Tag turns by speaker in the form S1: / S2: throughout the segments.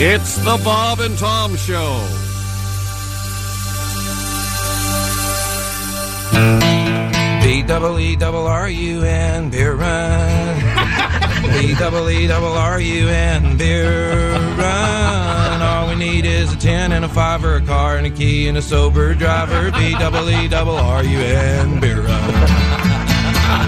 S1: It's the Bob and Tom Show.
S2: B double E double R U N beer run. B double E double R U N beer run. All we need is a ten and a five or a car and a key and a sober driver. B double E double R U N beer run.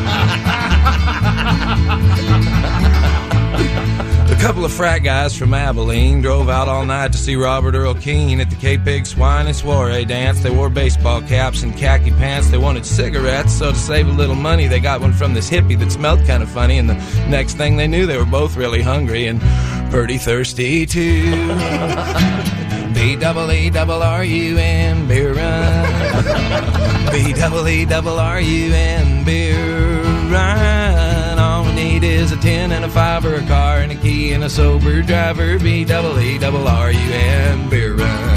S2: A couple of frat guys from Abilene drove out all night to see Robert Earl Keane at the K Pig Swine and Soiree dance. They wore baseball caps and khaki pants. They wanted cigarettes, so to save a little money, they got one from this hippie that smelled kind of funny. And the next thing they knew, they were both really hungry and pretty thirsty too. B double E double R U N beer run. B double E double R U N beer run. All we need is a ten and a five or a car and a key and a sober driver. B double E double R U N beer run.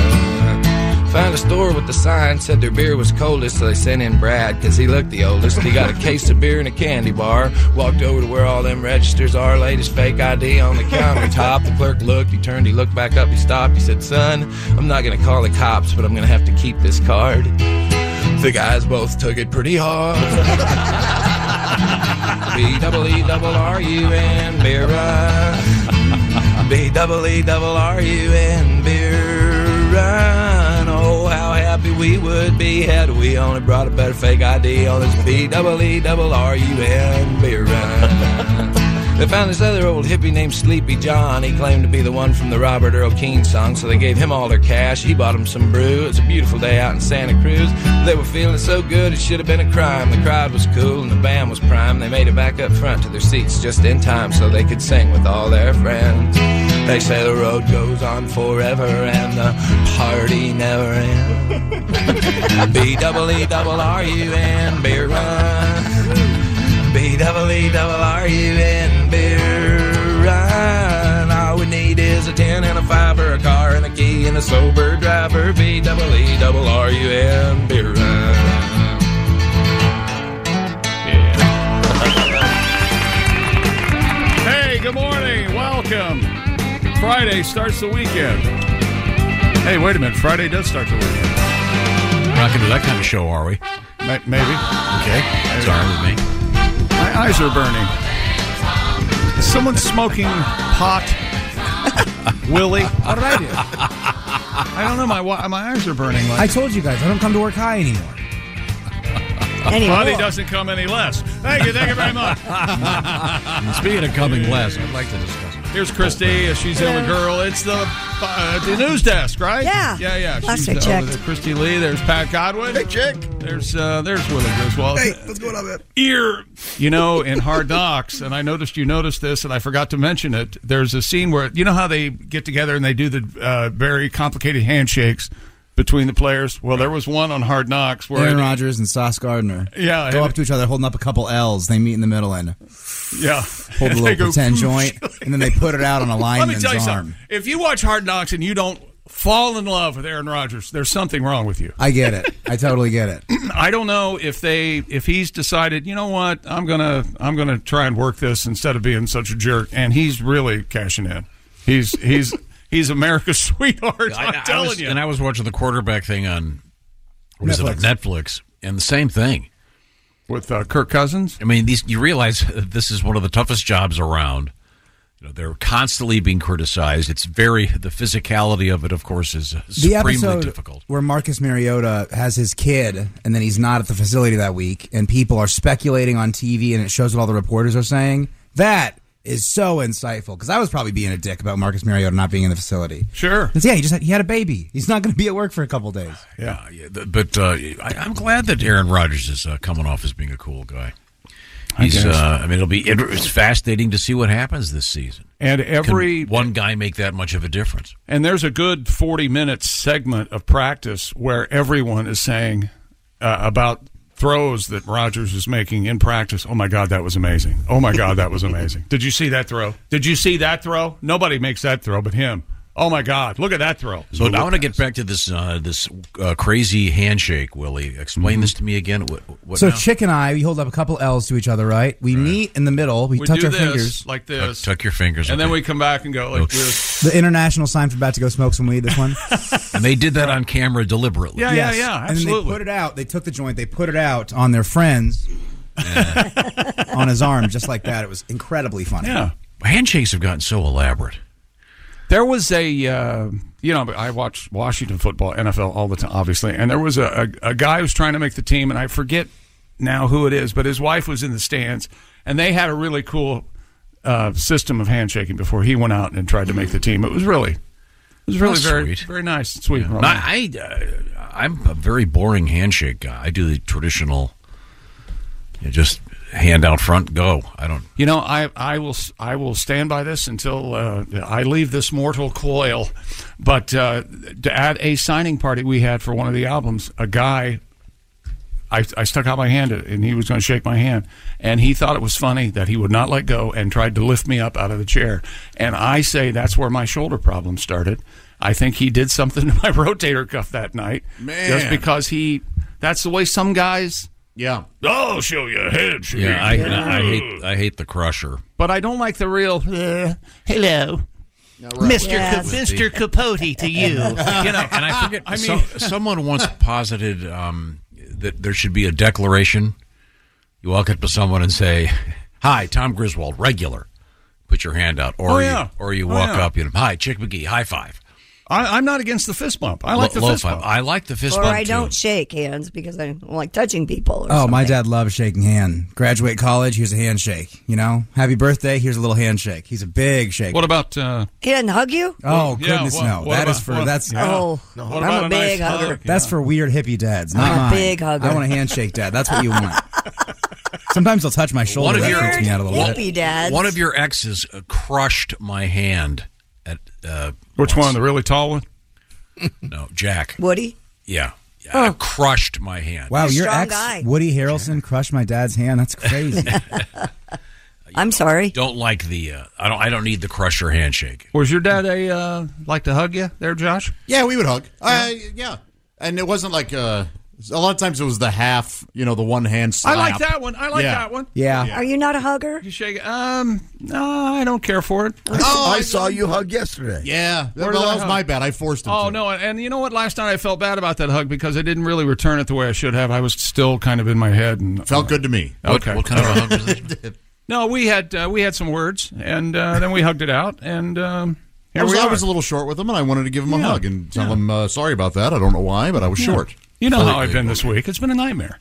S2: Found a store with the sign said their beer was coldest, so they sent in Brad because he looked the oldest. He got a case of beer and a candy bar. Walked over to where all them registers are, laid his fake ID on the countertop. The clerk looked, he turned, he looked back up, he stopped. He said, Son, I'm not going to call the cops, but I'm going to have to keep this card. The guys both took it pretty hard. B double E double R U N beer run. B double E double R U N beer run. Oh, how happy we would be had we only brought a better fake ID on this B double E double R U N beer run. They found this other old hippie named Sleepy John. He claimed to be the one from the Robert Earl Keane song, so they gave him all their cash. He bought him some brew. It was a beautiful day out in Santa Cruz. They were feeling so good, it should have been a crime. The crowd was cool and the band was prime. They made it back up front to their seats just in time so they could sing with all their friends. They say the road goes on forever and the party never ends. B double E double R U N beer run. B double E double R U N beer run. All we need is a ten and a five or a car and a key and a sober driver. B double E double R U N beer run.
S1: Hey, good morning. Welcome. Friday starts the weekend. Hey, wait a minute. Friday does start the weekend.
S3: We're not going to do that kind of show, are we?
S1: May- Maybe.
S3: Okay. It's all right with me.
S1: My eyes are burning. Is someone smoking pot? Willie? What did I do? I don't know. My wa- my eyes are burning.
S4: I
S1: Like,
S4: told you guys, I don't come to work high anymore.
S5: Anymore.
S1: money doesn't come any less. Thank you. Thank you very much.
S3: And speaking of coming less, I'd like to discuss. it.
S1: Here's Christy. uh, She's the only girl. It's the uh, the news desk, right?
S5: Yeah.
S1: Yeah, yeah.
S5: Last
S1: She's
S5: I
S1: over
S5: checked.
S1: there. Christy Lee. There's Pat Godwin. Hey, Chick. There's uh, there's Willie Griswold. Hey, what's going on, man? Ear. You know, in Hard Knocks, and I noticed you noticed this, and I forgot to mention it. There's a scene where you know how they get together and they do the uh, very complicated handshakes between the players. Well, there was one on Hard Knocks where
S6: Aaron Rodgers and Sauce Gardner.
S1: Yeah,
S6: Go
S1: and-
S6: up to each other, holding up a couple L's. They meet in the middle and
S1: yeah,
S6: hold a
S1: And
S6: little
S1: they go,
S6: pretend joint, and then they put it out on a
S1: Let me
S6: lineman's
S1: tell you
S6: arm.
S1: something. If you watch Hard Knocks and you don't fall in love with Aaron Rodgers, there's something wrong with you.
S6: I get it. I totally get it.
S1: I don't know if they if he's decided, you know what, I'm gonna I'm gonna try and work this instead of being such a jerk. And he's really cashing in. He's he's he's America's sweetheart.
S3: I,
S1: I'm
S3: I
S1: telling
S3: was,
S1: you.
S3: And I was watching the quarterback thing on what is it on Netflix, and the same thing.
S1: with uh, Kirk Cousins.
S3: I mean, these you realize this is one of the toughest jobs around. You know, they're constantly being criticized. It's very the physicality of it, of course, is uh,
S6: The
S3: supremely
S6: episode
S3: difficult.
S6: where Marcus Mariota has his kid, and then he's not at the facility that week, and people are speculating on TV, and it shows what all the reporters are saying. That is so insightful because I was probably being a dick about Marcus Mariota not being in the facility.
S1: Sure.
S6: But yeah, he just had, he had a baby. He's not going to be at work for a couple days.
S3: Yeah, yeah th- but uh, I, I'm glad that Aaron Rodgers is uh, coming off as being a cool guy. He's, I,
S1: guess.
S3: uh, I mean, it'll be it- it's fascinating to see what happens this season.
S1: And
S3: Can
S1: every
S3: one guy make that much of a difference?
S1: and there's a good 40 minute segment of practice where everyone is saying uh, about throws that Rogers is making in practice. Oh my God, that was amazing. Oh my God, that was amazing. Did you see that throw? Did you see that throw? Nobody makes that throw but him. Oh my God! Look at that throw.
S3: So now I want to get back to this uh, this uh, crazy handshake, Willie. Explain this to me again. What, what
S6: Mm-hmm. so
S3: now?
S6: Chick and I, we hold up a couple L's to each other, right? We meet in the middle. We,
S1: We
S6: touch
S1: do
S6: our
S1: this
S6: fingers.
S1: like this.
S3: Tuck, your fingers,
S1: and then we come back and go like this.
S6: The international sign for about to go smoke some weed. This one.
S3: and they did that on camera deliberately.
S1: Yeah,
S6: Yes.
S1: yeah, yeah.
S6: And then
S1: Absolutely.
S6: they put it out. They took the joint. They put it out on their friends, on his arm, just like that. It was incredibly funny.
S1: Yeah.
S3: Handshakes have gotten so elaborate.
S1: There was a, uh, you know, I watch Washington football, NFL all the time, obviously, and there was a, a, a guy who was trying to make the team, and I forget now who it is, but his wife was in the stands, and they had a really cool uh, system of handshaking before he went out and tried to make the team. It was really, it was really
S3: That's
S1: very,
S3: sweet.
S1: very nice, and sweet.
S3: No, I, uh, I'm a very boring handshake guy. I do the traditional, you know, just hand out front, go. I don't.
S1: You know, I I will I will stand by this until uh, I leave this mortal coil. But uh, at a signing party we had for one of the albums, a guy, I, I stuck out my hand and he was going to shake my hand, and he thought it was funny that he would not let go and tried to lift me up out of the chair. And I say that's where my shoulder problem started. I think he did something to my rotator cuff that night, just
S3: Man.
S1: because he. That's the way some guys.
S3: Yeah.
S1: I'll show you a head. shake."
S3: Yeah, I, I hate I hate the crusher.
S1: but I don't like the real uh, hello, Mr.
S7: Yeah.
S1: Cap- Mr. Capote to you. you know,
S3: and I forget.
S1: I
S3: so-
S1: mean-
S3: someone once posited um, that there should be a declaration. You walk up to someone and say, "Hi, Tom Griswold, regular." Put your hand out, or
S1: Oh,
S3: you,
S1: yeah.
S3: or you
S1: Oh,
S3: walk
S1: yeah.
S3: up and hi, Chick McGee, high five.
S1: I, I'm not against the fist bump. I like
S3: Low-
S1: the
S3: low
S1: fist
S3: five.
S1: bump.
S3: I like the fist
S7: or
S3: bump
S7: I
S3: too.
S7: don't shake hands because I don't like touching people. Or
S6: Oh, my
S7: something.
S6: dad loves shaking hand. Graduate college, here's a handshake. You know, happy birthday, here's a little handshake. He's a big shake.
S1: What about? Uh,
S7: He didn't hug you?
S6: Oh
S1: yeah,
S6: goodness,
S1: what-
S6: no!
S1: what
S6: That is
S1: about-
S6: for
S1: what-
S6: that's
S1: yeah.
S7: Oh,
S1: No,
S7: I'm
S1: what about
S7: a
S1: a
S7: big
S1: nice
S7: hugger.
S1: hug?
S6: that's for weird hippie dads. Not
S7: I'm a
S6: mine.
S7: big hugger.
S6: I want a handshake, dad. That's what you want. Sometimes they'll touch my shoulder.
S3: One of
S6: That
S3: your-
S6: freaks me out a little
S7: Weird
S6: bit.
S7: hippie dads.
S3: One of your exes uh, crushed my hand at uh,
S1: which
S3: once.
S1: one? The really tall one?
S3: No, Jack.
S7: Woody.
S3: Yeah, yeah I crushed my hand.
S6: Wow, your
S7: strong
S6: ex
S7: guy.
S6: Woody Harrelson crushed my dad's hand. That's crazy.
S7: I'm sorry.
S3: Don't like the. Uh, I don't. I don't need the crusher handshake.
S1: Was your dad a uh, like to hug you there, Josh?
S8: Yeah, we would hug. Yeah. yeah. And it wasn't like uh, a lot of times it was the half, you know, the one hand slap.
S1: I like that one. I like
S8: Yeah.
S1: that one.
S6: yeah.
S7: Are you not a hugger?
S1: You shake. it. Um, no, I don't care for it. Oh,
S9: I saw you hug
S8: Oh.
S9: yesterday.
S8: Yeah.
S1: Where
S8: well,
S1: did I
S8: that was
S1: hug?
S8: my bad. I forced him.
S1: Oh
S8: to.
S1: no, and, and you know what? Last night I felt bad about that hug because I didn't really return it the way I should have. I was still kind of in my head and
S8: Felt good to me.
S1: Okay.
S3: What, what kind of a hug was that?
S1: No, we had uh, we had some words, and uh, then we hugged it out, and um, here
S8: I was,
S1: we
S8: I
S1: are.
S8: was a little short with him, and I wanted to give him a
S1: Yeah.
S8: hug and tell him uh, sorry about that. I don't know why, but I was short.
S1: you know how I've been this week. It's been a nightmare.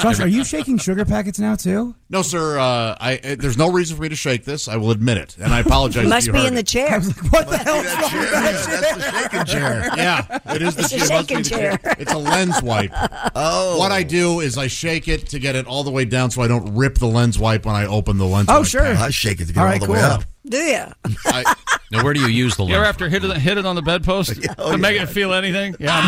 S6: Josh, are you shaking sugar packets now too?
S8: No, sir. Uh, I uh, there's no reason for me to shake this. I will admit it, and I
S7: You
S8: apologize. if
S7: must
S8: you
S7: be
S8: heard
S7: in the
S8: it.
S7: chair.
S6: What the hell?
S8: Yeah, it is the
S7: It's a
S8: chair. It must be
S7: shaking
S8: the chair.
S7: chair.
S8: It's a lens wipe. Oh. What I do is I shake it to get it all the way down, so I don't rip the lens wipe when I open the lens.
S6: Oh
S8: wipe
S6: sure.
S9: I shake it to get
S6: All
S9: all,
S6: right,
S9: the
S6: cool.
S9: way up.
S7: Do you?
S8: I,
S3: Now, where do you use the?
S1: You ever
S3: left?
S1: have to hit it, hit it on the bedpost
S8: Oh,
S1: to make it feel anything? Yeah,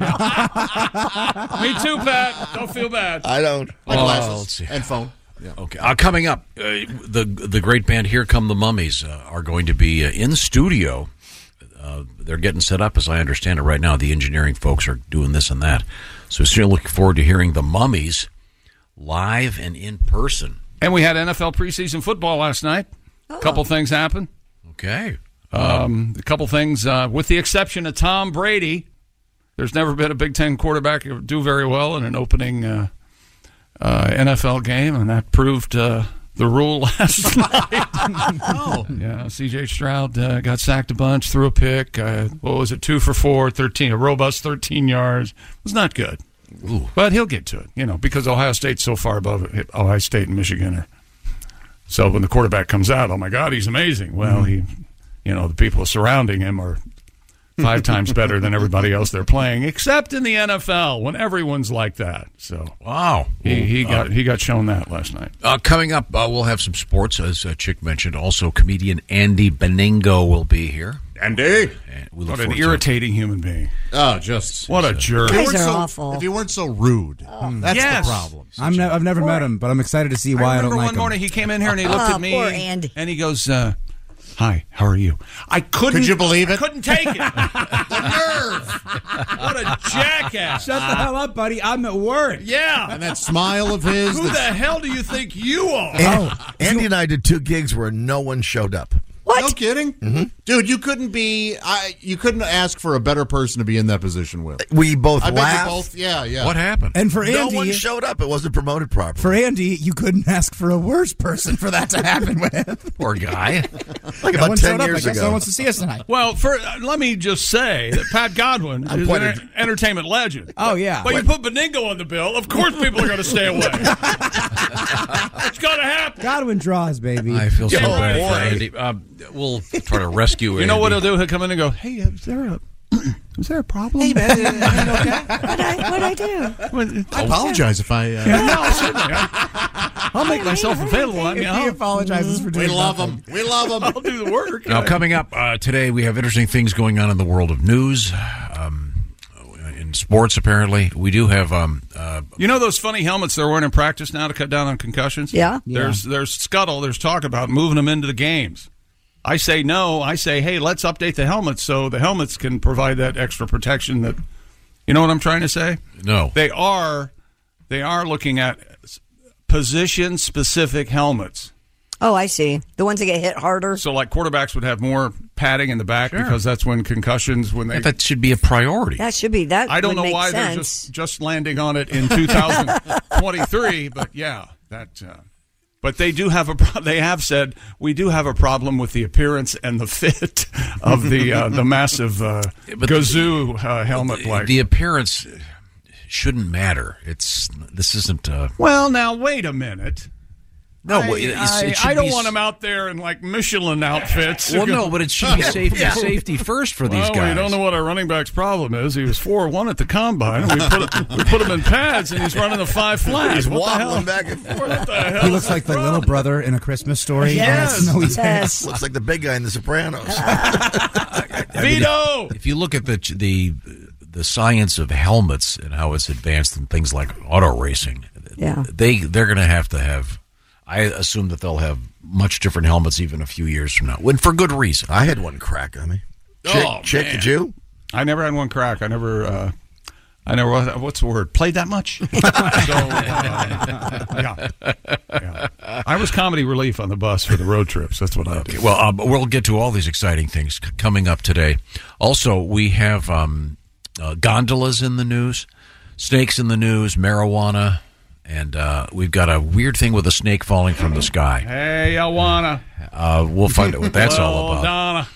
S1: me too. Yeah. me too, Pat. Don't feel bad.
S9: I don't.
S8: my
S3: let's
S8: glasses
S3: see.
S8: and phone. Yeah.
S3: Okay. Uh, coming up, uh, the the great band Here Come the Mummies uh, are going to be uh, in studio. Uh, they're getting set up, as I understand it, right now. The engineering folks are doing this and that. So still looking forward to hearing the Mummies live and in person.
S1: And we had NFL preseason football last night. A couple things happened.
S3: Okay.
S1: Um, a couple things, uh, with the exception of Tom Brady. There's never been a Big Ten quarterback who do very well in an opening uh, uh, NFL game, and that proved uh, the rule last night. Yeah, C.J. Stroud uh, got sacked a bunch, threw a pick. Uh, what was it? Two for four, 13, a robust 13 yards. It was not good. But he'll get to it, you know, because Ohio State's so far above it. Ohio State and Michigan are. So when the quarterback comes out, oh my God, he's amazing. Well, he, you know, the people surrounding him are five times better than everybody else they're playing, except in the NFL when everyone's like that. So
S3: Wow.
S1: he, he got he got shown that last night.
S3: Uh, coming up, uh, we'll have some sports, as uh, Chick mentioned. Also, comedian Andy Beningo will be here.
S8: Andy.
S3: And we look
S1: What an
S3: forward to it.
S1: irritating human being.
S8: Oh, just
S1: What a jerk.
S7: Guys
S8: weren't
S7: are
S8: so-
S7: awful.
S8: If you weren't so rude,
S6: Oh.
S8: that's
S1: Yes.
S8: the problem.
S6: I'm ne- I've never met him, but I'm excited to see why I,
S1: I remember
S6: don't like
S1: one
S6: him.
S1: morning he came in here and he looked
S7: Ah,
S1: at me
S7: poor Oh, Andy.
S1: and he goes, uh, Hi, how are you? I couldn't.
S8: Could you believe
S1: I
S8: it?
S1: couldn't take it.
S10: What a jackass.
S1: Shut the hell
S10: up, buddy. I'm at work. Yeah.
S8: And that smile of his.
S10: Who the hell do you think you are?
S9: And, Andy and I did two gigs where no one showed up.
S8: What? No kidding,
S9: Mm-hmm.
S8: dude. You couldn't be. I. You couldn't ask for a better person to be in that position with.
S9: We both
S8: I bet you
S9: laughed.
S8: both- yeah, yeah.
S9: What happened?
S6: And for
S9: no
S6: Andy-
S9: one showed up. It wasn't promoted properly.
S6: For Andy, you couldn't ask for a worse person for that to happen with.
S9: Poor guy.
S6: No
S9: like about
S6: one
S9: ten
S6: showed up. I
S9: years
S6: guess
S9: ago.
S6: no one wants to see us tonight.
S1: Well, for, uh, let me just say that Pat Godwin
S9: I'm
S1: is
S9: quite
S1: an en- entertainment legend.
S6: Oh, yeah.
S1: But you put Beningo on the bill, of course people are going to stay away. it's going to happen.
S6: Godwin draws, baby.
S3: I feel so
S1: Yeah, oh,
S3: bad
S1: boy.
S3: for Andy. Um, we'll try to rescue
S1: You know what he'll
S3: Andy.
S1: do? He'll come in and go, hey, is there a, is there a problem?
S7: Hey, man, what I what I do?
S8: I apologize if I. Uh,
S1: no, certainly. I, will make myself available. I mean,
S6: If he
S1: I'll,
S6: apologizes for doing
S8: we love
S6: nothing.
S8: him. We love him.
S1: I'll do the work.
S3: Now, coming up uh, today, we have interesting things going on in the world of news, um, in sports. Apparently, we do have um, uh,
S1: You know those funny helmets they're wearing in practice now to cut down on concussions?
S7: Yeah.
S6: Yeah.
S1: There's there's scuttle, there's talk about moving them into the games. I say no. I say, hey, let's update the helmets so the helmets can provide that extra protection that you know what I'm trying to say?
S3: no.
S1: They are they are looking at position specific helmets.
S7: Oh, I see. The ones that get hit harder.
S1: So like quarterbacks would have more padding in the back because that's when concussions when they
S3: That should be a priority.
S7: That should be that.
S1: I don't
S7: would
S1: know
S7: make
S1: why
S7: sense.
S1: they're just just landing on it in 2023, but yeah, that. Uh, but they do have a. Pro- they have said we do have a problem with the appearance and the fit of the uh, the massive uh,
S3: but-
S1: gazoo uh, helmet blade.
S3: The appearance shouldn't matter. It's this isn't. Uh,
S1: well, now wait a minute.
S3: no,
S1: I,
S3: well, it's-
S1: I-
S3: it should
S1: I don't
S3: be-
S1: want them out there in like Michelin outfits.
S3: Well, no, but it should be safety
S1: Yeah.
S3: safety first for these
S1: Well,
S3: guys.
S1: we don't know what our running back's problem is. He was four one at the combine. And we put we put him in pads, and he's running a five flat.
S9: He's
S1: What the hell?
S9: waddling back and forth.
S1: What the hell
S6: He
S1: is
S6: looks like the little brother in a Christmas story.
S1: Yes.
S6: No, he's
S7: yes.
S9: Looks like the big guy in The Sopranos.
S1: Vito.
S3: If you look at the the the science of helmets and how it's advanced in things like auto racing,
S7: Yeah.
S3: they they're going to have to have. I assume that they'll have much different helmets even a few years from now, and for good reason.
S9: I had one crack on me. Chick,
S1: Oh,
S9: chick
S1: man.
S9: did you?
S1: I never had one crack. I never. Uh, I never. what- What's the word? Played that much. so, uh, yeah. yeah. I was comedy relief on the bus for the road trips. That's what I did.
S3: Well, um, we'll get to all these exciting things c- coming up today. Also, we have um, uh, gondolas in the news, snakes in the news, marijuana, and uh, we've got a weird thing with a snake falling from the sky.
S1: Hey, Iwana.
S3: Uh, we'll find out what that's all
S1: Well,
S3: about.
S1: Donna.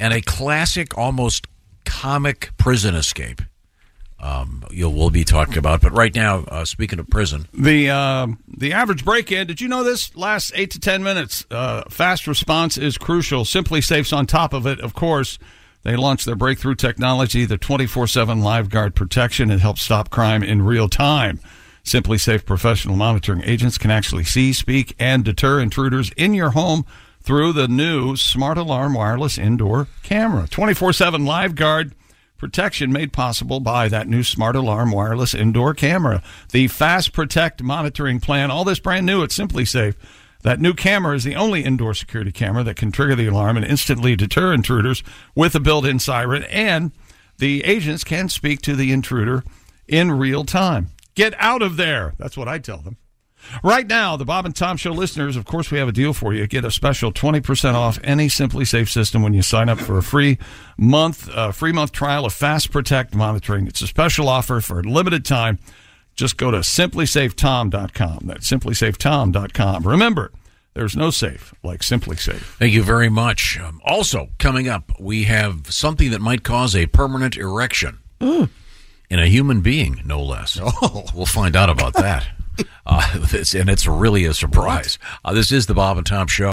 S3: and a classic, almost comic prison escape. Um, you'll we'll be talking about, but right now, uh, speaking of prison,
S1: The um the average break in. Did you know this? Last eight to ten minutes. Uh, fast response is crucial. Simply Safe's on top of it. Of course, they launched their breakthrough technology, the twenty four seven Live Guard protection. It helps stop crime in real time. Simply Safe professional monitoring agents can actually see, speak, and deter intruders in your home through the new Smart Alarm wireless indoor camera. Twenty four seven Live Guard. Protection made possible by that new smart alarm wireless indoor camera. The Fast Protect monitoring plan, all this brand new at Simply Safe. That new camera is the only indoor security camera that can trigger the alarm and instantly deter intruders with a built in siren, and the agents can speak to the intruder in real time. Get out of there. That's what I tell them. Right now, the Bob and Tom Show listeners, of course, we have a deal for you. Get a special 20% off any Simply Safe system when you sign up for a free month, uh, free month trial of Fast Protect monitoring. It's a special offer for a limited time. Just go to simplysafetom.com. That's simplysafetom.com. Remember, there's no safe like Simply Safe.
S3: thank you very much. Um, also, coming up, we have something that might cause a permanent erection in a human being, no less. Oh. We'll find out about that. uh, this, and it's really a surprise. Uh, this is the Bob and Tom Show.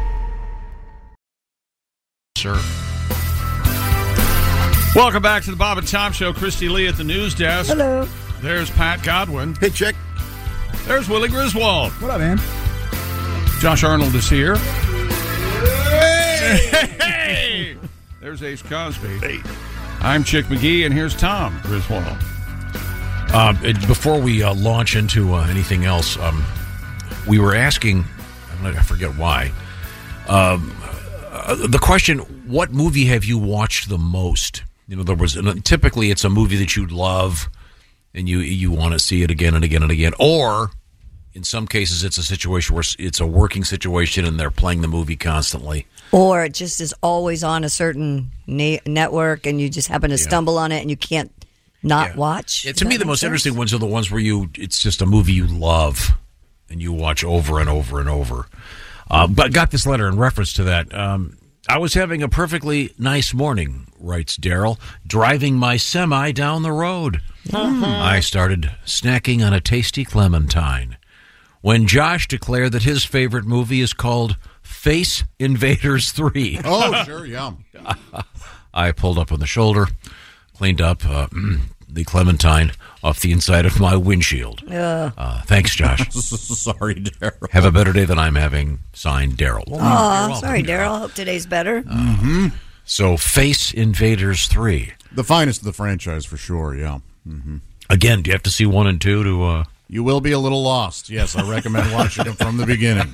S1: Sure. Welcome back to the Bob and Tom Show. Christy Lee at the news desk. Hello. There's Pat Godwin. Hey, chick. There's Willie Griswold.
S6: What up, man?
S1: Josh Arnold is here. Hey! There's Ace Cosby. I'm Chick McGee, and here's Tom Griswold.
S3: Uh, it- before we uh, launch into uh, anything else, um, we were asking, I, don't know, I forget why, um, uh, the question, what movie have you watched the most? You know, there was uh, typically it's a movie that you love and you you want to see it again and again and again, or in some cases it's a situation where it's a working situation and they're playing the movie constantly.
S7: Or it just is always on a certain na- network and you just happen to stumble on it and you can't not watch.
S3: Yeah,
S7: Does
S3: to me,
S7: that
S3: the
S7: make
S3: most
S7: sense?
S3: interesting ones are the ones where you it's just a movie you love and you watch over and over and over. Uh, but got this letter in reference to that. Um, I was having a perfectly nice morning, writes Daryl, driving my semi down the road. I started snacking on a tasty clementine when Josh declared that his favorite movie is called Face Invaders 3.
S8: Oh, sure, yeah.
S3: I pulled up on the shoulder, cleaned up uh, the clementine off the inside of my windshield.
S7: Ugh.
S3: Uh, thanks, Josh.
S8: Sorry, Daryl.
S3: Have a better day than I'm having. Signed, Daryl. Well,
S7: Aw, sorry, Daryl. Hope today's better.
S8: Uh,
S3: mm-hmm. So, Face Invaders 3.
S8: The finest of the franchise for sure, yeah. Mm-hmm.
S3: Again, do you have to see one and two to. Uh...
S8: You will be a little lost. Yes, I recommend watching them from the beginning.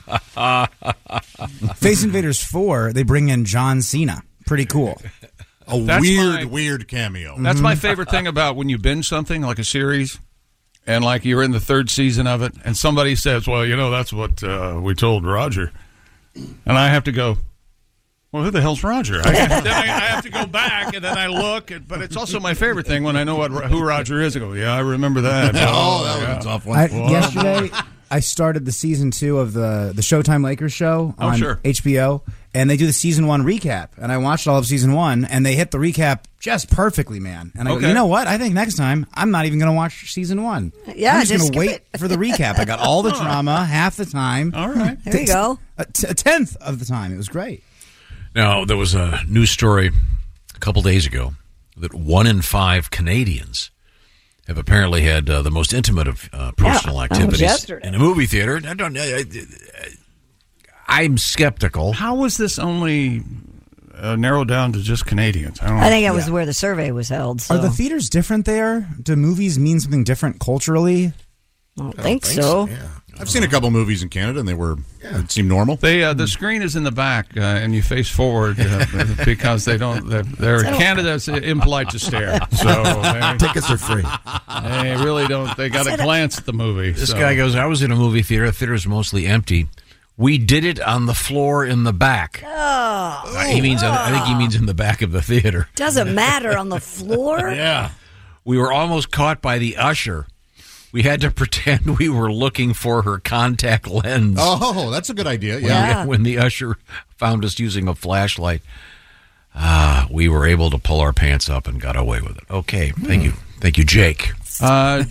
S6: Face Invaders 4, they bring in John Cena. Pretty cool.
S8: A
S1: That's
S8: weird,
S1: my-
S8: weird cameo.
S1: That's
S6: Mm-hmm.
S1: my favorite thing about when you binge something like a series, and like you're in the third season of it, and somebody says, "Well, you know, that's what uh, we told Roger," and I have to go. Well, who the hell's Roger? I, then I, I have to go back and then I look, and, but it's also my favorite thing when I know what who Roger is. I go, yeah, I remember that.
S8: Oh, that
S1: yeah.
S8: was a tough
S6: I, yesterday, I started the season two of the the Showtime Lakers show
S1: Oh,
S6: on
S1: sure.
S6: HBO, and they do the season one recap. And I watched all of season one, and they hit the recap just perfectly, man. And I go,
S7: Okay.
S6: you know what? I think next time I'm not even going to watch season one.
S7: Yeah,
S6: I'm just,
S7: just skip
S6: going to wait
S7: it.
S6: for the recap. I got all the drama half the time. All
S1: right,
S7: There you go.
S6: A, t- a tenth of the time, it was great.
S3: Now, there was a news story a couple days ago that one in five Canadians have apparently had uh, the most intimate of uh, personal
S11: that was
S3: activities
S11: yesterday.
S3: in a movie theater. I don't, I, I, am skeptical.
S1: How was this only uh, narrowed down to just Canadians? I don't.
S7: I think that was where the survey was held. So.
S6: Are the theaters different there? Do movies mean something different culturally?
S7: I don't
S8: think think so. so, yeah. I've seen a couple movies in Canada, and they were it seemed normal.
S1: They uh, the screen is in the back uh, and you face forward uh, because they don't. They're, they're
S10: So-
S1: Canada's impolite to stare. So
S9: Tickets are free.
S1: They really don't. They got a
S3: Instead of-
S1: glance at the movie.
S3: This
S1: so.
S3: guy goes, I was in a movie theater. The theater's mostly empty. We did it on the floor in the back. Uh, he means, I think he
S11: Ah.
S3: means in the back of the theater.
S7: Doesn't matter on the floor.
S3: Yeah. We were almost caught by the usher. We had to pretend we were looking for her contact lens.
S8: Oh, that's a good idea.
S3: When-
S8: Yeah.
S3: When the usher found us using a flashlight. ah, we were able to pull our pants up and got away with it. Okay, thank
S8: Hmm.
S3: you, thank you, Jake.
S1: Uh,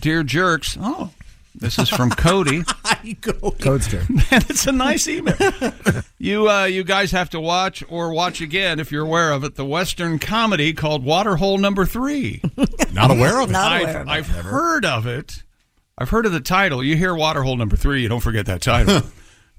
S1: dear jerks. Oh, this is from Cody.
S6: Codester.
S1: Man, it's a nice email. you uh, you guys have to watch or watch again if you're aware of it. The Western comedy called Waterhole Number Three.
S8: Not aware of it. Not
S1: I've,
S8: aware of it.
S1: I've
S8: Never.
S1: heard of it. I've heard of the title. You hear Waterhole Number Three, you don't forget that title.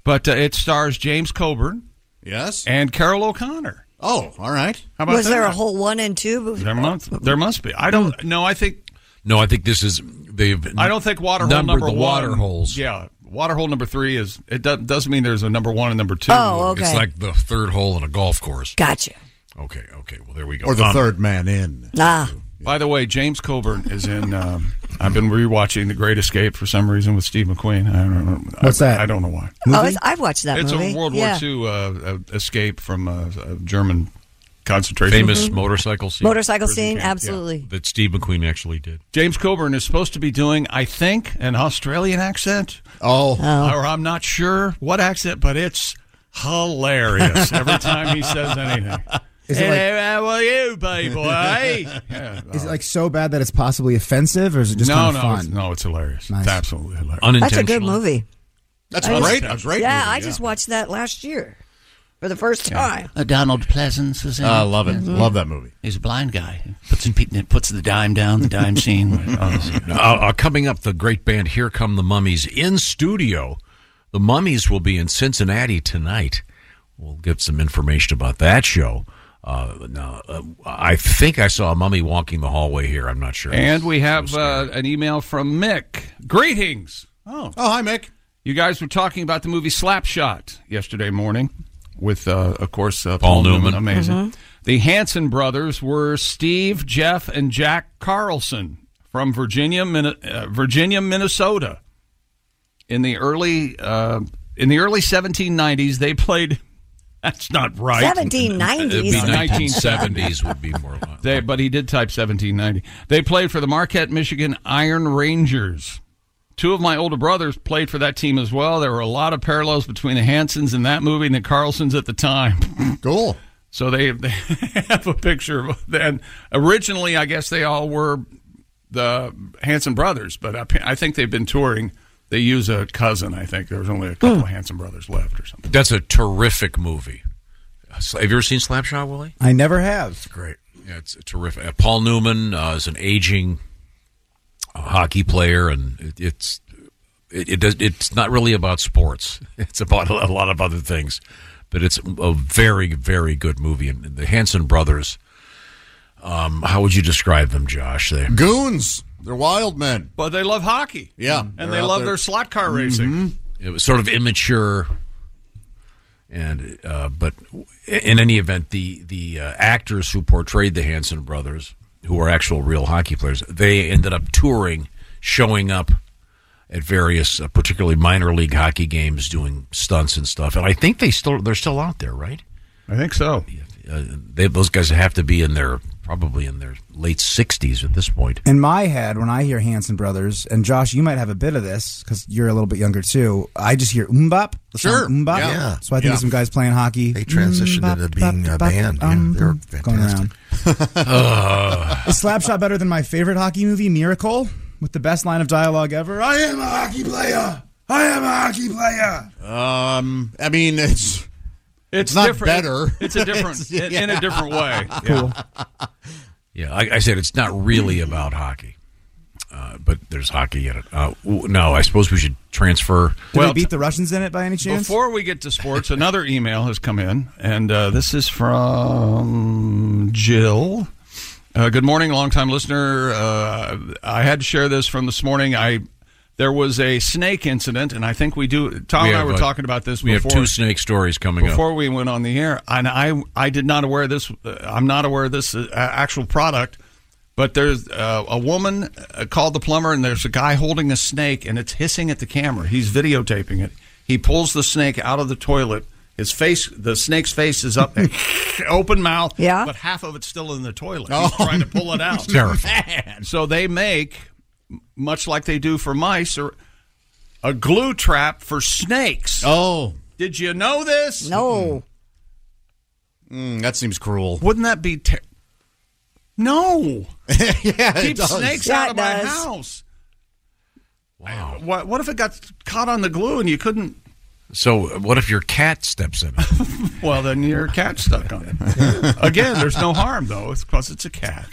S1: but uh, it stars James Coburn. Yes. And Carol O'Connor. Oh, all right. How about
S7: was
S1: that?
S7: there a whole one and two?
S1: There must there must be. I don't know. I think
S3: No, I think this is they've.
S1: I don't think waterhole
S3: numbered
S1: number
S3: the
S1: one.
S3: water holes.
S1: Yeah, waterhole number three is it do- doesn't mean there's a number one and number two.
S7: Oh, okay.
S3: It's like the third hole in a golf course.
S7: Gotcha.
S3: Okay, okay. Well, there we go. Um,
S1: Or the third
S8: man in.
S7: Ah.
S1: By the way, James Coburn is in. Um, I've been rewatching The Great Escape for some reason with Steve McQueen. I don't know.
S6: What's
S1: I,
S6: that?
S1: I don't know why.
S7: Oh, it's, I've watched that
S1: it's
S7: movie.
S1: a World
S7: yeah.
S1: War II uh, uh, escape from uh, a German concentration.
S3: Famous Mhm. motorcycle scene.
S7: Hmm. Motorcycle scene, absolutely.
S3: That Steve McQueen actually did.
S1: James Coburn is supposed to be doing, I think, an Australian accent. Oh, or I'm not sure what accent, but it's hilarious every time he says anything.
S6: Is it like-
S1: "Hey, how are you, baby? eh?" Yeah.
S6: Is it like so bad that it's possibly offensive, or is it just
S1: no,
S6: kind
S1: no,
S6: of fun?
S1: It's, no, it's hilarious.
S6: Nice.
S1: It's absolutely hilarious.
S7: That's a good movie.
S1: That's
S7: I
S1: great-
S7: Just,
S1: a great
S7: Yeah,
S1: movie,
S7: I
S1: yeah.
S7: just watched that last year for the first time.
S11: Donald Pleasance is in.
S7: I love it. Mhm. Love that
S8: movie.
S11: He's a blind guy. Puts in, pe- puts the dime down. The dime scene. Oh,
S3: Uh, uh, coming up, the great band Here Come the Mummies in studio. The Mummies will be in Cincinnati tonight. We'll get some information about that show. Uh, now, uh, I think I saw a mummy walking the hallway here. I'm not sure.
S1: And we have uh, an email from Mick. Greetings. Oh. Oh, hi, Mick. You guys were talking about the movie Slapshot yesterday morning with, uh, of course, uh, Paul,
S3: Paul
S1: Newman.
S3: Newman.
S1: Amazing.
S3: Mhm.
S1: The Hanson brothers were Steve, Jeff, and Jack Carlson from Virginia, Min- uh, Virginia, Minnesota. In the early uh, in the early 1790s, they played. That's not right.
S7: 1790s? It'd be
S3: 1970s would be more.
S1: They, but he did type 1790. They played for the Marquette, Michigan Iron Rangers. Two of my older brothers played for that team as well. There were a lot of parallels between the Hansons in that movie and the Carlsons at the time. Cool. So they, they have a picture of then. Originally, I guess they all were the Hanson brothers, but I, I think they've been touring. They use a cousin, I think. There's only a couple of Hanson brothers left or something.
S3: That's a terrific movie. Uh, Have you ever seen Slapshot, Willie?
S6: I never have.
S3: Great. Yeah, it's terrific. Uh, Paul Newman uh, is an aging uh, hockey player, and it, it's it, it does, it's not really about sports. It's about a lot of other things, but it's a very very good movie. And the Hanson brothers. Um, how would you describe them, Josh? They
S8: goons. They're wild men.
S1: But they love hockey.
S8: Yeah.
S1: And they love their slot car racing.
S3: Mm-hmm. It was sort of immature, and uh, but in any event, the the uh, actors who portrayed the Hanson brothers, who are actual real hockey players, they ended up touring, showing up at various, uh, particularly minor league hockey games, doing stunts and stuff. And I think they still they're still out there, right?
S1: I think so.
S3: Uh, they, those guys have to be in their probably in their late sixties at this point.
S6: In my head, when I hear Hanson Brothers, and Josh, you might have a bit of this because you're a little bit younger too. I just hear umbop. the song
S9: Sure.
S6: umbop.
S9: Yeah.
S6: So I think
S9: Yeah.
S6: of some guys playing hockey. They
S9: transitioned into being a band. Yeah, they were fantastic.
S3: Uh.
S6: um, Is Slapshot better than my favorite hockey movie, Miracle, with the best line of dialogue ever? I am a hockey player. I am a hockey player.
S8: Um, I mean, it's
S1: it's,
S8: not
S1: different.
S8: better.
S1: It's a different- in- in a different way. Cool.
S3: Yeah, like I said, it's not really about hockey, uh, but there's hockey in it. Uh, w- no, I suppose we should transfer.
S6: Did they beat the Russians in it by any chance?
S1: Before we get to sports, another email has come in, and uh, this is from Jill. Uh, good morning, longtime listener. Uh, I had to share this from this morning. I there was a snake incident, and I think we do. Tom
S3: We
S1: and I
S3: have,
S1: were
S3: uh,
S1: talking about this.
S3: we have
S1: before.
S3: two snake stories coming up.
S1: before we went on the air, and I I did not aware of this. Uh, I'm not aware of this uh, actual product, but there's uh, a woman uh, called the plumber, and there's a guy holding a snake, and it's hissing at the camera. He's videotaping it. He pulls the snake out of the toilet. His face, the snake's face is up, open mouth. Yeah, but half of it's still in the toilet. He's trying to pull it out.
S3: Terrifying.
S1: So they make, m- much like they do for mice, or a glue trap for snakes. Oh. Did you know this?
S7: No.
S8: Mm, that seems cruel.
S1: Wouldn't that be ter- no?
S8: yeah,
S1: Keep snakes out of my
S10: does.
S1: house. Wow. What, what if it got caught on the glue and you couldn't?
S3: So, what if your cat steps in?
S1: Well, then your cat's stuck on it. Again, there's no harm though, because it's a cat.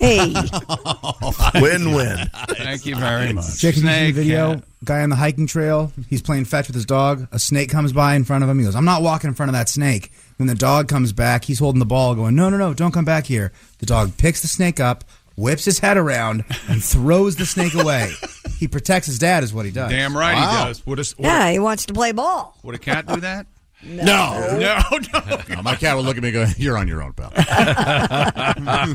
S7: Hey,
S9: Win-win.
S1: Thank you very much.
S6: Check the YouTube
S1: Snake
S6: video. Guy on the hiking trail. He's playing fetch with his dog. A snake comes by in front of him. He goes, "I'm not walking in front of that snake." Then the dog comes back. He's holding the ball, going, "No, no, no! Don't come back here." The dog picks the snake up, whips his head around, and throws the snake away. he protects his dad, is what he does.
S1: Damn right he does. Would a, would,
S7: yeah, he wants to play ball.
S1: a, would a cat do that?
S7: No.
S1: no,
S8: no. My cat would look at me and go, You're on your own, pal.
S6: The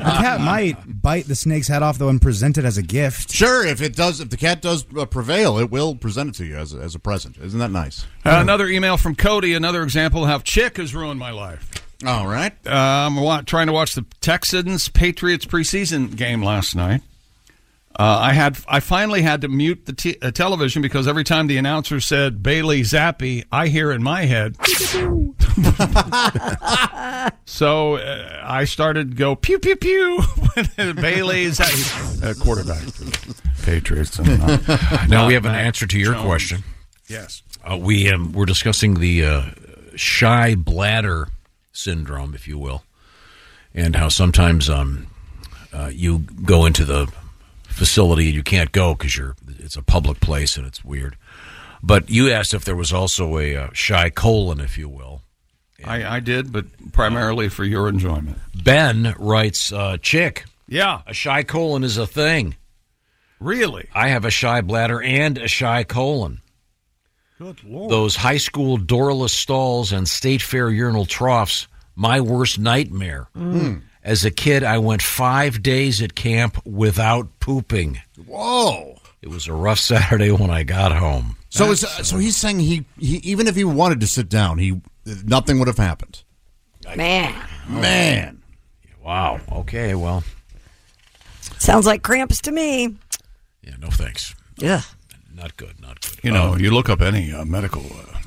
S6: cat might bite the snake's head off though and present it as a gift.
S8: Sure, if it does, if the cat does uh, prevail, it will present it to you as a, as a present. Isn't that nice?
S1: Uh, another email from Cody. Another example of how Chick has ruined my life.
S8: All right.
S1: Uh, I'm wa- trying to watch the Texans Patriots preseason game last night. Uh, I had I finally had to mute the t- uh, television because every time the announcer said Bailey Zappi, I hear in my head. so uh, I started to go pew pew pew. Bailey Zappi, uh, quarterback, for the Patriots. and not-
S3: now
S1: not
S3: we have an
S1: Mac
S3: answer to your
S1: Jones.
S3: question.
S1: Yes.
S3: Uh, we um, we're discussing the uh, shy bladder syndrome, if you will, and how sometimes um, uh, you go into the facility and you can't go because you're it's a public place and it's weird. But you asked if there was also a uh, shy colon, if you will.
S1: I, I did, but primarily for your enjoyment.
S3: Ben writes, uh, "Chick,
S1: yeah,
S3: a shy colon is a thing.
S1: Really,
S3: I have a shy bladder and a shy colon."
S1: Good lord.
S3: those high school doorless stalls and state fair urinal troughs my worst nightmare
S1: Hmm.
S10: Mm.
S3: as a kid i went five days at camp without pooping
S8: Whoa.
S3: it was a rough saturday when i got home
S8: So, is, uh, so he's saying he, he even if he wanted to sit down, he nothing would have happened.
S7: Man.
S8: Man.
S3: Oh, wow okay well
S7: Sounds like cramps to me.
S3: yeah no thanks
S7: Yeah.
S3: not good not good
S1: You know, you look up any uh, medical uh,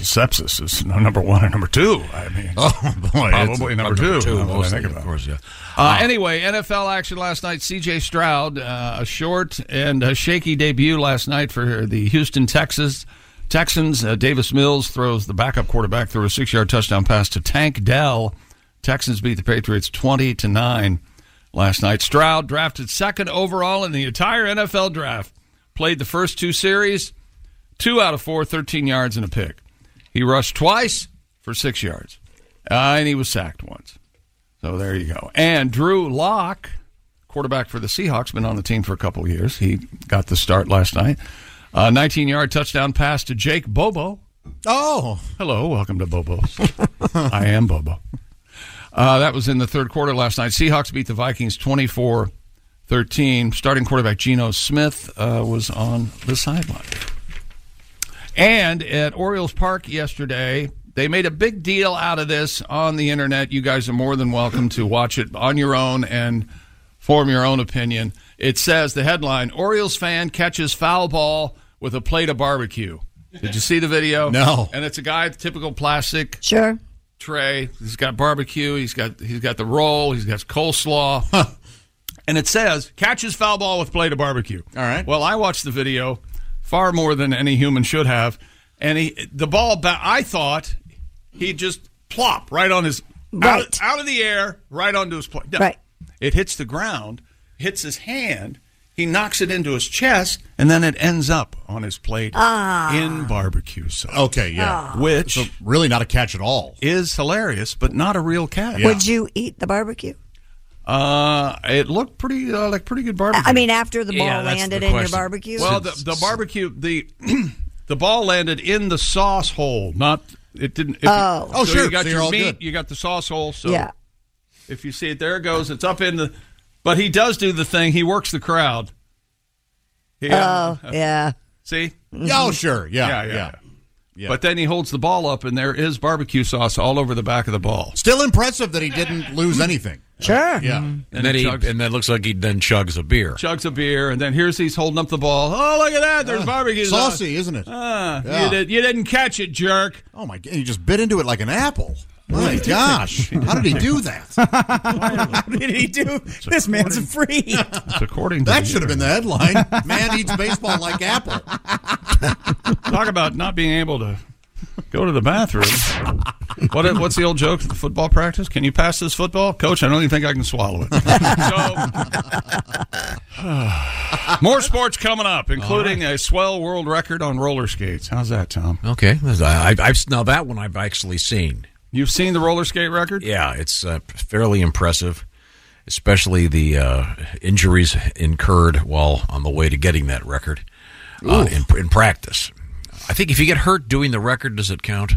S1: sepsis is no- number one or number two. I mean,
S3: Oh, boy, it's
S1: probably number,
S3: number
S1: two.
S3: two,
S1: now that I
S3: mostly,
S1: think
S3: of
S1: about it.
S3: course, yeah.
S1: Uh, anyway, NFL action last night. C.J. Stroud, uh, a short and a shaky debut last night for the Houston Texas Texans. Uh, Davis Mills throws the backup quarterback through a six-yard touchdown pass to Tank Dell. Texans beat the Patriots twenty to nine last night. Stroud drafted second overall in the entire NFL draft. Played the first two series, two out of four, 13 yards and a pick. He rushed twice for six yards, uh, and he was sacked once. So there you go. And Drew Locke, quarterback for the Seahawks, been on the team for a couple of years. He got the start last night. A 19 yard touchdown pass to Jake Bobo.
S8: Oh.
S1: Hello. Welcome to Bobo's. I am Bobo. Uh, that was in the third quarter last night. Seahawks beat the Vikings 24 13. Starting quarterback Geno Smith uh, was on the sideline. And at Orioles Park yesterday, they made a big deal out of this on the internet. You guys are more than welcome to watch it on your own and form your own opinion. It says the headline Orioles fan catches foul ball with a plate of barbecue. Did you see the video?
S8: No.
S1: And it's a guy, typical plastic
S7: sure
S1: tray. He's got barbecue. He's got he's got the roll. He's got coleslaw. And it says catches foul ball with plate of barbecue. All right. Well, I watched the video far more than any human should have, and he the ball. Ba- I thought he just plop right on his out, of,
S10: Right.
S1: out of the air, right onto his plate. No.
S10: Right.
S1: It hits the ground, hits his hand. He knocks it into his chest, and then it ends up on his plate
S10: Ah.
S1: in barbecue sauce.
S8: Okay,
S7: Ah.
S8: yeah.
S1: Which
S8: really not a catch at all.
S1: Is hilarious, but not a real catch.
S7: Would you eat the barbecue?
S1: Uh, it looked pretty uh, like pretty good barbecue.
S7: I mean, after the ball landed in your barbecue?
S1: Well, the, the barbecue the the ball landed in the sauce hole, not it didn't. if you-
S7: Oh. Oh,
S1: so
S7: sure.
S1: You got
S7: So you're
S1: your
S7: all
S1: meat.
S7: good.
S1: You got the sauce hole. So
S7: Yeah.
S1: if you see it, there it goes. It's up in the. But he does do the thing. He works the crowd.
S7: Oh, yeah.
S1: See?
S7: Yeah, oh, sure.
S8: Yeah,
S1: yeah,
S8: yeah.
S1: yeah. But then he holds the ball up, and there is barbecue sauce all over the back of the ball.
S8: Still impressive that he didn't lose anything.
S7: Sure.
S8: Yeah.
S6: Mm-hmm.
S3: and then
S1: he
S3: he
S1: chugs-
S3: and then looks like he then chugs a beer
S1: chugs a beer, and then here's he's holding up the ball. Oh, look at that! There's
S8: Ah,
S1: barbecue sauce.
S8: saucy, isn't it?
S1: Ah,
S8: Yeah.
S1: you, did, you didn't catch it, jerk.
S8: Oh my god! You just bit into it like an apple. My gosh. How did he do that?
S6: How did he do? This man's a freak.
S1: It's according to
S8: That
S1: the
S8: should have been the headline. Man eats baseball like apple.
S1: Talk about not being able to go to the bathroom. What, uh, what's the old joke to the football practice? Can you pass this football? Coach, I don't even think I can swallow it. So, more sports coming up, including a swell world record on roller skates. How's that, Tom?
S3: Okay, I, I've now that one I've actually seen.
S1: You've seen the roller skate record?
S3: Yeah, it's uh, fairly impressive, especially the uh, injuries incurred while on the way to getting that record uh, in, in practice. I think if you get hurt doing the record, does it count?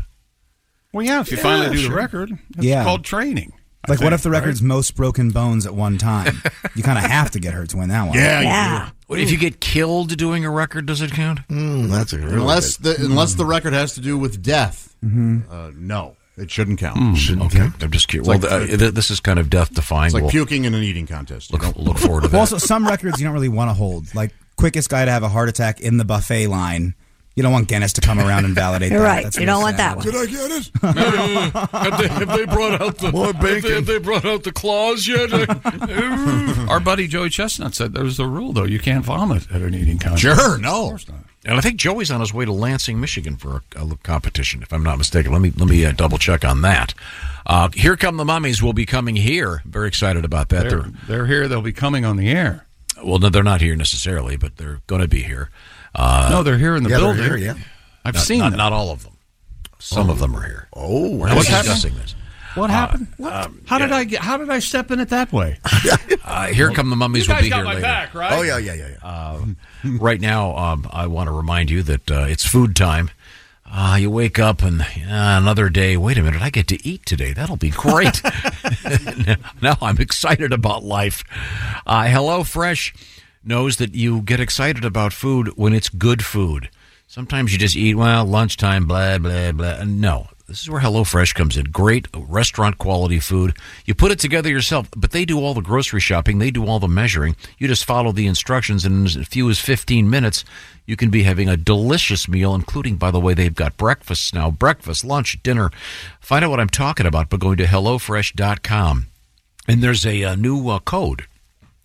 S1: Well, yeah, if you
S3: Yeah,
S1: finally do
S3: sure.
S1: the record, it's
S6: Yeah.
S1: called training. I
S6: Like, what
S1: think,
S6: if the record's most broken bones at one time? You kind of have to get hurt to win that one.
S3: What if you get killed doing a record? Does it count?
S9: Hmm, that's a
S8: unless the unless
S1: Hmm.
S8: the record has to do with death.
S1: Mm-hmm.
S3: Mhm.
S8: Uh, no, it shouldn't count.
S3: Hmm,
S1: Hmm.
S3: okay, I'm just curious.
S8: It's
S3: Well,
S8: like-
S3: th- th- this is kind of death defying.
S8: It's like
S3: We'll
S8: puking in an eating contest. You
S3: look, look forward to
S6: Well,
S3: that.
S6: also, some records you don't really want to hold. Like, quickest guy to have a heart attack in the buffet line. You don't want Guinness to come around and validate
S7: You're
S6: that.
S7: right.
S6: That's
S7: You
S6: really
S7: don't want
S6: sad.
S7: that one.
S12: Did I get it? have, they, have they brought out the
S9: More
S12: Have they, have they brought out the claws yet?
S1: Our buddy Joey Chestnut said there's a rule, though. You can't vomit at an eating contest.
S3: no. And I think Joey's on his way to Lansing, Michigan for a, a competition, if I'm not mistaken. Let me let me uh, double check on that. Uh, here come the mummies. Will be coming here. Very excited about that.
S1: They're, they're here. They'll be coming on the air.
S3: Well, no, they're not here necessarily, but they're going to be here. Uh,
S1: no, they're here in the building. I've
S3: Not-
S1: seen
S3: not,
S1: them.
S3: not all of them. Some of them are here.
S9: Oh,
S3: we're not
S1: What's
S3: discussing
S1: happening?
S3: this.
S1: What happened? What?
S3: um,
S1: how did I get? How did I step in it that way?
S3: Uh, here come the mummies.
S1: You guys
S3: will be
S1: got
S3: here
S1: my
S3: later.
S1: back, right?
S3: Oh yeah, yeah, yeah. yeah. Um, right now, um, I want to remind you that uh, it's food time. Uh, you wake up and uh, another day. Wait a minute, I get to eat today. That'll be great. now I'm excited about life. Uh, Hello Fresh knows that you get excited about food when it's good food. Sometimes you just eat well lunchtime, blah blah blah. Uh, No, this is where HelloFresh comes in. Great restaurant quality food. You put it together yourself, but they do all the grocery shopping. They do all the measuring. You just follow the instructions, and in as few as fifteen minutes, you can be having a delicious meal. Including, by the way, they've got breakfasts now: breakfast, lunch, dinner. Find out what I'm talking about by going to hellofresh.com, and there's a, uh new uh, code.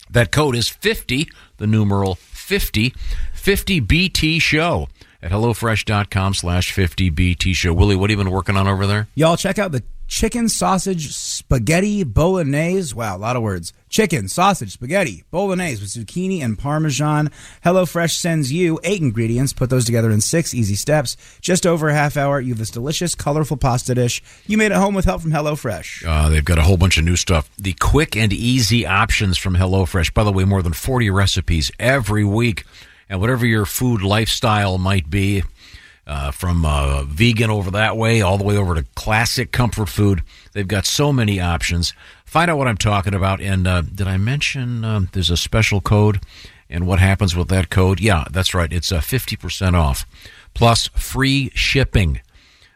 S3: That code is 50, the numeral 50, 50BT show at HelloFresh.com slash 50BT show. Willie, what have you been working on over there?
S6: Y'all check out the chicken sausage spaghetti bolognese. Wow, a lot of words. Chicken sausage spaghetti bolognese with zucchini and parmesan. HelloFresh sends you eight ingredients. Put those together in six easy steps. Just over a half hour, you have this delicious, colorful pasta dish you made at home with help from HelloFresh.
S3: Uh, they've got a whole bunch of new stuff. The quick and easy options from HelloFresh. By the way, more than 40 recipes every week. And whatever your food lifestyle might be, uh, from uh, vegan over that way, all the way over to classic comfort food, they've got so many options. Find out what I'm talking about. And uh, did I mention um there's a special code? And what happens with that code? Yeah, that's right. It's uh, 50% off plus free shipping.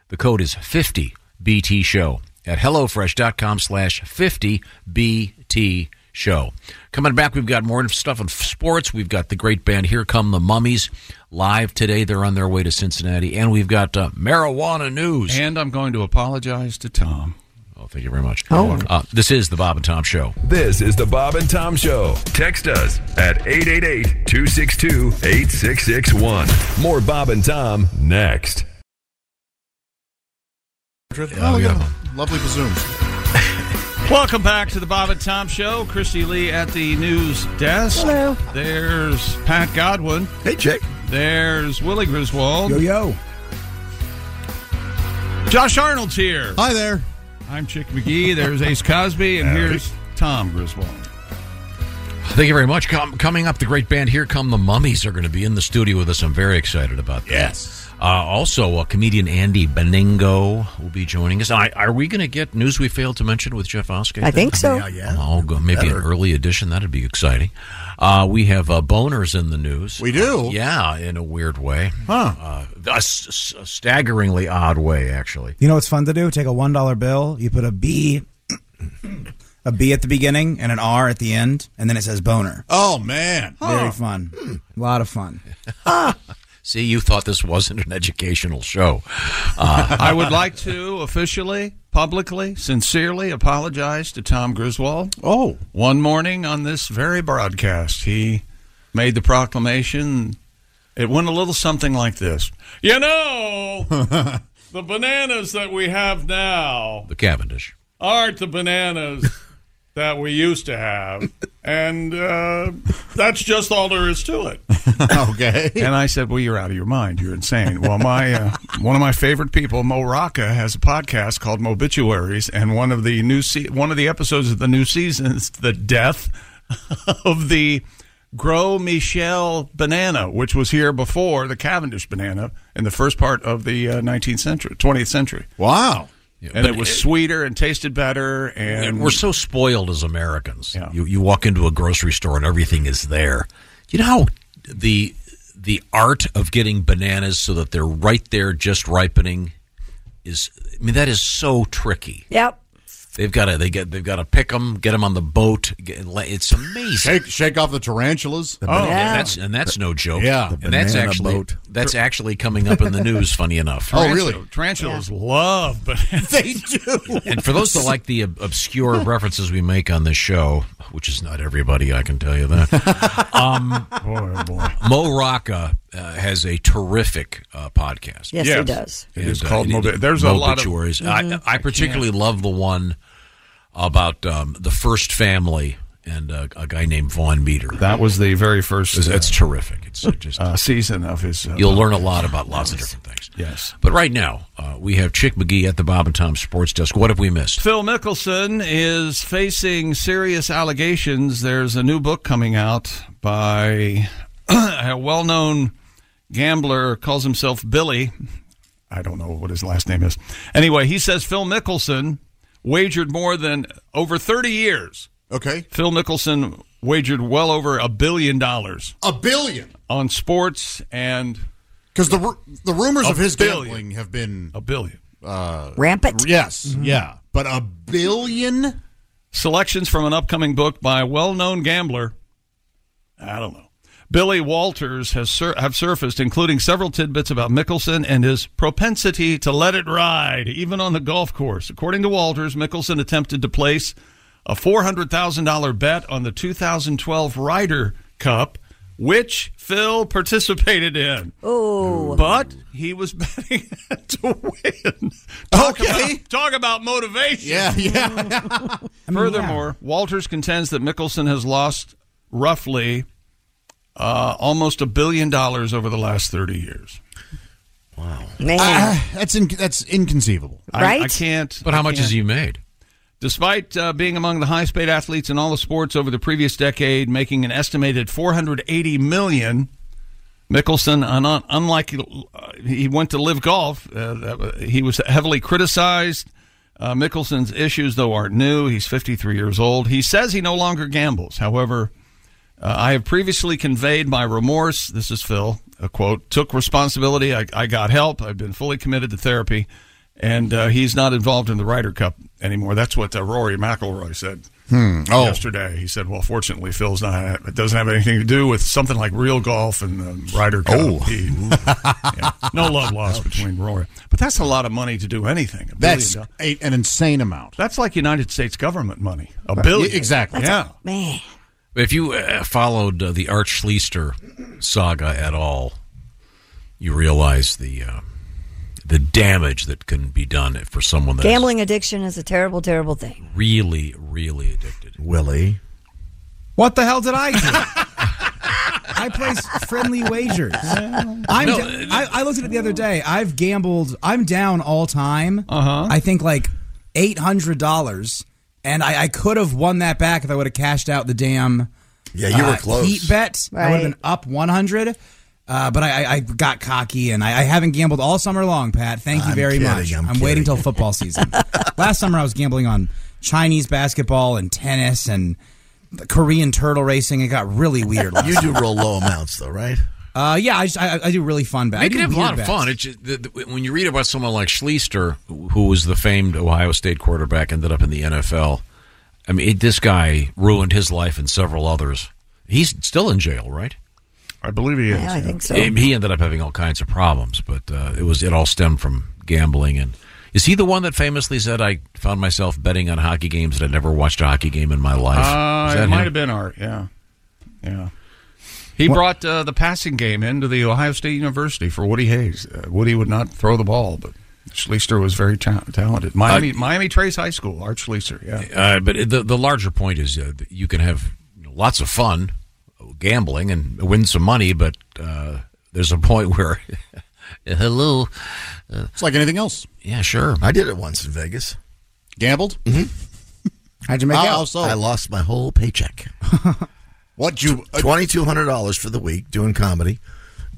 S3: The code is 50BT Show at HelloFresh.com slash 50BT Show. Coming back, we've got more stuff on sports. We've got the great band Here Come the Mummies live today. They're on their way to Cincinnati. And we've got uh, marijuana news.
S1: And I'm going to apologize to Tom.
S3: Oh, thank you very much. Oh. Uh, this is the Bob and Tom Show.
S13: This is the Bob and Tom Show. Text us at 888 262 8661. More Bob and Tom next.
S8: Oh, look at him. Lovely bazoom.
S1: Welcome back to the Bob and Tom Show. Christy Lee at the news desk. Hello. There's Pat Godwin.
S9: Hey, Chick.
S1: There's Willie Griswold.
S6: Yo, yo.
S1: Josh Arnold's here.
S8: Hi there.
S1: I'm Chick McGee. There's Ace Cosby. And
S3: Howdy.
S1: here's Tom Griswold.
S3: Thank you very much. Com- coming up, the great band Here Come the Mummies are going to be in the studio with us. I'm very excited about that. Yes. Uh, also, uh, comedian Andy Beningo will be joining us. I, are we going to get news we failed to mention with Jeff Oskey?
S7: I think so. Yeah,
S3: Oh, go- maybe an early edition. That'd be exciting. Uh, we have uh, boners in the news. We do. yeah, in a weird way. Huh. Uh, a, s- s- a staggeringly odd way, actually.
S6: You know what's fun to do? Take a one dollar bill, you put a B, a B at the beginning and an R at the end, and then it says boner. Hmm.
S8: Oh man,
S6: very fun, a lot of fun.
S3: See, you thought this wasn't an educational show. Uh,
S1: I would like to officially, publicly, sincerely apologize to Tom Griswold.
S3: Oh.
S1: One morning on this very broadcast, he made the proclamation. It went a little something like this You know, the bananas that we have now
S3: the Cavendish.
S1: aren't the bananas that we used to have. And uh, that's just all there is to it.
S8: okay.
S1: And I said, "Well, you're out of your mind. You're insane." Well, my uh, one of my favorite people, Mo Rocca, has a podcast called Mobituaries, and one of the new se- one of the episodes of the new season is the death of the Gros Michel banana, which was here before the Cavendish banana in the first part of the uh, 19th century, 20th century.
S8: Wow.
S1: and it was sweeter and tasted better, and
S3: We're so spoiled as Americans. You you walk into a grocery store and everything is there. You know how the the art of getting bananas so that they're right there just ripening is I mean that is so tricky.
S7: Yep.
S3: They've got to they get they've got to pick them, get them on the boat. get- It's amazing.
S8: Shake, shake off the tarantulas.
S3: oh, yeah. that's and that's no joke.
S8: Yeah. The
S3: and that's
S8: banana
S3: actually
S8: boat.
S3: that's actually coming up in the news. Funny enough.
S1: Tarantu- Tarantulas love bananas.
S8: Oh, They do.
S3: And for those that like the ob- obscure references we make on this show, which is not everybody, I can tell you that. Um, Mo Rocca uh, has a terrific uh, podcast. uh,
S7: Yes, he Yes. does. Mm-hmm.
S1: It is called Mobi- there's a lot of-
S3: obituaries.
S1: Mhm.
S3: I, I particularly love the one about um, the first family and uh, a guy named Vaughn Meter.
S1: That was the very first.
S3: That's terrific. It's just
S1: uh, season of his. Uh,
S3: You'll learn a lot about lots of different things.
S1: Yes.
S3: But right now, uh, we have Chick McGee at the Bob and Tom Sports Desk. What have we missed?
S1: Phil Mickelson is facing serious allegations. There's a new book coming out by a well known gambler, calls himself Billy. I don't know what his last name is. Anyway, he says Phil Mickelson wagered more than over 30 years.
S8: Okay.
S1: Phil Mickelson wagered well over a billion dollars
S8: A billion.
S1: on sports and.
S8: Because the ru- the rumors
S1: A
S8: of his
S1: billion.
S8: gambling have been
S1: a billion
S8: uh,
S7: rampant.
S8: Yes,
S1: Mm-hmm.
S8: yeah, but a billion
S1: selections from an upcoming book by well-known gambler. I don't know. Billy Walters has sur- have surfaced, including several tidbits about Mickelson and his propensity to let it ride, even on the golf course. According to Walters, Mickelson attempted to place a four hundred thousand dollar bet on the two thousand twelve Ryder Cup, which Phil participated in.
S7: Oh,
S1: but he was betting to win. Talk about, talk about motivation.
S8: Yeah, yeah.
S1: Furthermore, Walters contends that Mickelson has lost roughly uh, almost a billion dollars over the last 30 years.
S3: Wow.
S7: Man.
S8: Ah, that's in, that's inconceivable.
S1: I, I can't.
S3: But how
S1: I
S3: much
S1: can't.
S3: has he made?
S1: Despite uh, being among the highest paid athletes in all the sports over the previous decade, making an estimated 480 million, Mickelson, un- unlike uh, he went to live golf, uh, that wa- he was heavily criticized. Uh, Mickelson's issues, though, aren't new. He's 53 years old. He says he no longer gambles. However, uh, I have previously conveyed my remorse. This is Phil, a quote, took responsibility. I, I got help. I've been fully committed to therapy. And uh, he's not involved in the Ryder Cup anymore. That's what uh, Rory McIlroy said
S8: Hmm. Oh.
S1: yesterday. He said, "Well, fortunately, Phil's not. It doesn't have anything to do with something like real golf and the Ryder Cup.
S8: Oh.
S1: He- yeah. no love lost between Rory. But that's a lot of money to do anything. A
S8: That's
S1: billion dollars.
S8: a, an insane amount.
S1: that's like United States government money. A
S8: Right.
S1: billion,
S8: Yeah, exactly.
S1: Yeah,
S7: man.
S3: If you uh, followed uh, the Arch Schleister saga at all, you realize the uh, the damage that can be done for someone that is
S7: Gambling addiction is a terrible, terrible thing.
S3: really, really addicted.
S9: Willie.
S6: What the hell did I do? I place friendly wagers. I'm
S9: No,
S6: da- I, I looked at it the other day. I've gambled. I'm down all time.
S1: Uh-huh.
S6: I think like eight hundred dollars, and I, I could have won that back if I would have cashed out the damn. uh,
S9: Yeah, you were close.
S6: Heat bet. I would
S9: Right.
S6: have been up one hundred. Uh, but I, I- I got cocky and I, I haven't gambled all summer long, Pat. Thank you
S9: I'm
S6: very
S9: kidding,
S6: much.
S9: I'm
S6: waiting
S9: kidding.
S6: till football season. Last summer I was gambling on Chinese basketball and tennis and the Korean turtle racing. It got really weird. Last
S9: You do
S6: summer.
S9: roll low amounts though, right?
S6: Uh, yeah, I, just, I, I do really fun bets.
S3: They
S6: I
S3: can
S6: do
S3: have a
S6: weird
S3: lot of
S6: bets.
S3: fun. It's just, the, the, when you read about someone like Schleister, who was the famed Ohio State quarterback, ended up in the NFL. I mean, it, this guy ruined his life and several others. He's still in jail, right?
S1: I believe he is.
S7: Yeah, I think so.
S3: Um, He ended up having all kinds of problems, but uh, it was it all stemmed from gambling. And is he the one that famously said, "I found myself betting on hockey games that I'd never watched a hockey game in my life"?
S1: Uh,
S3: Is
S1: it
S3: that
S1: might
S3: him?
S1: have been Art. Yeah, yeah. He brought uh, the passing game into the Ohio State University for Woody Hayes. Uh, Woody would not throw the ball, but Schleister was very ta- talented. Miami, Miami Trace High School, Art Schleister. Yeah.
S3: Uh, but it- the the larger point is uh, that you can have you know, lots of fun gambling and win some money, but uh, there's a point where hello, uh,
S9: It's like anything else.
S3: Yeah, sure.
S9: I did it once in Vegas.
S8: Gambled?
S9: Mm-hmm.
S6: How'd you make
S9: I
S6: out?
S9: Also, I lost my whole paycheck.
S8: what you?
S9: Twenty two hundred dollars for the week doing comedy,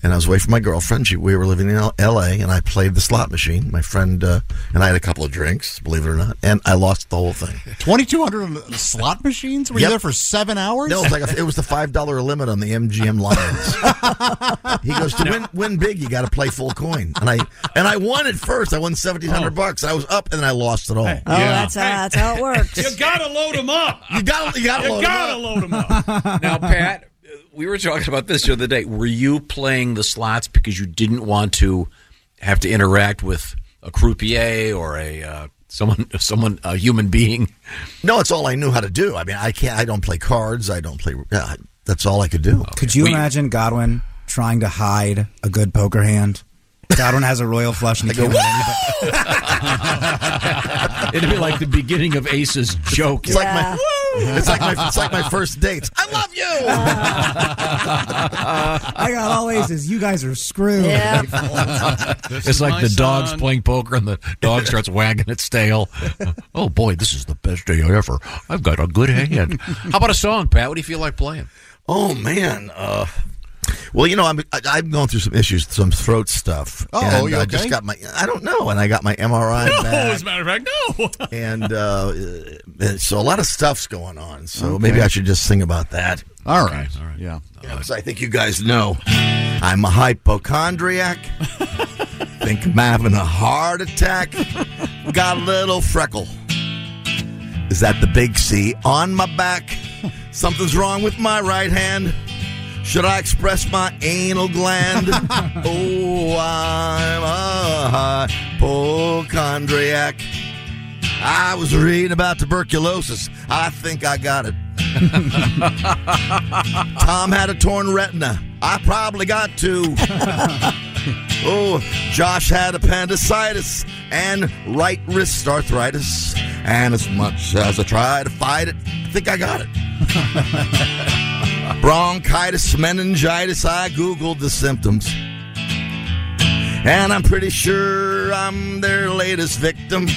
S9: and I was away from my girlfriend. She, we were living in L- L.A. and I played the slot machine. My friend uh, and I had a couple of drinks, believe it or not, and I lost the whole thing.
S8: 2200 on the slot machines? Were you
S9: Yep.
S8: there for seven hours?
S9: No, it was like a, it was the five dollar limit on the MGM Lions. he goes to win win big, you got to play full coin, and I and I won at first. I won seventeen hundred
S3: Oh.
S9: bucks. I was up, and then I lost it all.
S7: Oh, that's how, that's how it works.
S1: You gotta load them up.
S9: You gotta, you gotta
S1: You
S9: load 'em
S1: gotta
S9: up.
S1: load them up.
S3: Now, Pat, uh, we were talking about this the other day. Were you playing the slots because you didn't want to have to interact with a croupier or a uh, someone, someone, a human being?
S9: No, it's all I knew how to do. I mean, I can't. I don't play cards. I don't play. yeah, that's all I could do.
S6: Could you imagine Godwin trying to hide a good poker hand? Godwin has a royal flush and he can't let anybody.
S3: It'd be like the beginning of Ace's joke.
S9: It's like my. It's like my. It's like my first dates. I love you.
S6: I got all aces. You guys are screwed.
S1: This
S3: it's
S1: is my
S3: like the dog's
S1: son.
S3: playing poker and the dog starts wagging its tail. oh boy, this is the best day ever. I've got a good hand. How about a song, Pat? What do you feel like playing?
S9: Oh man. Uh, well, you know, I'm I, I'm going through some issues, some throat stuff.
S8: Oh,
S9: and
S8: you
S9: I just
S8: okay?
S9: got my. I don't know, and I got my MRI
S1: no,
S9: back,
S1: as a matter of fact, no.
S9: and uh, uh, so a lot of stuff's going on. So
S8: Okay.
S9: maybe I should just sing about that.
S8: All right. all right. Yeah.
S9: Because I think you guys know I'm a hypochondriac. think I'm having a heart attack. Got a little freckle. Is that the big C on my back? Something's wrong with my right hand. Should I express my anal gland? oh, I'm a hypochondriac. I was reading about tuberculosis. I think I got it. Tom had a torn retina. I probably got two. oh, Josh had appendicitis and right wrist arthritis. And as much as I try to fight it, I think I got it. Bronchitis, meningitis, I Googled the symptoms. And I'm pretty sure I'm their latest victim.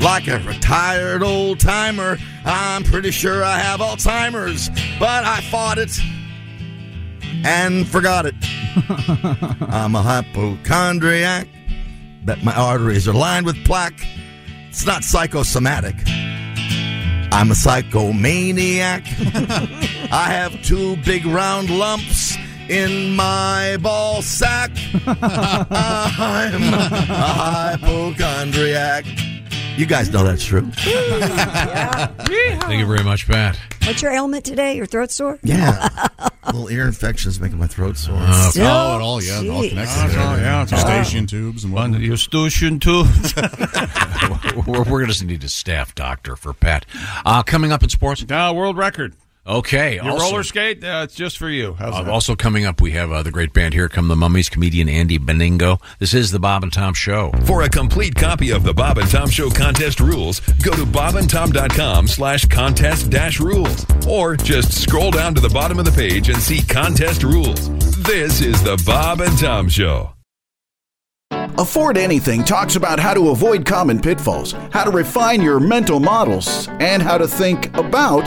S9: Like a retired old timer, I'm pretty sure I have Alzheimer's, but I fought it and forgot it. I'm a hypochondriac, bet my arteries are lined with plaque. It's not psychosomatic. I'm a psychomaniac. I have two big round lumps in my ball sack. I'm a hypochondriac. You guys know that's true.
S3: Thank you very much, Pat.
S7: What's your ailment today? Your throat sore?
S9: Yeah. Little ear infections making my throat sore.
S3: Oh,
S7: Still?
S8: Oh, it all, yeah, it all
S7: Jeez.
S8: connected.
S1: Oh, it's all- yeah,
S3: Uh,
S1: it's all-
S8: Eustachian tubes and whatnot.
S1: Eustachian tubes.
S3: we're, we're going to need a staff doctor for Pat. Uh, coming up in sports.
S1: Uh, world record.
S3: Okay.
S1: Your
S3: also,
S1: roller skate? Yeah, it's just for you. How's
S3: uh,
S1: that?
S3: also coming up, we have uh, the great band Here Come the Mummies, comedian Andy Beningo. This is the Bob and Tom Show.
S13: For a complete copy of the Bob and Tom Show contest rules, go to bobandtom.com slash contest dash rules. Or just scroll down to the bottom of the page and see contest rules. This is the Bob and Tom Show.
S14: Afford Anything talks about how to avoid common pitfalls, how to refine your mental models, and how to think about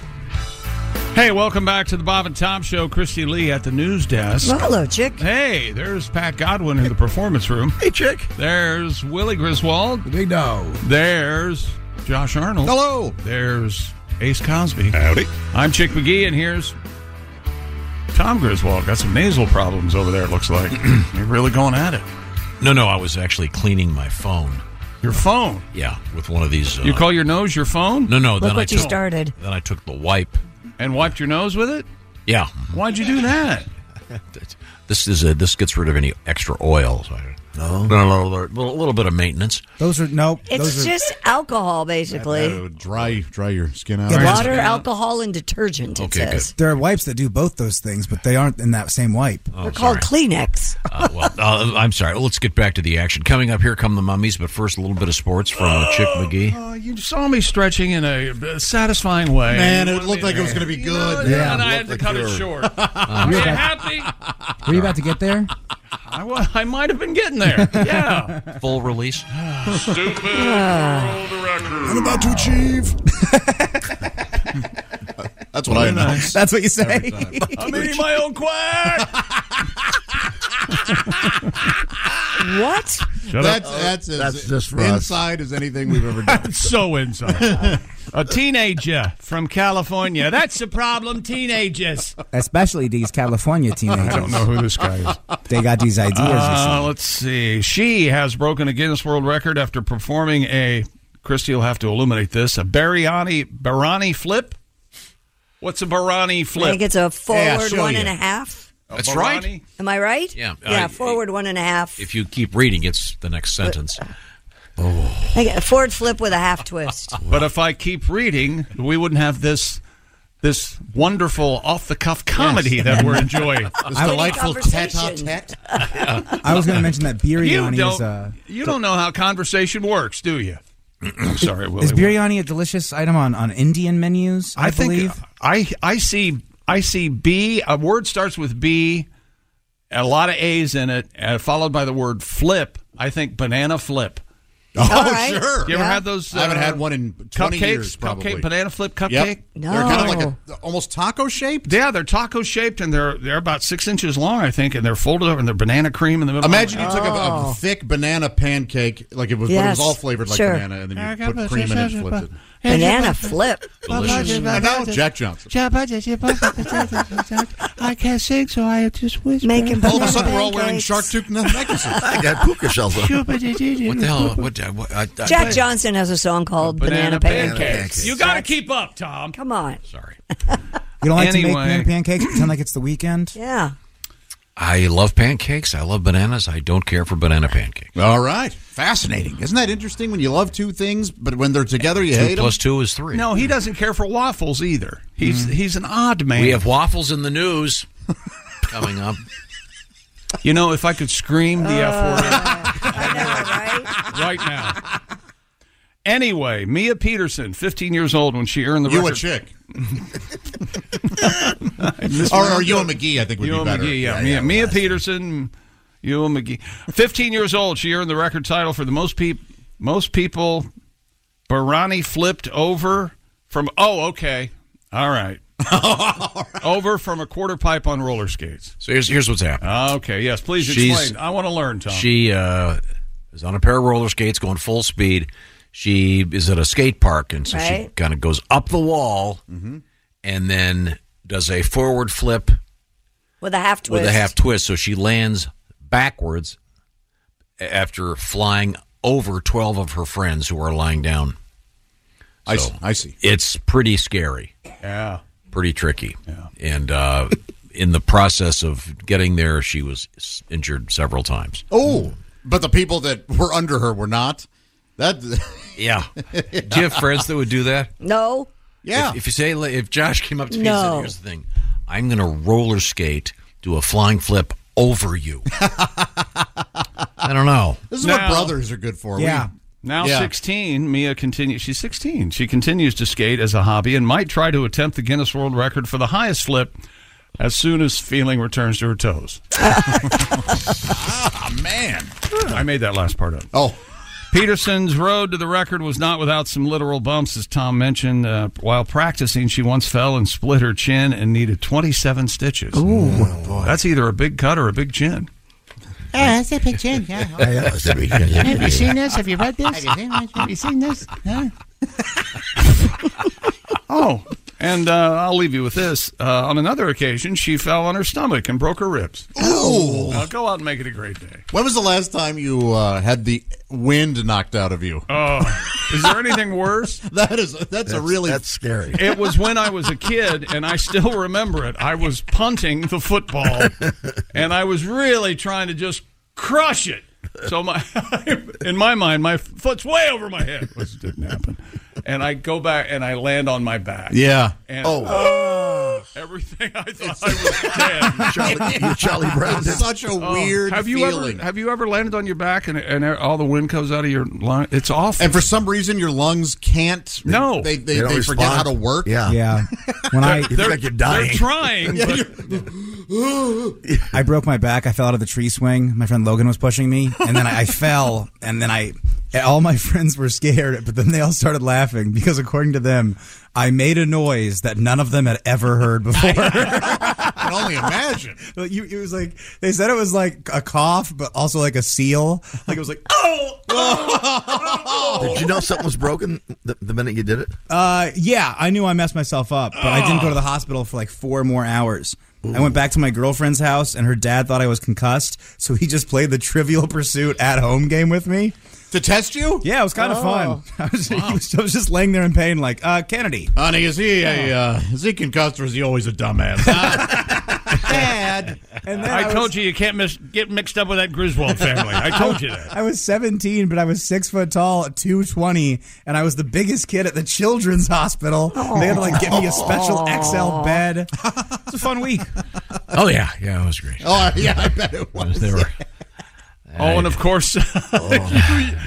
S1: Hey, welcome back to the Bob and Tom Show. Christy Lee at the news desk.
S7: Well, hello, Chick.
S1: Hey, there's Pat Godwin in the performance room. Hey, Chick. There's Willie Griswold. The big dog. There's Josh Arnold. Hello. There's Ace Cosby. Howdy. I'm Chick McGee, and here's Tom Griswold. Got some nasal problems over there, it looks like. You're really going at it.
S3: No, no, I was actually cleaning my phone.
S1: Your phone?
S3: Yeah, with one of these. Uh,
S1: You call your nose your phone?
S3: No, no. then I
S7: what you
S3: took-
S7: started.
S3: Then I took the wipe.
S1: And wiped your nose with it?
S3: Yeah.
S1: Why'd you do that?
S3: This is a, this gets rid of any extra oil. So I, no, no, no, no, little, little bit of maintenance.
S6: Those are nope.
S7: It's just alcohol, basically.
S8: dry dry your skin out.
S7: Water, alcohol, and detergent. It says.
S6: There are wipes that do both those things, but they aren't in that same wipe.
S3: Oh,
S7: They're called Kleenex.
S3: Uh, well, uh, I'm sorry. Let's get back to the action. Coming up here come the mummies, but first a little bit of sports from uh, Chick McGee.
S1: Uh, you saw me stretching in a uh, satisfying way.
S8: Man, it looked like it was gonna be
S1: You
S8: good.
S1: know,
S8: Yeah.
S1: and I had
S8: Looked
S1: to cut
S8: like you
S1: it
S8: were-
S1: short.
S6: Were
S1: I'm
S6: you
S1: not
S6: about-
S1: happy.
S6: Were you about to get there?
S1: I, wa- I might have been getting there. Yeah.
S3: Full release.
S1: Stupid. Ah.
S8: I'm about to achieve. That's what I announce.
S6: That's what you say.
S8: Every time.
S1: I'm eating my own quack.
S7: what?
S8: that's that's, as inside as anything we've ever done.
S1: That's so inside. A teenager from California. That's the problem, teenagers.
S6: Especially these California teenagers.
S1: I don't know who this guy is.
S6: They got these ideas.
S1: Uh, let's see. She has broken a Guinness World Record after performing a. Christy will have to illuminate this. A Barani Barani flip. What's a Barani
S7: I
S1: flip?
S7: think it's a forward one and a half.
S1: A uh,
S3: That's right.
S1: Barani?
S7: Am I right?
S3: Yeah.
S7: Yeah,
S3: I-
S7: forward one and a half.
S3: If you keep reading, it's the next sentence.
S7: I get a forward flip with a half twist.
S1: But if I keep reading, we wouldn't have this this wonderful off the cuff comedy
S6: Yes.
S1: that we're enjoying.
S6: This I- delightful
S7: tete-a-tete.
S6: I was going to mention that
S1: You
S6: biryani
S1: don't,
S6: is uh,
S1: you don't know how conversation works, do you? I'm sorry, Willie.
S6: is biryani a delicious item on, on Indian menus? I,
S1: I think uh,
S6: believe.
S1: I I see I see B. A word starts with B, a lot of A's in it, uh, followed by the word flip. I think banana flip.
S8: Oh, All right. sure.
S1: You ever
S8: Yeah.
S1: had those? uh,
S8: I haven't had one in 20
S1: cupcakes.
S8: years, probably.
S1: Cupcake, banana flip cupcake.
S8: Yep. They're kind of like a- almost taco shaped.
S1: Yeah, they're taco shaped, and they're they're about six inches long, I think, and they're folded over, and they're banana cream in the middle.
S8: Imagine you took a, a thick banana pancake, like it was, but it
S1: Yes,
S8: was all flavored like
S1: sure.
S8: banana, and then
S1: I
S8: you
S1: got
S8: put
S1: my-
S8: cream in it and flipped it.
S7: Banana flip.
S8: Delicious. And now Jack Johnson.
S10: I can't sing, so I just whisper.
S7: Making
S8: All of a sudden, we're all wearing shark tooth necklaces.
S9: I got puka shells on.
S10: What the
S3: hell? What? the- what I, I-
S7: Jack Johnson has a song called Banana, Pancakes.
S1: You got to keep up, Tom.
S7: Come on.
S6: You don't like to
S3: Anyway.
S6: make banana pancakes, pretend like it's the weekend?
S7: Yeah.
S3: I love pancakes. I love bananas. I don't care for banana pancakes.
S8: All right, fascinating. Isn't that interesting? When you love two things, but when they're together, you
S3: Two
S8: hate
S3: plus
S8: them.
S3: two is three.
S1: No, he doesn't care for waffles either. He's
S8: Mm-hmm.
S1: he's an odd man.
S3: We have waffles in the news coming up.
S1: You know, if I could scream the
S7: F
S1: word right now. Anyway, Mia Peterson, 15 years old when she earned the
S8: You a
S1: record.
S8: chick.
S1: Miss
S8: or,
S1: America.
S8: or Ewan McGee, I think would
S1: Ewan
S8: be better.
S1: McGee, yeah. Mia, Mia Peterson, Ewan McGee. 15 years old, she earned the record title for the most, peop most people Barani flipped over from, oh, okay. All right. over from a quarter pipe on roller skates.
S3: So here's here's what's happening.
S1: Okay, yes, please
S3: She's-
S1: explain. I want to learn, Tom.
S3: She uh, is on a pair of roller skates going full speed. She is at a skate park, and so she
S7: Right.
S3: kind of goes up the wall
S1: Mm-hmm.
S3: and then does a forward flip
S7: With a half twist.
S3: with a half twist. So she lands backwards after flying over 12 of her friends who are lying down.
S8: I see- I see.
S3: It's pretty scary.
S1: Yeah.
S3: Pretty tricky. Yeah. And uh, in the process of getting there, she was s- injured several times.
S8: Oh, but the people that were under her were not. That
S3: Yeah. Do you have friends that would do that?
S7: No.
S3: If, if you say, like, if Josh came up to me and said,
S7: No.
S3: here's the thing, I'm going to roller skate, do a flying flip over you. I don't know.
S8: This is what brothers are good for. We-
S1: Now
S8: Yeah.
S1: 16, Mia continues. She's 16. She continues to skate as a hobby and might try to attempt the Guinness World Record for the highest flip as soon as feeling returns to her toes.
S8: Ah, man.
S1: I made that last part up.
S8: Oh.
S1: Peterson's road to the record was not without some literal bumps, as Tom mentioned. Uh, while practicing, she once fell and split her chin and needed 27 stitches. Ooh,
S8: Oh,
S1: that's either a big cut or a big chin.
S10: Oh,
S8: Ah,
S10: that's a big chin. Yeah. Have you seen this? Have you read this? Have you seen this? Have you seen this? Huh?
S1: Oh, and uh, I'll leave you with this. Uh, on another occasion, she fell on her stomach and broke her ribs.
S8: Ooh.
S3: Oh,
S1: Uh, go out and make it a great day.
S8: When was the last time you uh, had the wind knocked out of you?
S1: Oh, is there anything worse?
S8: that is that's, a really
S9: scary.
S1: It was when I was a kid, and I still remember it. I was punting the football, and I was really trying to just crush it. So my, in my mind, my foot's way over my head, which didn't happen. And I go back and I land on my back.
S8: Yeah.
S1: And
S8: Oh.
S15: uh,
S1: everything I thought I was dead.
S9: Charlie- you're Charlie Brown. It's such a weird
S1: Oh, have you
S9: feeling.
S1: Ever, have you ever landed on your back and, and all the wind comes out of your lung? It's awful.
S8: And for some reason, your lungs can't.
S1: No,
S8: They, they, they, forget how to work.
S6: Yeah. When I
S8: You feel like you're dying.
S1: They're trying.
S8: Yeah,
S1: but-
S6: I broke my back. I fell out of the tree swing. My friend Logan was pushing me, and then I, I fell, and then I. and All my friends were scared, but then they all started laughing because, according to them, I made a noise that none of them had ever heard before.
S8: I can only imagine.
S6: But you, it was like they said it was like a cough, but also like a seal. Like it was like,
S9: oh, Did you know something was broken the, the minute you did it?
S6: uh, yeah, I knew I messed myself up, but I didn't go to the hospital for like four more hours. I went back to my girlfriend's house, and her dad thought I was concussed, so he just played the Trivial Pursuit at home game with me.
S8: To test you?
S6: Yeah, it was kind of
S8: Oh.
S6: fun. I was, I was- I was just laying there in pain, like uh, Kennedy.
S8: Honey, is he a uh, is he concussed or is he always a dumbass?
S6: Dad. And then
S11: I,
S6: I was-
S11: told you you can't mis- get mixed up with that Griswold family. I told you that.
S6: I was 17, but I was six foot tall, 220, and I was the biggest kid at the children's hospital. They had to like give me a special XL bed. It's a fun week.
S3: Oh yeah, yeah, it was great.
S8: Oh yeah, I bet it
S3: was. They were. Oh,
S1: Oh, and of course, you,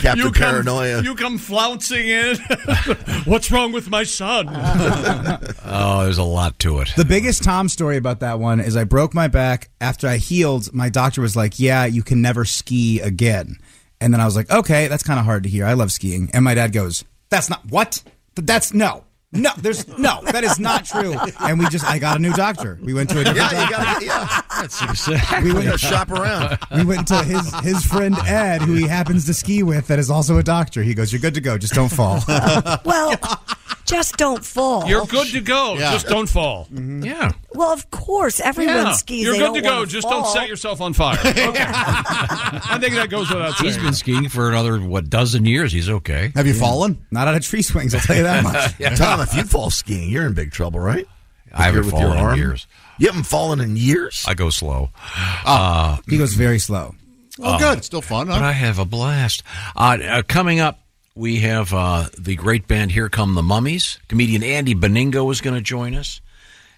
S3: Captain
S1: you come,
S3: Paranoia.
S1: You come flouncing in. What's wrong with my son?
S3: Oh, there's a lot to it.
S6: The biggest Tom story about that one is I broke my back. After I healed, my doctor was like, Yeah, you can never ski again. And then I was like, Okay, that's kind of hard to hear. I love skiing. And my dad goes, That's not what? Th- That's no. No, there's no. That is not true. And we just, I got a new doctor. We went to a different
S9: Yeah,
S6: doctor.
S9: you gotta get, yeah.
S3: That's
S9: exactly. We gotta shop around.
S6: We went to his his friend Ed, who he happens to ski with, that is also a doctor. He goes, "You're good to go. Just don't fall."
S7: well, just don't fall.
S1: You're good to go.
S6: Yeah.
S1: Just don't fall.
S8: Mm-hmm.
S3: Yeah.
S7: Well, of course, everyone
S1: Yeah.
S7: skis.
S1: You're
S7: They
S1: good to
S7: don't
S1: go.
S7: wanna
S1: Just
S7: fall.
S1: don't set yourself on fire. Okay. I think that goes without saying.
S3: He's been skiing for another what dozen years. He's okay.
S6: Have you fallen? Not out of tree swings, I'll tell you that much.
S9: Tom, if you fall skiing, you're in big trouble, right?
S3: I haven't
S9: With your
S3: fallen in
S9: arm?
S3: years.
S9: You haven't fallen in years.
S3: I go slow. Uh,
S6: Ah, he goes very slow.
S8: Oh, good. Still fun, huh?
S3: But I have a blast. Uh, uh, coming up, we have uh, the great band Here Come the Mummies. Comedian Andy Beningo is going to join us.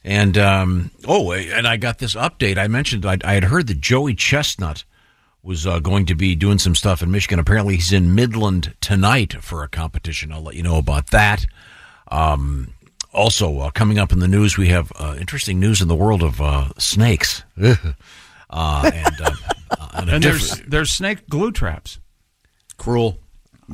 S3: And um, oh, and I got this update. I mentioned I, I had heard that Joey Chestnut was uh, going to be doing some stuff in Michigan. Apparently, he's in Midland tonight for a competition. I'll let you know about that. Um, also, uh, coming up in the news, we have uh, interesting news in the world of uh, snakes. Ugh. uh, and uh, on a
S1: And
S3: different-
S1: there's there's snake glue traps.
S3: Cruel.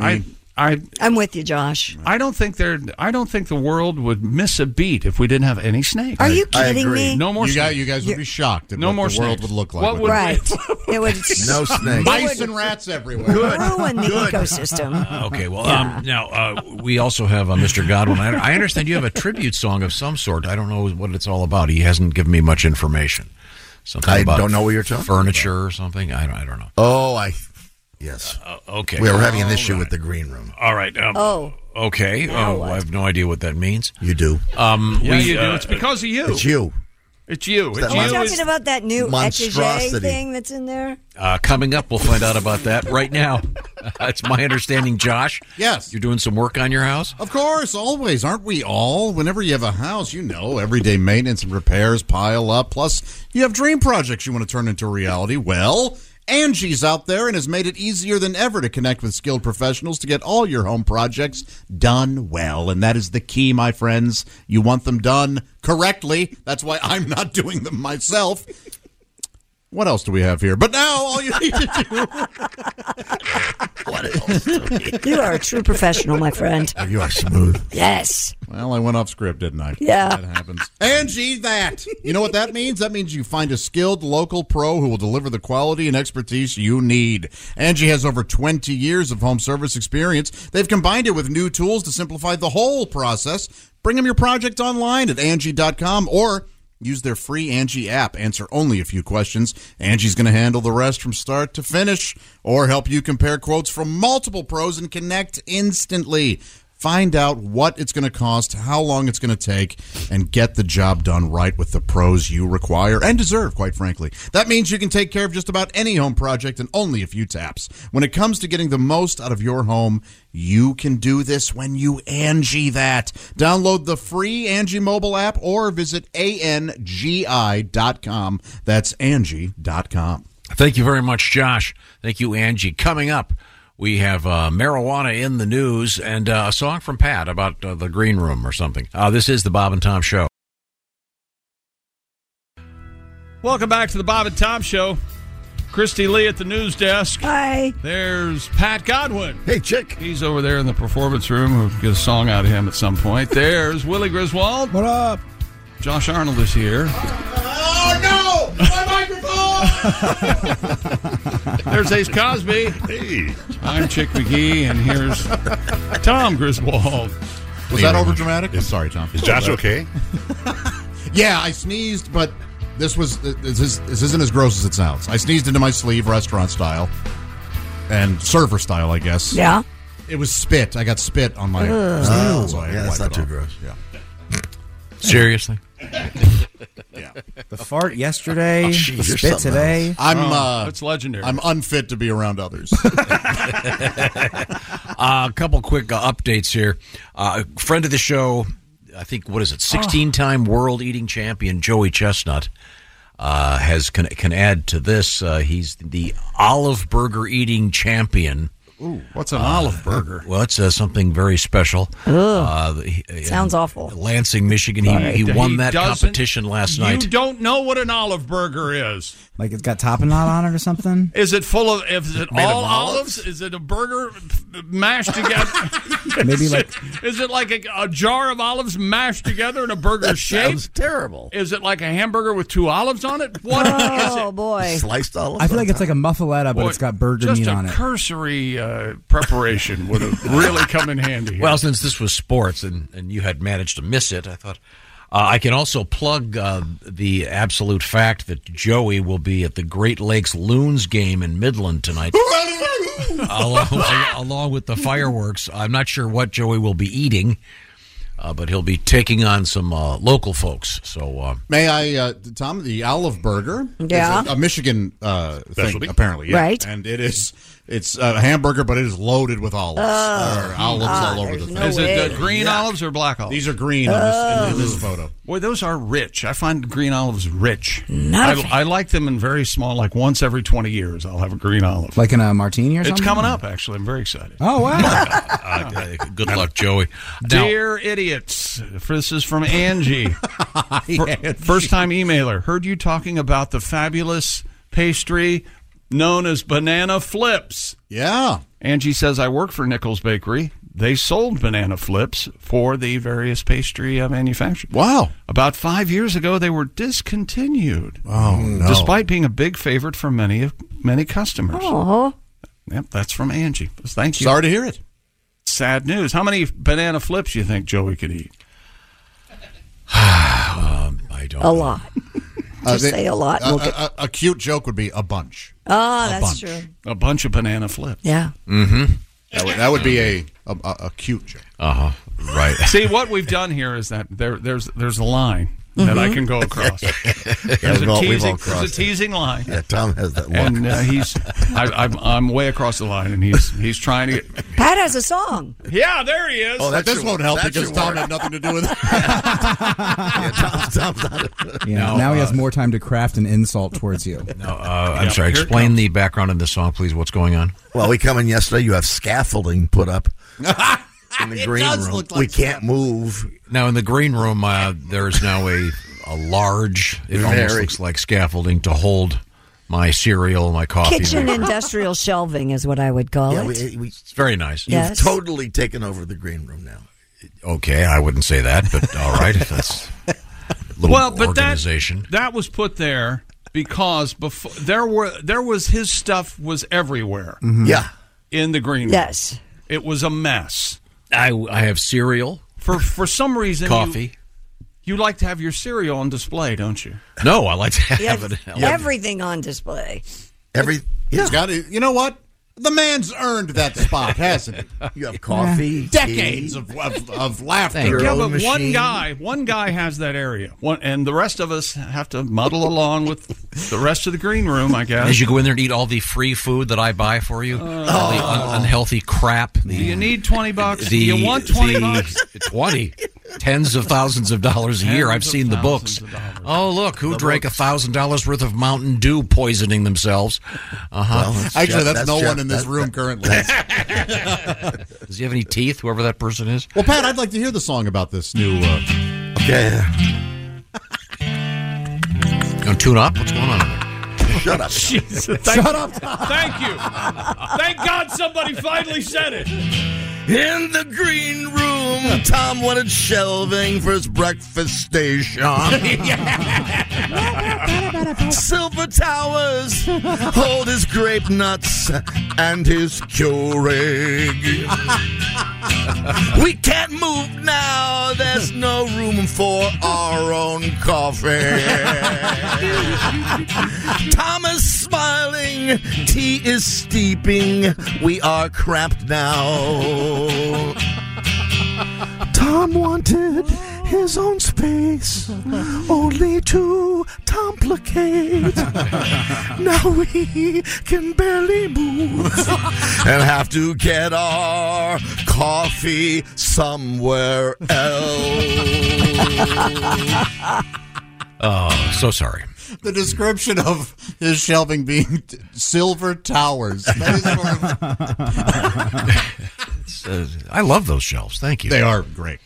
S1: I I
S7: I'm with you, Josh.
S1: I don't think there. I don't think the world would miss a beat if we didn't have any snakes.
S7: Are you I kidding agree. me?
S1: No more.
S8: You guys-
S1: snakes.
S8: you guys would be shocked at
S1: no
S8: what
S1: more
S8: the world
S1: snakes.
S8: would look like
S1: What
S8: with
S1: would
S7: Right. It would
S9: No snakes.
S8: Mice and rats everywhere.
S7: ruin the
S9: Good.
S7: ecosystem.
S3: Okay, well, um, now uh, we also have uh, Mr. Godwin. I, I understand you have a tribute song of some sort. I don't know what it's all about. He hasn't given me much information. Something
S9: I
S3: about
S9: don't know what you're talking
S3: Furniture or something. I don't. I don't know.
S9: Oh, I. Yes.
S3: okay.
S9: We were having an
S3: All
S9: issue
S3: right.
S9: with the green room.
S3: All right. Um,
S7: Oh.
S3: Okay.
S9: Now
S3: Oh, I have no idea what that means.
S9: You do.
S3: Um,
S1: Yeah,
S3: we,
S1: you do.
S3: uh,
S1: It's because of you.
S9: It's you.
S1: It's you. It's
S9: that
S1: you.
S7: Are you
S9: Mon-
S7: talking about that new
S9: monstrosity.
S7: Etche thing that's in there?
S3: Uh, coming up, we'll find out about that right now. it's my understanding, Josh.
S8: Yes.
S3: You're doing some work on your house?
S8: Of course, always, aren't we all? Whenever you have a house, you know, everyday maintenance and repairs pile up. Plus, you have dream projects you want to turn into reality. Well, Angie's out there and has made it easier than ever to connect with skilled professionals to get all your home projects done well. And that is the key, my friends. You want them done correctly. That's why I'm not doing them myself. What else do we have here? But now all you need to do.
S7: you are a true professional, my friend.
S8: Oh,
S9: You are smooth.
S7: Yes.
S8: Well, I went off script, didn't I?
S7: Yeah.
S8: That happens. Angie, that. You know what that means? That means you find a skilled local pro who will deliver the quality and expertise you need. Angie has over 20 years of home service experience. They've combined it with new tools to simplify the whole process. Bring them your project online at Angie.com or use their free Angie app. Answer only a few questions. Angie's going to handle the rest from start to finish or help you compare quotes from multiple pros and connect instantly. Find out what it's going to cost, how long it's going to take, and get the job done right with the pros you require and deserve, quite frankly. That means you can take care of just about any home project in only a few taps. When it comes to getting the most out of your home, you can do this when you Angie that. Download the free Angie mobile app or visit ANGI.com. That's Angie.com.
S3: Thank you very much, Josh. Thank you, Angie. Coming up, we have uh, marijuana in the news and uh, a song from Pat about uh, the green room or something. Uh, this is the Bob and Tom Show.
S1: Welcome back to the Bob and Tom Show. Christy Lee at the news desk.
S7: Hi.
S1: There's Pat Godwin.
S9: Hey, chick.
S1: He's over there in the performance room. We'll get a song out of him at some point. There's Willie Griswold.
S6: What up?
S1: Josh Arnold is here.
S10: Oh no! My microphone!
S1: There's Ace Cosby. Hey. I'm Chick McGee, and here's Tom Griswold.
S8: Was that over dramatic? Sorry, Tom.
S16: Is Josh okay?
S8: Yeah, I sneezed, but this was this, is, this isn't as gross as it sounds. I sneezed into my sleeve, restaurant style, and server style, I guess.
S7: Yeah.
S8: It was spit. I got spit on my.
S9: Ugh.
S8: sleeve,
S9: Oh,
S8: I had
S9: yeah,
S8: to
S9: that's not
S8: wipe it
S9: too
S8: off.
S9: gross.
S8: Yeah.
S3: Seriously?
S8: yeah.
S6: The fart
S9: Oh,
S6: yesterday, the
S8: You're
S6: spit
S8: something
S6: today.
S8: else. I'm.
S6: Oh,
S8: uh,
S1: that's legendary.
S8: I'm unfit to be around others.
S3: Uh, a couple quick uh, updates here. Uh, friend of the show, I think what is it, sixteen-time world eating champion Joey Chestnut uh, has can can add to this. Uh, he's the olive burger eating champion.
S8: Ooh, what's an
S3: Uh,
S8: olive burger?
S3: Well, it's uh, something very special. Uh, he-
S7: Sounds
S3: in
S7: awful.
S3: Lansing, Michigan.
S1: Sorry.
S3: He, he won
S1: He
S3: that
S1: doesn't-
S3: competition last
S1: You
S3: night.
S1: don't know what an olive burger is.
S6: Like it's got topping knot on it or something.
S1: Is it full of? Is it
S6: Made of
S1: all
S6: olives?
S1: olives? Is it a burger mashed together?
S6: Maybe
S1: is
S6: like-
S1: It, is it like a, a jar of olives mashed together in a burger shape?
S9: sounds terrible.
S1: Is it like a hamburger with two olives on it? What is
S7: Oh,
S1: it?
S7: boy.
S9: Sliced olive.
S6: I feel like it's like a muffaletta, but
S1: Boy,
S6: it's got burger
S1: Just
S6: meat
S1: a
S6: on it.
S1: cursory uh, preparation would have really come in handy. Here.
S3: Well, since this was sports and, and you had managed to miss it, I thought uh, I can also plug uh, the absolute fact that Joey will be at the Great Lakes Loons game in Midland tonight, along, along with the fireworks. I'm not sure what Joey will be eating, uh, but he'll be taking on some uh, local folks. So, uh,
S8: May I, uh, Tom? The olive burger, is
S7: Yeah.
S8: a, a Michigan uh, thing
S3: Specialty.
S8: apparently, yeah.
S7: Right.
S8: And it is, it's a hamburger, but it is loaded with olives.
S7: Oh.
S8: There are olives
S7: Ah,
S8: all over
S7: there's
S8: the thing.
S7: no Is it, uh, way.
S1: green olives or black olives?
S8: These are green on this, in, in this
S1: Oh.
S8: photo.
S1: Boy, those are rich. I find green olives rich.
S8: Not a fan.
S1: I, I like them in very small, like once every 20 years, I'll have a green olive.
S6: Like in a martini or
S1: It's
S6: something.
S1: coming up, actually. I'm very excited.
S6: Oh wow!
S8: Ah,
S3: uh, good luck, Joey. Now-
S1: Dear idiots, this is from Angie. First time emailer. Heard you talking about the fabulous pastry known as banana flips.
S8: Yeah.
S1: Angie says, I work for Nichols Bakery. They sold banana flips for the various pastry uh, manufacturers.
S8: Wow.
S1: About five years ago, they were discontinued.
S8: Oh, no.
S1: Despite being a big favorite for many of many customers.
S7: Oh.
S1: Yep, that's from Angie. Thank you.
S8: Sorry to hear it.
S1: Sad news. How many banana flips you think Joey could eat?
S8: Um,
S3: I don't.
S7: A lot. Just say a lot.
S8: A,
S7: We'll get-
S8: a- a- a cute joke would be a bunch.
S7: Ah,
S8: a
S7: that's
S8: bunch.
S7: true.
S1: A bunch of banana flips.
S7: Yeah.
S8: Mm-hmm. That would, that would be a a, a, a cute joke.
S3: Uh huh. Right.
S1: See, what we've done here is that there, there's there's a line that I can go across. There's
S9: Mm-hmm. We've all-
S1: a
S9: we've all
S1: teasing,
S9: crossed
S1: there's
S9: it.
S1: a teasing line.
S9: Yeah, Tom has that one.
S1: And uh, he's, I, I'm, I'm way across the line, and he's he's trying to. Get,
S7: Pat has a song.
S1: Yeah, there he is.
S8: Oh, But this won't help because Tom had nothing to do with it.
S6: Yeah.
S3: No,
S6: now he
S3: uh,
S6: has more time to craft an insult towards you.
S3: No, uh, I'm
S6: Yeah,
S3: sorry.
S6: here it
S3: Explain the background in this song, please. What's going on?
S9: Well, we come in yesterday. You have scaffolding put up in the green
S3: does
S9: room.
S3: look like
S9: we can't move.
S3: Now in the green room, uh, there is now a a large. It almost
S9: Very.
S3: looks like scaffolding to hold my cereal, my coffee.
S7: Kitchen industrial shelving is what I would call
S9: Yeah,
S7: it.
S9: we- we-
S3: It's very nice.
S9: You've totally taken over the green room now.
S3: Okay, I wouldn't say that, but all right, that's a little
S1: well, but
S3: organization.
S1: That, that was put there because before there were there was his stuff was everywhere.
S3: Mhm. Yeah.
S1: in the green room.
S7: Mm-hmm. Yes,
S1: it was a mess.
S3: I I have cereal
S1: for for some reason. you-
S3: Coffee.
S1: You, like to have your cereal on display, don't you?
S3: No, I like to have
S7: Yes,
S1: it.
S7: everything on display.
S9: Every
S8: he's got to. You know what? The man's earned that spot, hasn't he?
S9: You have
S1: coffee,
S8: decades
S1: tea.
S8: of, of, of laughter.
S1: Yeah, but one guy, one guy has that area, one, and the rest of us have to muddle along with the rest of the green room, I guess.
S3: As you go in there and eat all the free food that I buy for you, all the
S9: Oh.
S3: un- unhealthy crap, the,
S1: Do you need twenty bucks? Do
S3: the
S1: you want twenty
S3: the
S1: bucks?
S3: twenty, tens of thousands of dollars a year. I've
S1: Tens of
S3: seen the books. Oh, look, who drank a thousand dollars worth of Mountain Dew, poisoning themselves? Uh-huh.
S8: Well, that's Actually, Jeff- that's that's no Jeff- one in this that's- room currently.
S3: Does he have any teeth? Whoever that person is.
S8: Well, Pat, I'd like to hear the song about this new. Uh, okay.
S3: Gonna tune up. What's going on?
S9: Shut up.
S12: Shut up.
S1: Thank you. Thank God somebody finally said it.
S9: In the green room, Tom wanted shelving for his breakfast station. Silver towers hold his grape nuts and his Keurig. We can't move now, there's no room for our own coffee. Thomas smiling, tea is steeping, we are cramped now.
S15: Tom wanted his own space, only to complicate. now we can barely move.
S9: and have to get our coffee somewhere else.
S3: Oh, so sorry.
S8: The description of his shelving being t- silver towers. That is
S3: Uh, I love those shelves. Thank you. Um,
S8: They are great.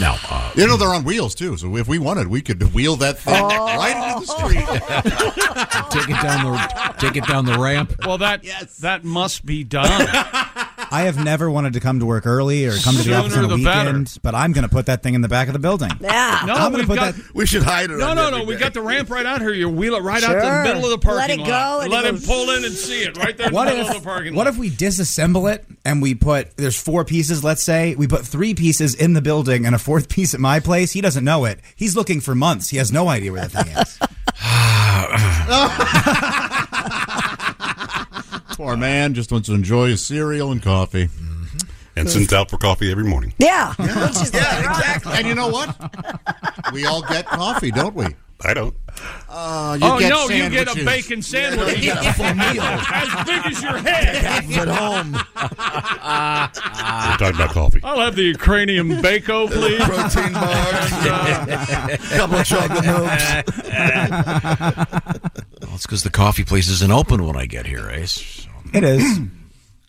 S3: Now, uh,
S8: you know they're on wheels too. So if we wanted, we could wheel that thing right into the street.
S3: Oh. take it down the take it down the ramp.
S1: Well, that that must be done.
S6: I have never wanted to come to work early or come to the
S1: Sooner
S6: office on a
S1: the
S6: weekend,
S1: better.
S6: but I'm going to put that thing in the back of the building.
S7: Yeah.
S1: No,
S6: I'm going to
S1: we've
S6: put
S1: got-
S6: that.
S9: We should hide
S1: No, no, no. We got the ramp right out here. You wheel it right out
S6: Sure.
S1: the middle of the
S6: Let
S1: parking
S6: it
S1: lot.
S6: go and
S1: Let
S6: it
S1: him
S6: goes-
S1: pull in and see it right there in
S6: What
S1: the middle
S6: if,
S1: of the parking
S6: what if we disassemble it and we put there's four pieces let's say we put three pieces in the building and a fourth piece at my place he doesn't know it he's looking for months he has no idea where that thing is
S3: Uh,
S8: Poor man just wants to enjoy his cereal and coffee.
S16: Mm-hmm. And sends out for coffee every morning.
S7: Yeah.
S8: exactly. And you know what? We all get coffee, don't we?
S16: I don't.
S8: Uh,
S1: oh no, you get a bacon sandwich.
S8: Yeah, you get a full meal.
S1: as big as your head.
S9: At home.
S16: We're talking about coffee.
S1: I'll have the Ukrainian bako, please.
S9: Protein
S1: bar.
S9: Couple of chocolate
S3: Well, it's because the coffee place isn't open when I get here, eh? Ace.
S6: it is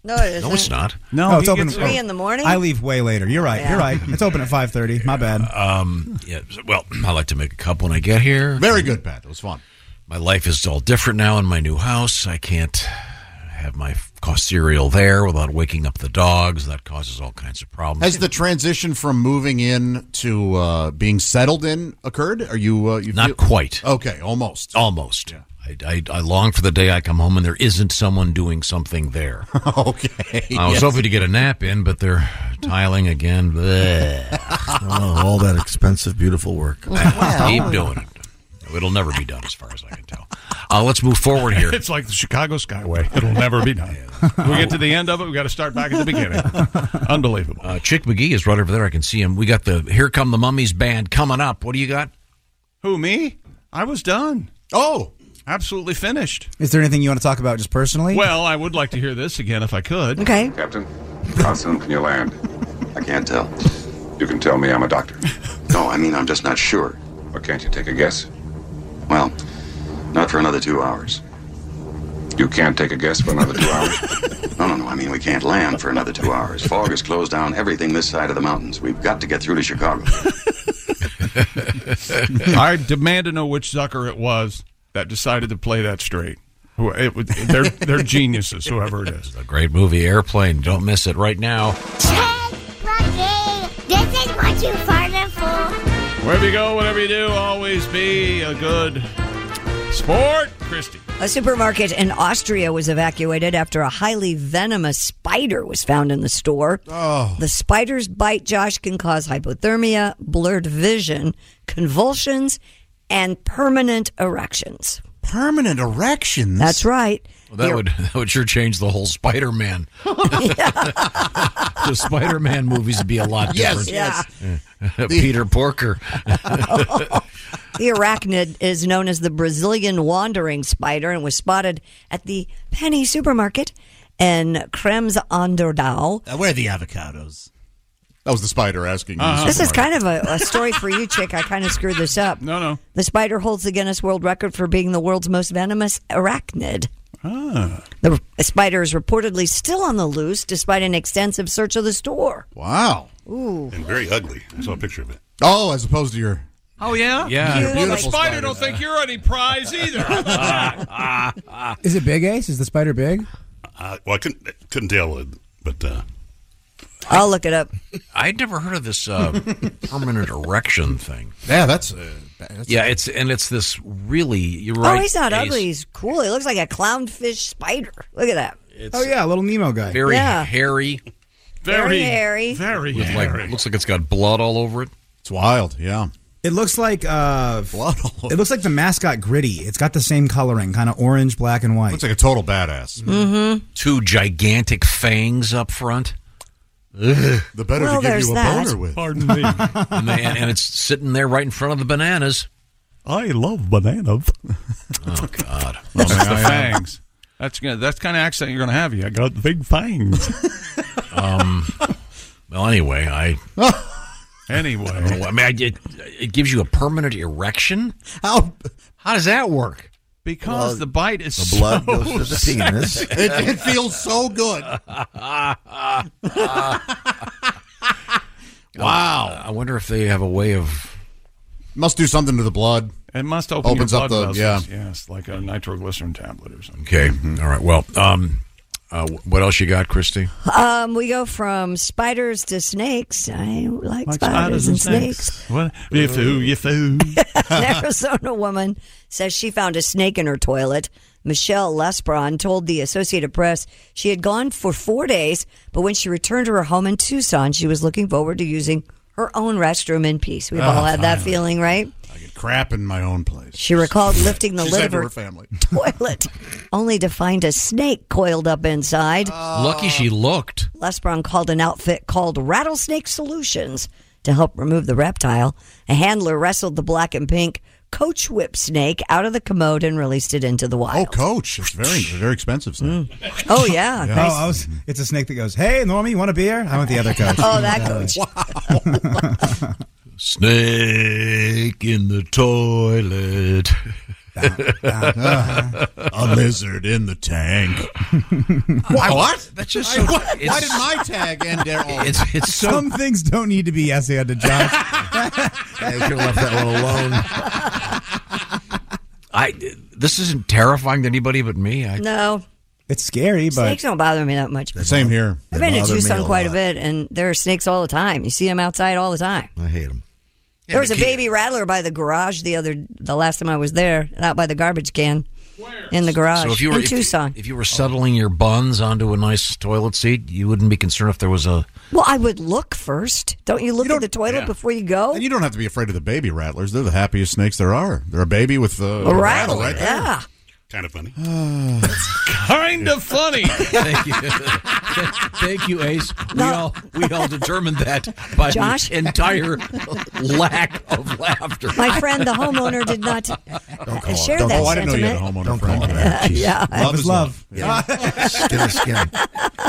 S7: No, it isn't.
S3: No, it's not.
S6: no it's
S7: he
S6: open oh.
S7: gets three in the morning?
S6: i leave way later you're right
S7: Yeah.
S6: you're right it's open at 5.30 my bad
S3: Um, yeah, well, I like to make a cup when I get here. Very
S8: good, Pat. It was fun.
S3: My life is all different now in my new house. I can't have my f- cereal there without waking up the Um, dogs. That causes all kinds of problems.
S8: Has the transition from moving in to uh, being settled in occurred? Are you uh, you
S3: Not quite.
S8: Okay, almost.
S3: Almost. I, I, I long for the day I come home and there isn't someone doing something there.
S8: okay.
S3: I
S9: yes.
S3: was hoping to get a nap in, but they're tiling again. Bleh.
S9: Oh, all that expensive, beautiful work.
S3: Keep doing it. It'll never be done, as far as I can tell. Uh, let's move forward here.
S1: It's like the Chicago Skyway. It'll never be done. we get to the end of it. We got to start back at the beginning. Unbelievable.
S3: Uh, Chick McGee is right over there. I can see him. We got the Here Come the Mummies band coming up. What do you got?
S1: Who me? I was done.
S8: Oh,
S1: absolutely finished.
S6: is there anything you want to talk about just personally
S1: Well, I would like to hear this again if I could.
S7: Okay.
S17: Captain, how soon can you land? I can't tell. You can tell me I'm a doctor. No, I mean, I'm just not sure. Or can't you take a guess? Well, not for another two hours. You can't take a guess for another two hours? no, no, no. I mean, we can't land for another two hours. Fog has closed down everything this side of the mountains. We've got to get through to Chicago.
S1: I demand to know which Zucker it was. that decided to play that straight. Who- It, was- they're they're geniuses, whoever it is.
S3: A great movie, Airplane. Don't miss it right now.
S18: This is what you farted for.
S1: Wherever you go, whatever you do, always be a good sport, Christy.
S7: A supermarket in Austria was evacuated after a highly venomous spider was found in the store. Oh. The spider's bite, Josh, can cause hypothermia, blurred vision, convulsions, and permanent erections.
S8: Permanent erections?
S7: That's right.
S3: Well, that would that would sure change the whole Spider-Man. the Spider-Man movies would be a lot
S7: Yes,
S3: different.
S7: yes.
S3: yes. Peter Porker.
S7: The arachnid is known as the Brazilian wandering spider and was spotted at the Penny supermarket in Krems Onderdau.
S19: Uh, where are the avocados?
S8: That was the spider asking.
S7: Uh-huh. This is kind of a, a story for you, chick. I kind of screwed this up.
S1: No, no.
S7: The spider holds the Guinness World Record for being the world's most venomous arachnid.
S6: Ah,
S7: The spider is reportedly still on the loose despite an extensive search of the store.
S8: Wow.
S7: Ooh.
S16: And very ugly. I saw a picture of it.
S8: Oh, as opposed to your.
S1: Oh yeah,
S8: Yeah, You're a
S1: Well, the
S8: beautiful
S1: spider,
S8: spider.
S1: don't think you're any prize either. Oh,
S6: Is it big, Ace? Is the spider big?
S16: Uh, well, I couldn't couldn't tell it, but uh,
S7: I'll look it up.
S3: I'd never heard of this uh, permanent erection thing.
S8: Yeah, that's.
S16: uh,
S3: yeah, it's and it's this really. You're
S7: Oh,
S3: right.
S7: he's not
S3: Ace.
S7: ugly. He's cool. He looks like a clownfish spider. Look at that.
S6: oh yeah, little Nemo guy.
S3: Very
S7: Yeah.
S3: hairy.
S7: Very hairy.
S1: Very
S3: With like looks like it's got blood all over it.
S8: It's wild. Yeah.
S6: It looks like uh, it looks like the mascot Gritty. It's got the same coloring, kind of orange, black, and white. Looks
S8: like a total badass.
S6: Mm-hmm.
S3: Two gigantic fangs up front.
S8: The better
S6: Well,
S8: to give
S6: there's
S8: you a
S6: that.
S8: boner with.
S3: Pardon me. and, they- and- and it's sitting there right in front of the bananas.
S12: I love bananas.
S3: Oh God!
S1: Well, it's the fangs. That's gonna, that's kind of accent you're going to have. You I got big fangs.
S3: Um. Well, anyway, I.
S1: anyway,
S3: I, don't know, I mean, I, it, it gives you a permanent erection.
S8: How
S3: how does that work?
S1: Because
S3: Well,
S1: the bite is
S3: the blood
S1: so
S3: goes to the penis.
S1: sexy.
S8: It, it feels so good.
S3: wow. Um, I wonder if they have a way of
S8: Must do something to the blood.
S1: It must open
S8: Opens
S1: your
S8: up
S1: blood
S8: the-
S1: vessels. Yes, like a nitroglycerin tablet or something.
S3: Okay. All right. Well, um, uh, what else you got, Christy?
S7: Um, we go from spiders to snakes. I like, spiders, and snakes.
S1: What? You foo, you foo.
S7: An Arizona woman says she found a snake in her toilet. Michelle Lespron told the Associated Press she had gone for four days, but when she returned to her home in Tucson, she was looking forward to using her own restroom in peace. We've
S8: Oh,
S7: all had that
S8: finally.
S7: feeling, right?
S8: Crap in my own place.
S7: She recalled lifting the
S8: She
S7: lid
S8: said
S7: of
S8: to
S7: her,
S8: her family.
S7: toilet, only to find a snake coiled up inside.
S8: Oh.
S3: Lucky she looked.
S7: Lesbron called an outfit called Rattlesnake Solutions to help remove the reptile. A handler wrestled the black and pink coach whip snake out of the commode and released it into the wild. Oh,
S8: coach. It's very, very expensive snake.
S7: Oh, yeah.
S6: Oh,
S7: Nice.
S6: I was, it's a snake that goes, "Hey, Normie, you want a beer?" I want the other coach.
S7: Oh, that coach.
S3: Snake in the toilet.
S8: a lizard in the tank.
S3: Why- What? That's just so-
S8: Why,
S3: it's-
S8: did my tag end there? all-
S3: It's- it's so-
S6: Some things don't need to be essayed to Josh.
S3: I could have left that one alone. I. This isn't terrifying to anybody but me. I,
S7: No,
S6: It's scary,
S7: snakes don't bother me that much.
S8: Same here.
S7: I've been to
S3: bother me
S7: Tucson
S3: a
S7: quite a
S3: lot.
S7: bit, and there are snakes all the time. You see them outside all the time.
S9: I hate them.
S7: there was a baby rattler by the garage the other the last time I was there, out by the garbage can in the garage
S3: So if you were
S7: in
S3: if,
S7: Tucson.
S3: if you were settling your buns onto a nice toilet seat, you wouldn't be concerned if there was a
S7: well, I would look first. Don't you look at the toilet
S8: yeah.
S7: before you go?
S8: And you don't have to be afraid of the baby rattlers. They're the happiest snakes there are. They're a baby with uh,
S7: A rattle,
S8: right there.
S7: yeah.
S16: Kind of funny.
S1: kind of funny.
S3: Thank you. Thank you, Ace. We all we all determined that by
S7: Josh?
S3: the entire lack of laughter.
S7: My friend, the homeowner, did not uh, share that
S8: oh, I didn't know you had a
S7: sentiment.
S8: homeowner friend.
S7: yeah,
S8: Love is love.
S7: Yeah.
S8: Skinner, Skinner.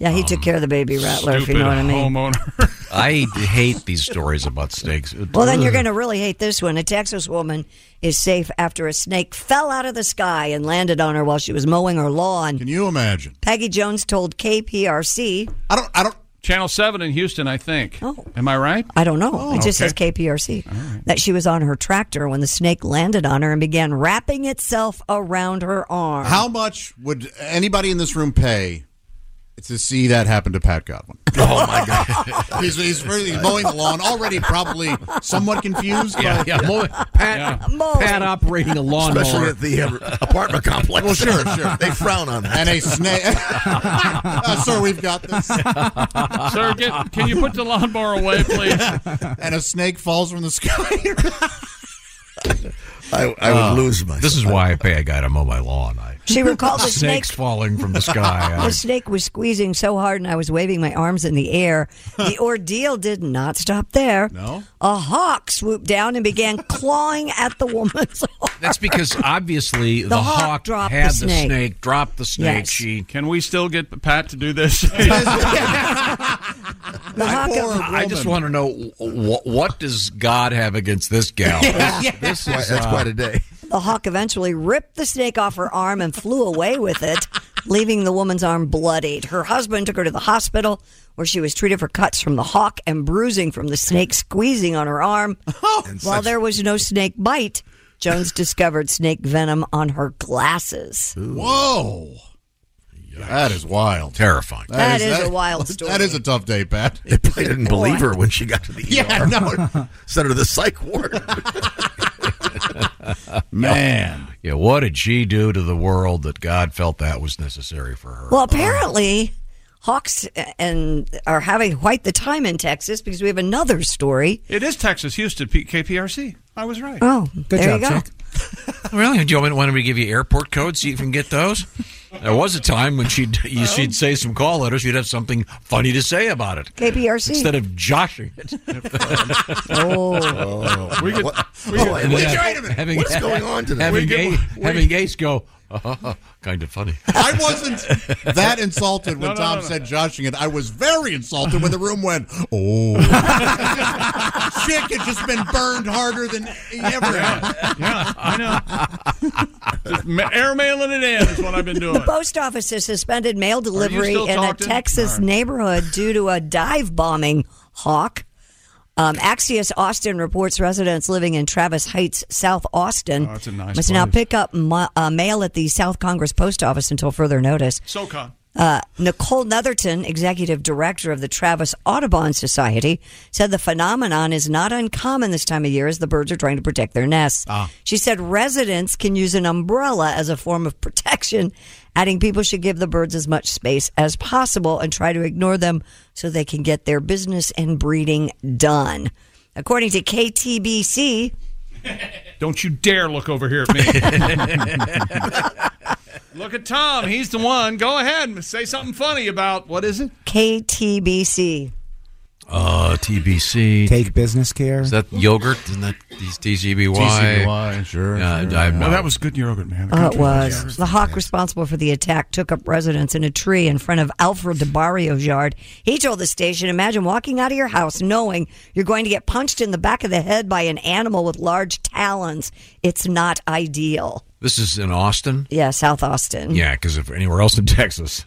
S7: Yeah, he took care of the baby rattler, if you know what I mean.
S3: homeowner. I hate these stories about snakes.
S7: Well, then you're going to really hate this one. A Texas woman is safe after a snake fell out of the sky and landed on her while she was mowing her lawn. Can
S8: you imagine?
S7: Peggy Jones told KPRC.
S8: I don't. I don't.
S1: Channel 7 in Houston, I think. Oh. Am I right?
S7: I don't know. it just
S1: Okay.
S7: says KPRC. That she was on her tractor when the snake landed on her and began wrapping itself around her arm.
S8: How much would anybody in this room pay to see that happen to Pat Godwin?
S9: Oh my god,
S8: he's, he's really mowing the lawn already. Probably somewhat confused.
S3: Yeah,
S8: but-
S3: yeah. Mo- Pat, Pat operating a lawnmower.
S9: Especially at the uh, apartment complex.
S8: Well, sure, sure.
S9: They frown on that.
S8: And a snake. Uh, sir, we've got this.
S1: Sir, get, can you put the lawnmower away, please?
S8: and a snake falls from the sky.
S9: I, I would
S3: Uh,
S9: lose my.
S3: This is why I pay a guy to mow my lawn. I,
S7: She recalled the
S3: snakes
S7: snake-
S3: falling from the sky. I-
S7: The snake was squeezing so hard and I was waving my arms in the air. The ordeal did not stop there. No. A hawk swooped down and began clawing at the woman's arm.
S3: That's because obviously the,
S7: The hawk
S3: hawk,
S7: dropped
S3: had
S7: the snake.
S3: dropped the snake.
S7: Yes.
S3: She
S1: Can we still get Pat to do this?
S7: The hawk
S3: I I just want to know wh- what does God have against this gal? This is, uh,
S9: day.
S7: The hawk eventually ripped the snake off her arm and flew away with it, leaving the woman's arm bloodied. Her husband took her to the hospital where she was treated for cuts from the hawk and bruising from the snake squeezing on her arm. While there was no snake bite, Jones discovered snake venom on her glasses.
S8: Whoa. That is wild.
S3: Terrifying.
S7: That is a wild
S8: That is a tough day, Pat.
S9: They probably didn't believe her when she got to the ER.
S8: Yeah, no.
S9: Sent her to the psych ward.
S3: Man. Yeah, what did she do to the world that God felt that was necessary for her?
S7: Well, apparently, hawks uh, and are having quite the time in Texas because we have another story.
S1: It is Texas, Houston, P- KPRC. I was right.
S7: Oh, there you go.
S3: Really? Do you want me- want me to give you airport codes so you can get those? There was a time when she'd you, she'd say some call letters. She'd have something funny to say about it
S7: KPRC.
S3: instead of joshing it.
S7: Oh.
S1: We could- we could- Wait,
S3: and then
S1: wait a minute.
S3: having-
S1: What's going on today?
S3: Having,
S1: We could-
S3: Ace,
S1: we-
S3: having Ace go, "Uh, kind of funny.
S8: I wasn't that insulted when
S1: No, no,
S8: Tom
S1: no, no.
S8: said joshing it. I was very insulted when the room went, oh. Chick had just been burned harder than he ever had.
S1: Yeah, I know. Just ma- airmailing it in is what I've been doing.
S7: The post office has suspended mail delivery
S1: still
S7: in a
S1: talking?
S7: Texas
S1: All right.
S7: neighborhood due to a dive bombing hawk. Um, Axios Austin reports residents living in Travis Heights, South Austin,
S1: Oh, that's a nice
S7: must now
S1: place.
S7: pick up ma- uh, mail at the South Congress Post Office until further notice.
S1: SoCon.
S7: Uh, Nicole Netherton, executive director of the Travis Audubon Society, said the phenomenon is not uncommon this time of year as the birds are trying to protect their nests. She said residents can use an umbrella as a form of protection, adding people should give the birds as much space as possible and try to ignore them so they can get their business and breeding done. According to KTBC,
S1: Don't you dare look over here at me. look at Tom. He's the one. Go ahead and say something funny about what is it?
S7: KTBC.
S3: Uh, TBC.
S6: Take business care.
S3: Is that yogurt? Isn't that these TCBY?
S6: TCBY,
S3: sure. I,
S1: Well, that was good yogurt, man.
S7: Oh, it was. The hawk responsible for the attack took up residence in a tree in front of Alfred DeBarrio's yard. He told the station, Imagine walking out of your house knowing you're going to get punched in the back of the head by an animal with large talons. It's not ideal.
S3: This is in Austin?
S7: Yeah, South Austin.
S3: Yeah, because if anywhere else in Texas,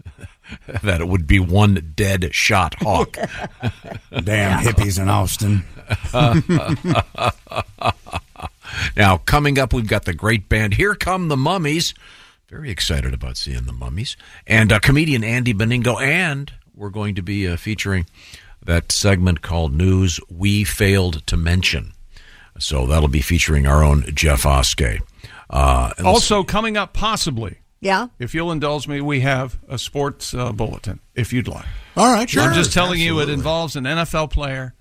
S3: that it would be one dead shot hawk.
S6: Damn hippies in Austin.
S3: now, coming up, we've got the great band. Here come the mummies. Very excited about seeing the mummies. And uh, comedian Andy Beningo. And we're going to be uh, featuring that segment called News We Failed to Mention. So that'll be featuring our own Jeff Oskey. Uh, and let's-
S1: Also, coming up possibly,
S7: Yeah.
S1: if you'll indulge me, we have a sports uh, bulletin, if you'd like.
S8: All right, sure.
S1: I'm just telling you,
S8: Absolutely.
S1: it involves an NFL player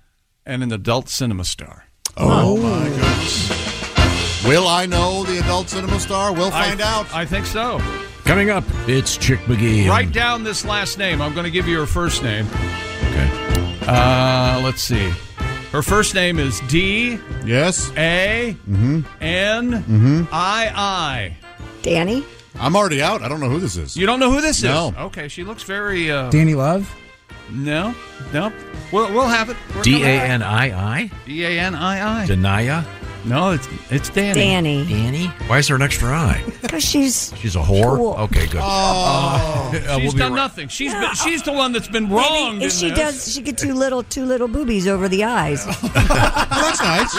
S1: and an adult cinema star.
S8: Oh, my goodness. Will I know the adult cinema star? We'll find out.
S1: I think so.
S3: Coming up, it's Chick McGee.
S1: Write down this last name. I'm going to give you her first name. Okay. Uh, let's see. Her first name is D.
S8: Yes.
S1: A.
S8: Mhm.
S1: N. I. I.
S7: Danny?
S8: I'm already out. I don't know who this is.
S1: You don't know who this
S8: No.
S1: is? Okay, she looks very. Uh,
S6: Danny Love?
S1: No, no. We'll, we'll have it.
S3: D A N I I?
S1: D A N I I.
S3: Denia?
S1: No, it's it's Danny.
S7: Danny.
S3: Danny? Why is there an extra eye?
S7: Because she's
S3: She's a whore.
S7: Cool.
S3: Okay, good.
S1: Oh.
S3: Uh,
S1: she's
S3: we'll be
S1: done
S3: right-
S1: nothing. She's been, she's the one that's been wronged.
S7: Maybe if
S1: in
S7: she
S1: this.
S7: does, she could do little two little boobies over the eyes.
S3: that's nice.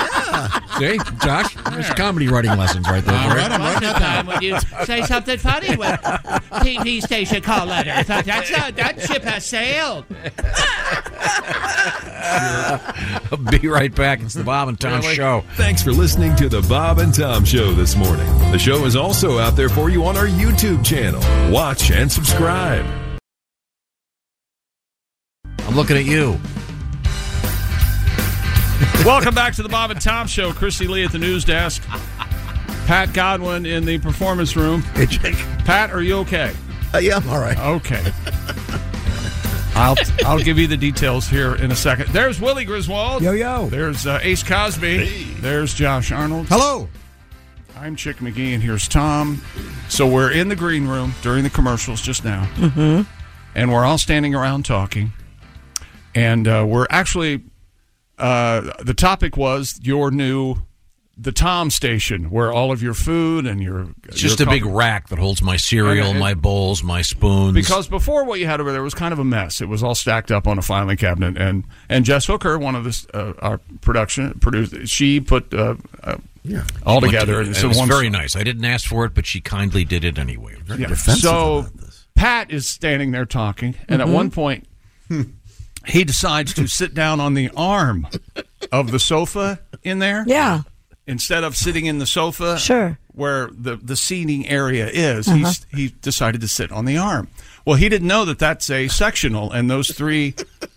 S3: See, Josh, there's comedy writing lessons right there.
S2: All right,
S3: right?
S2: I'm right. time when you say something funny when TV station call letter. That's not, that ship has sailed.
S3: Be right back. It's the Bob and Tom
S13: Really?
S3: Show.
S13: Thanks for listening to the Bob and Tom Show this morning. The show is also out there for you on our YouTube channel. Watch and subscribe.
S3: I'm looking at you.
S1: Welcome back to the Bob and Tom Show. Christy Lee at the news desk. Pat Godwin in the performance room. Hey, Jake. Uh, Pat, are you okay?
S9: yeah, I'm all right.
S1: Okay. I'll I'll give you the details here in a second. There's Willie Griswold. Yo yo. There's uh, Ace Cosby. There's Josh Arnold. Hello. I'm Chick McGee, and here's Tom. So we're in the green room during the commercials just now,
S7: Mm-hmm.
S1: and we're all standing around talking, and uh, we're actually uh, the topic was your new the Tom station, where all of your food and your
S3: It's just a
S1: your
S3: big
S1: co-
S3: rack that holds my cereal,
S1: And it-
S3: my bowls, my spoons.
S1: because before what you had over there was kind of a mess. It was all stacked up on a filing cabinet, and and Jess Hooker, one of this uh, our production producer, she put uh, uh, all
S3: Went
S1: together.
S3: to-
S1: and
S3: It
S1: so
S3: was
S1: one-
S3: very nice. I didn't ask for it, but she kindly did it anyway.
S1: Yeah. So Pat is standing there talking, and
S7: Mm-hmm.
S1: at
S3: Mhm.
S1: one point, he decides to sit down on the arm of the sofa in there.
S7: Yeah.
S1: Instead of sitting in the sofa,
S7: sure,
S1: where the the seating area is,
S7: Uh-huh.
S1: he's, he decided to sit on the arm. Well, he didn't know that that's a sectional, and those three.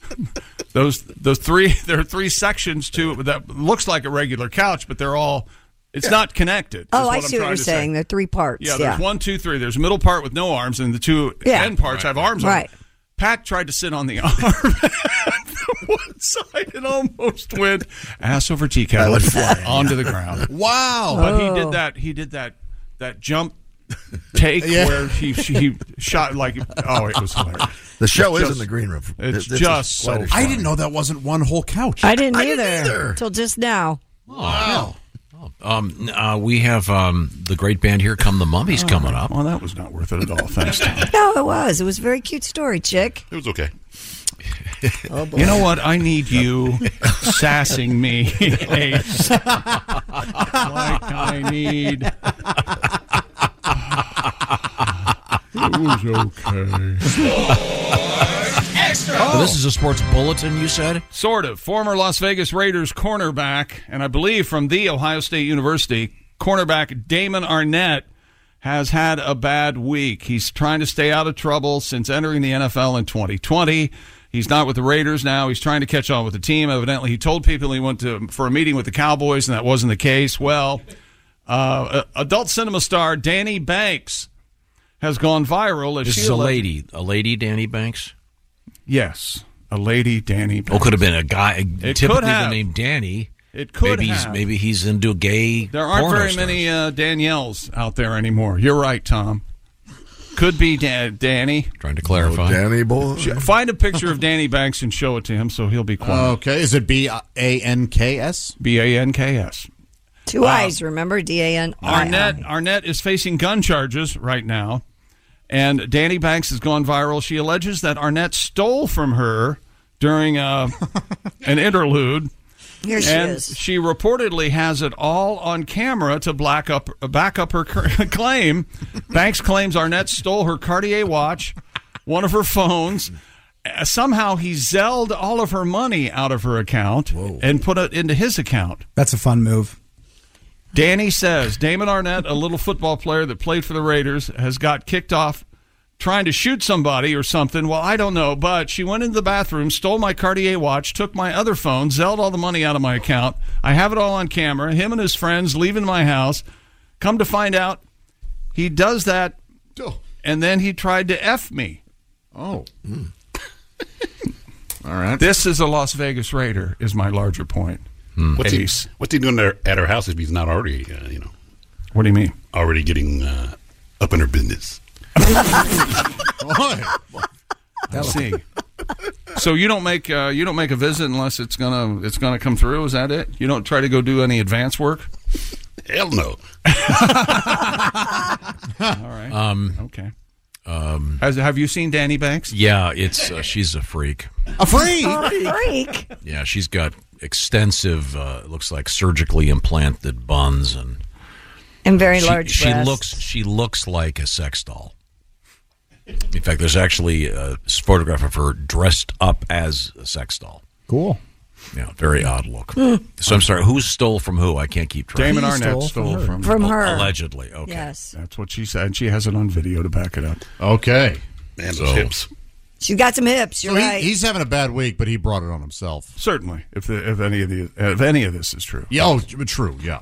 S1: Those those three there are three sections to it that looks like a regular couch, but they're all it's not connected.
S7: Oh,
S1: is
S7: I
S1: I'm
S7: see what
S1: trying
S7: you're
S1: to
S7: saying.
S1: say.
S7: They're three parts.
S1: Yeah, there's one, two, three. There's a middle part with no arms, and the two
S7: Yeah.
S1: end parts have arms.
S7: Right.
S1: On. it. Pat tried to sit on the arm on one side and almost went ass over teacup
S8: would fly.
S1: onto the ground.
S8: Wow.
S1: But he
S8: Oh.
S1: did that. He did that. That jump take
S8: Yeah.
S1: where he he shot like oh it was hilarious.
S9: The show
S1: It's
S9: is in the green room.
S1: It's
S9: This is
S1: just so.
S9: quite a
S1: funny.
S9: show.
S8: I didn't know that wasn't one whole couch.
S7: I didn't, either,
S8: either.
S7: till just now.
S3: Wow. Um, uh, we have um, the great band here, Come the Mummies, coming up.
S1: Oh, Well, that was not worth it at all. Thanks, Tom.
S7: No, it was. It was a very cute story, chick.
S1: It was okay.
S7: Oh,
S1: You know what? I need you sassing me, Ace. like I need. it was okay.
S3: Extra. this is a sports bulletin, you said?
S1: Oh. Sort of. Former Las Vegas Raiders cornerback, and I believe from the Ohio State University, cornerback Damon Arnett has had a bad week. He's trying to stay out of trouble since entering the NFL in 2020. He's not with the Raiders now. He's trying to catch on with the team. Evidently, he told people he went to for a meeting with the Cowboys, and that wasn't the case. Well, uh, a- adult cinema star Danny Banks has gone viral. As
S3: This
S1: she
S3: is a
S1: alleged-
S3: lady. A lady, Danny Banks?
S1: Yes, a lady, Danny. Banks.
S3: Oh, could have been a guy.
S1: It
S3: typically
S1: could have.
S3: the name Danny.
S1: It could
S3: maybe
S1: have.
S3: He's, maybe he's into gay
S1: There aren't
S3: porno
S1: very
S3: stars.
S1: many uh, Danielles out there anymore. You're right, Tom. Could be da- Danny.
S3: Trying to clarify.
S9: Oh, Danny boy.
S1: Find a picture of Danny Banks and show it to him so he'll be quiet.
S8: Okay, is it B A N K S?
S1: B A N K S.
S7: Two eyes, remember? D A N I.
S1: Arnett Arnett is facing gun charges right now, and Danny Banks has gone viral. She alleges that Arnett stole from her during uh, an interlude.
S7: Here she
S1: and
S7: is.
S1: she reportedly has it all on camera to black up, back up her cur- claim. Banks claims Arnett stole her Cartier watch, one of her phones. Uh, Somehow he zelled all of her money out of her account and put it into his account.
S6: That's a fun move.
S1: Danny says Damon Arnett, a little football player that played for the Raiders, has got kicked off trying to shoot somebody or something. Well, I don't know, but she went into the bathroom, stole my Cartier watch, took my other phone, zelled all the money out of my account. I have it all on camera. Him and his friends leaving my house. Come to find out, he does that,
S16: Oh.
S1: and then he tried to f me.
S8: Oh.
S16: Mm.
S1: All right. This is a Las Vegas Raider, is my larger point.
S16: What's he,
S1: Ace.
S16: Hmm. what's he doing there at her house if he's not already, uh, you know,
S1: What do you mean?
S16: already getting uh, up in her business?
S1: Let's see. So you don't make uh, you don't make a visit unless it's gonna it's gonna come through. Is that it? You don't try to go do any advance work.
S16: Hell no.
S1: All right.
S3: Um,
S1: okay.
S3: Um,
S1: Has, have you seen Danny Banks?
S3: Yeah, it's uh, she's a freak.
S1: A freak.
S7: freak.
S3: Yeah, she's got extensive. Uh, it looks like surgically implanted buns and
S7: And very
S3: she,
S7: large
S3: She
S7: breasts.
S3: looks she looks like a sex doll. In fact, there's actually a photograph of her dressed up as a sex doll.
S20: Cool.
S3: Yeah, very odd look.
S7: Hmm.
S3: So I'm sorry, who stole from who? I can't keep track.
S1: Damon He Arnett stole stole from her. from-
S7: From her.
S3: allegedly. Okay.
S7: Yes.
S1: That's what she said. She has it on video to back it up.
S8: Okay.
S1: Man,
S8: those hips.
S7: She's got some hips. You're
S8: So he-
S7: right.
S8: he's having a bad week, but he brought it on himself.
S1: Certainly, if the, if any of the if any of this is true.
S8: Yeah, oh, true. Yeah.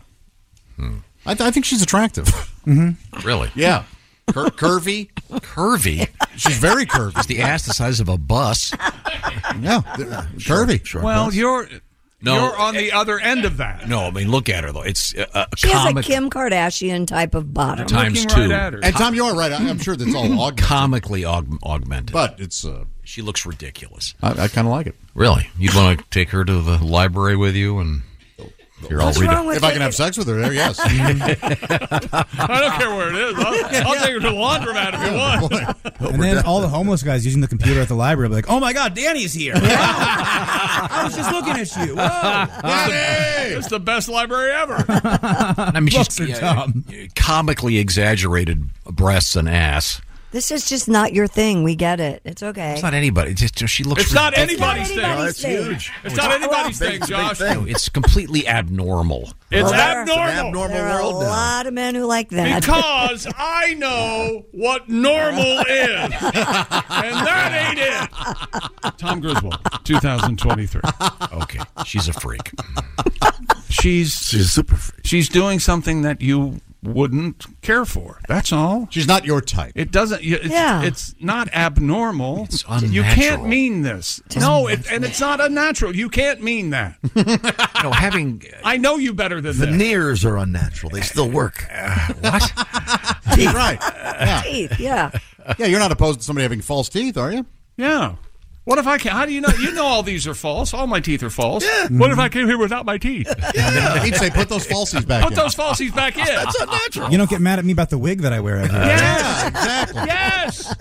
S8: I, th- I think she's attractive. Mm-hmm.
S3: Hmm. Really?
S8: Yeah. Cur- curvy.
S3: curvy.
S8: She's very curvy.
S3: the ass the size of a bus.
S8: Yeah. uh, Curvy.
S1: Well, you're
S3: No.
S1: you're on the other end of that.
S3: No, I mean look at her though. It's a, a
S7: she has a
S3: comic
S7: Kim Kardashian type of bottom.
S3: times two. Mm-hmm.
S8: And Tom, you are right. I, I'm sure that's all augmented.
S3: comically aug- augmented.
S8: But it's uh,
S3: she looks ridiculous.
S8: I, I kind of like it.
S3: Really, you'd want to take her to the library with you and you're all reading.
S8: if I can have sex with her, there, yes.
S1: I don't care where it is. I'll, I'll take her to the laundromat if you want.
S6: and then all the homeless guys using the computer at the library will be like, oh my God, Danny's here. I was just looking at you.
S1: It's the best library ever.
S3: I mean, she's yeah, comically exaggerated breasts and ass.
S7: This is just not your thing. We get it. It's okay.
S3: It's not anybody. It's just she looks.
S1: It's not
S3: ridiculous.
S1: anybody's thing.
S7: anybody's It's thing. huge.
S1: It's not anybody's thing, Josh.
S3: No, it's completely abnormal.
S7: There
S1: It's
S7: are-
S1: abnormal.
S7: There are a lot of men who like that.
S1: Because I know what normal is, and that ain't it. Tom Griswold, 2023.
S3: Okay, she's a freak.
S1: She's she's super freak. She's doing something that you wouldn't care for. That's all.
S8: She's not your type.
S1: It doesn't. you- It's,
S8: Yeah.
S1: it's not abnormal. It's You
S3: unnatural.
S1: can't mean this. no, it, and it's not unnatural. You can't mean that.
S3: no, having
S1: I know you better than that.
S9: Veneers are unnatural. They still work.
S8: Teeth, right. Yeah.
S7: Teeth, yeah.
S8: Yeah, you're not opposed to somebody having false teeth, are you?
S1: Yeah. What if I can? How do you know? You know all these are false. All my teeth are false. What if I came here without my teeth?
S8: Yeah. He'd say, put those falsies back
S1: Put
S8: in.
S1: those falsies back in. That's
S6: You don't get mad at me about the wig that I wear every day.
S1: Yeah, exactly. Yes.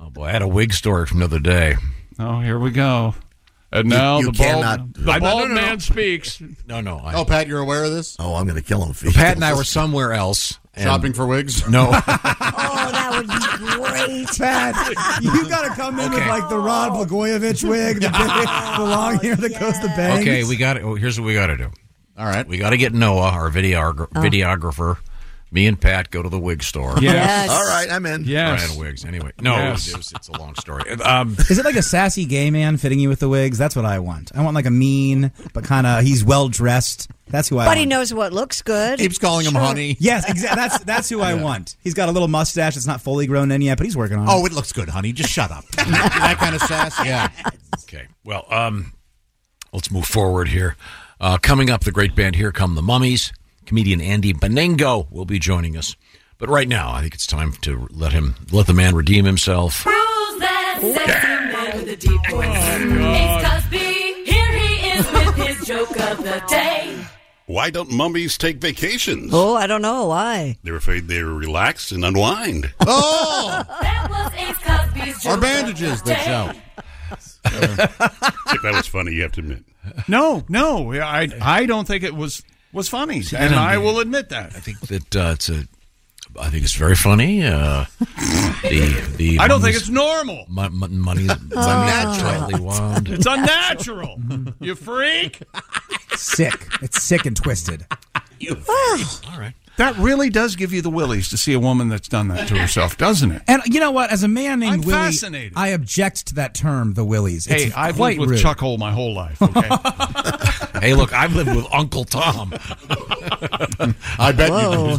S3: Oh boy, I had a wig story from the other day.
S1: Oh, here we go. And now
S3: You- you
S1: the bald,
S3: cannot-
S1: the
S3: No, no,
S1: bald
S3: no, no, no.
S1: man speaks.
S3: No, no. I,
S8: Oh, Pat, you're aware of this?
S9: Oh, I'm going to kill him.
S3: Pat and I were somewhere else and-
S8: Shopping for wigs?
S3: No.
S7: Oh, that would be great.
S6: Pat, you got to come in with
S3: Okay.
S6: like the Rod Blagojevich wig, the, big, the long hair that goes to bangs.
S3: Okay, we got it. Oh, here's what we got to do.
S8: All right,
S3: we got to get Noah, our videog- videographer. Me and Pat go to the wig store.
S6: Oh. Yes. All right, I'm in.
S3: Yes.
S6: Yes.
S3: Ryan wigs. Anyway, no,
S6: Yes.
S3: it was- it's a long story. Um,
S6: Is it like a sassy gay man fitting you with the wigs? That's what I want. I want like a mean, but kind of he's well dressed. That's who
S7: But
S6: I. want.
S7: he knows what looks good. Sure.
S6: Yes, exactly. That's that's who I want. He's got a little mustache. It's not fully grown in yet, but he's working on it.
S8: Oh, it looks good, honey. Just shut up. that kind of sass. Yeah.
S3: okay. Well, um, let's move forward here. Uh, coming up, the great band Here Come the Mummies. Comedian Andy Benengo will be joining us. But right now, I think it's time to let him let the man redeem himself.
S4: Rules that sexy man with a deep voice. Ace
S2: Oh!
S4: Cosby, here he is with his joke of the day.
S16: Why don't mummies take vacations?
S7: Oh, I don't know why.
S16: They're afraid they relax and unwind.
S7: Oh,
S4: That was Ace Cosby's joke.
S16: Our bandages,
S4: of the
S16: they
S4: day.
S16: shout. that was funny, you have to admit.
S1: No, no, I I don't think it was was funny, and I will admit that.
S3: I think that uh, it's a. I think it's very funny. Uh, the the
S1: I don't think
S3: mummies-
S1: it's normal.
S3: Mu- mu- money,
S9: Oh,
S3: money tightly wound.
S1: It's unnatural. you freak.
S6: Sick. It's sick and twisted.
S3: All right.
S1: That really does give you the willies to see a woman that's done that to herself, doesn't it?
S6: And you know what? As a man named
S1: I'm
S6: Willie,
S1: fascinated.
S6: I object to that term, the Willies.
S1: Hey,
S6: it's
S1: I've
S6: quite
S1: lived with
S6: rude.
S1: Chuckhole my whole life. Okay,
S3: Hey, look, I've lived with Uncle Tom.
S8: I bet
S9: Whoa.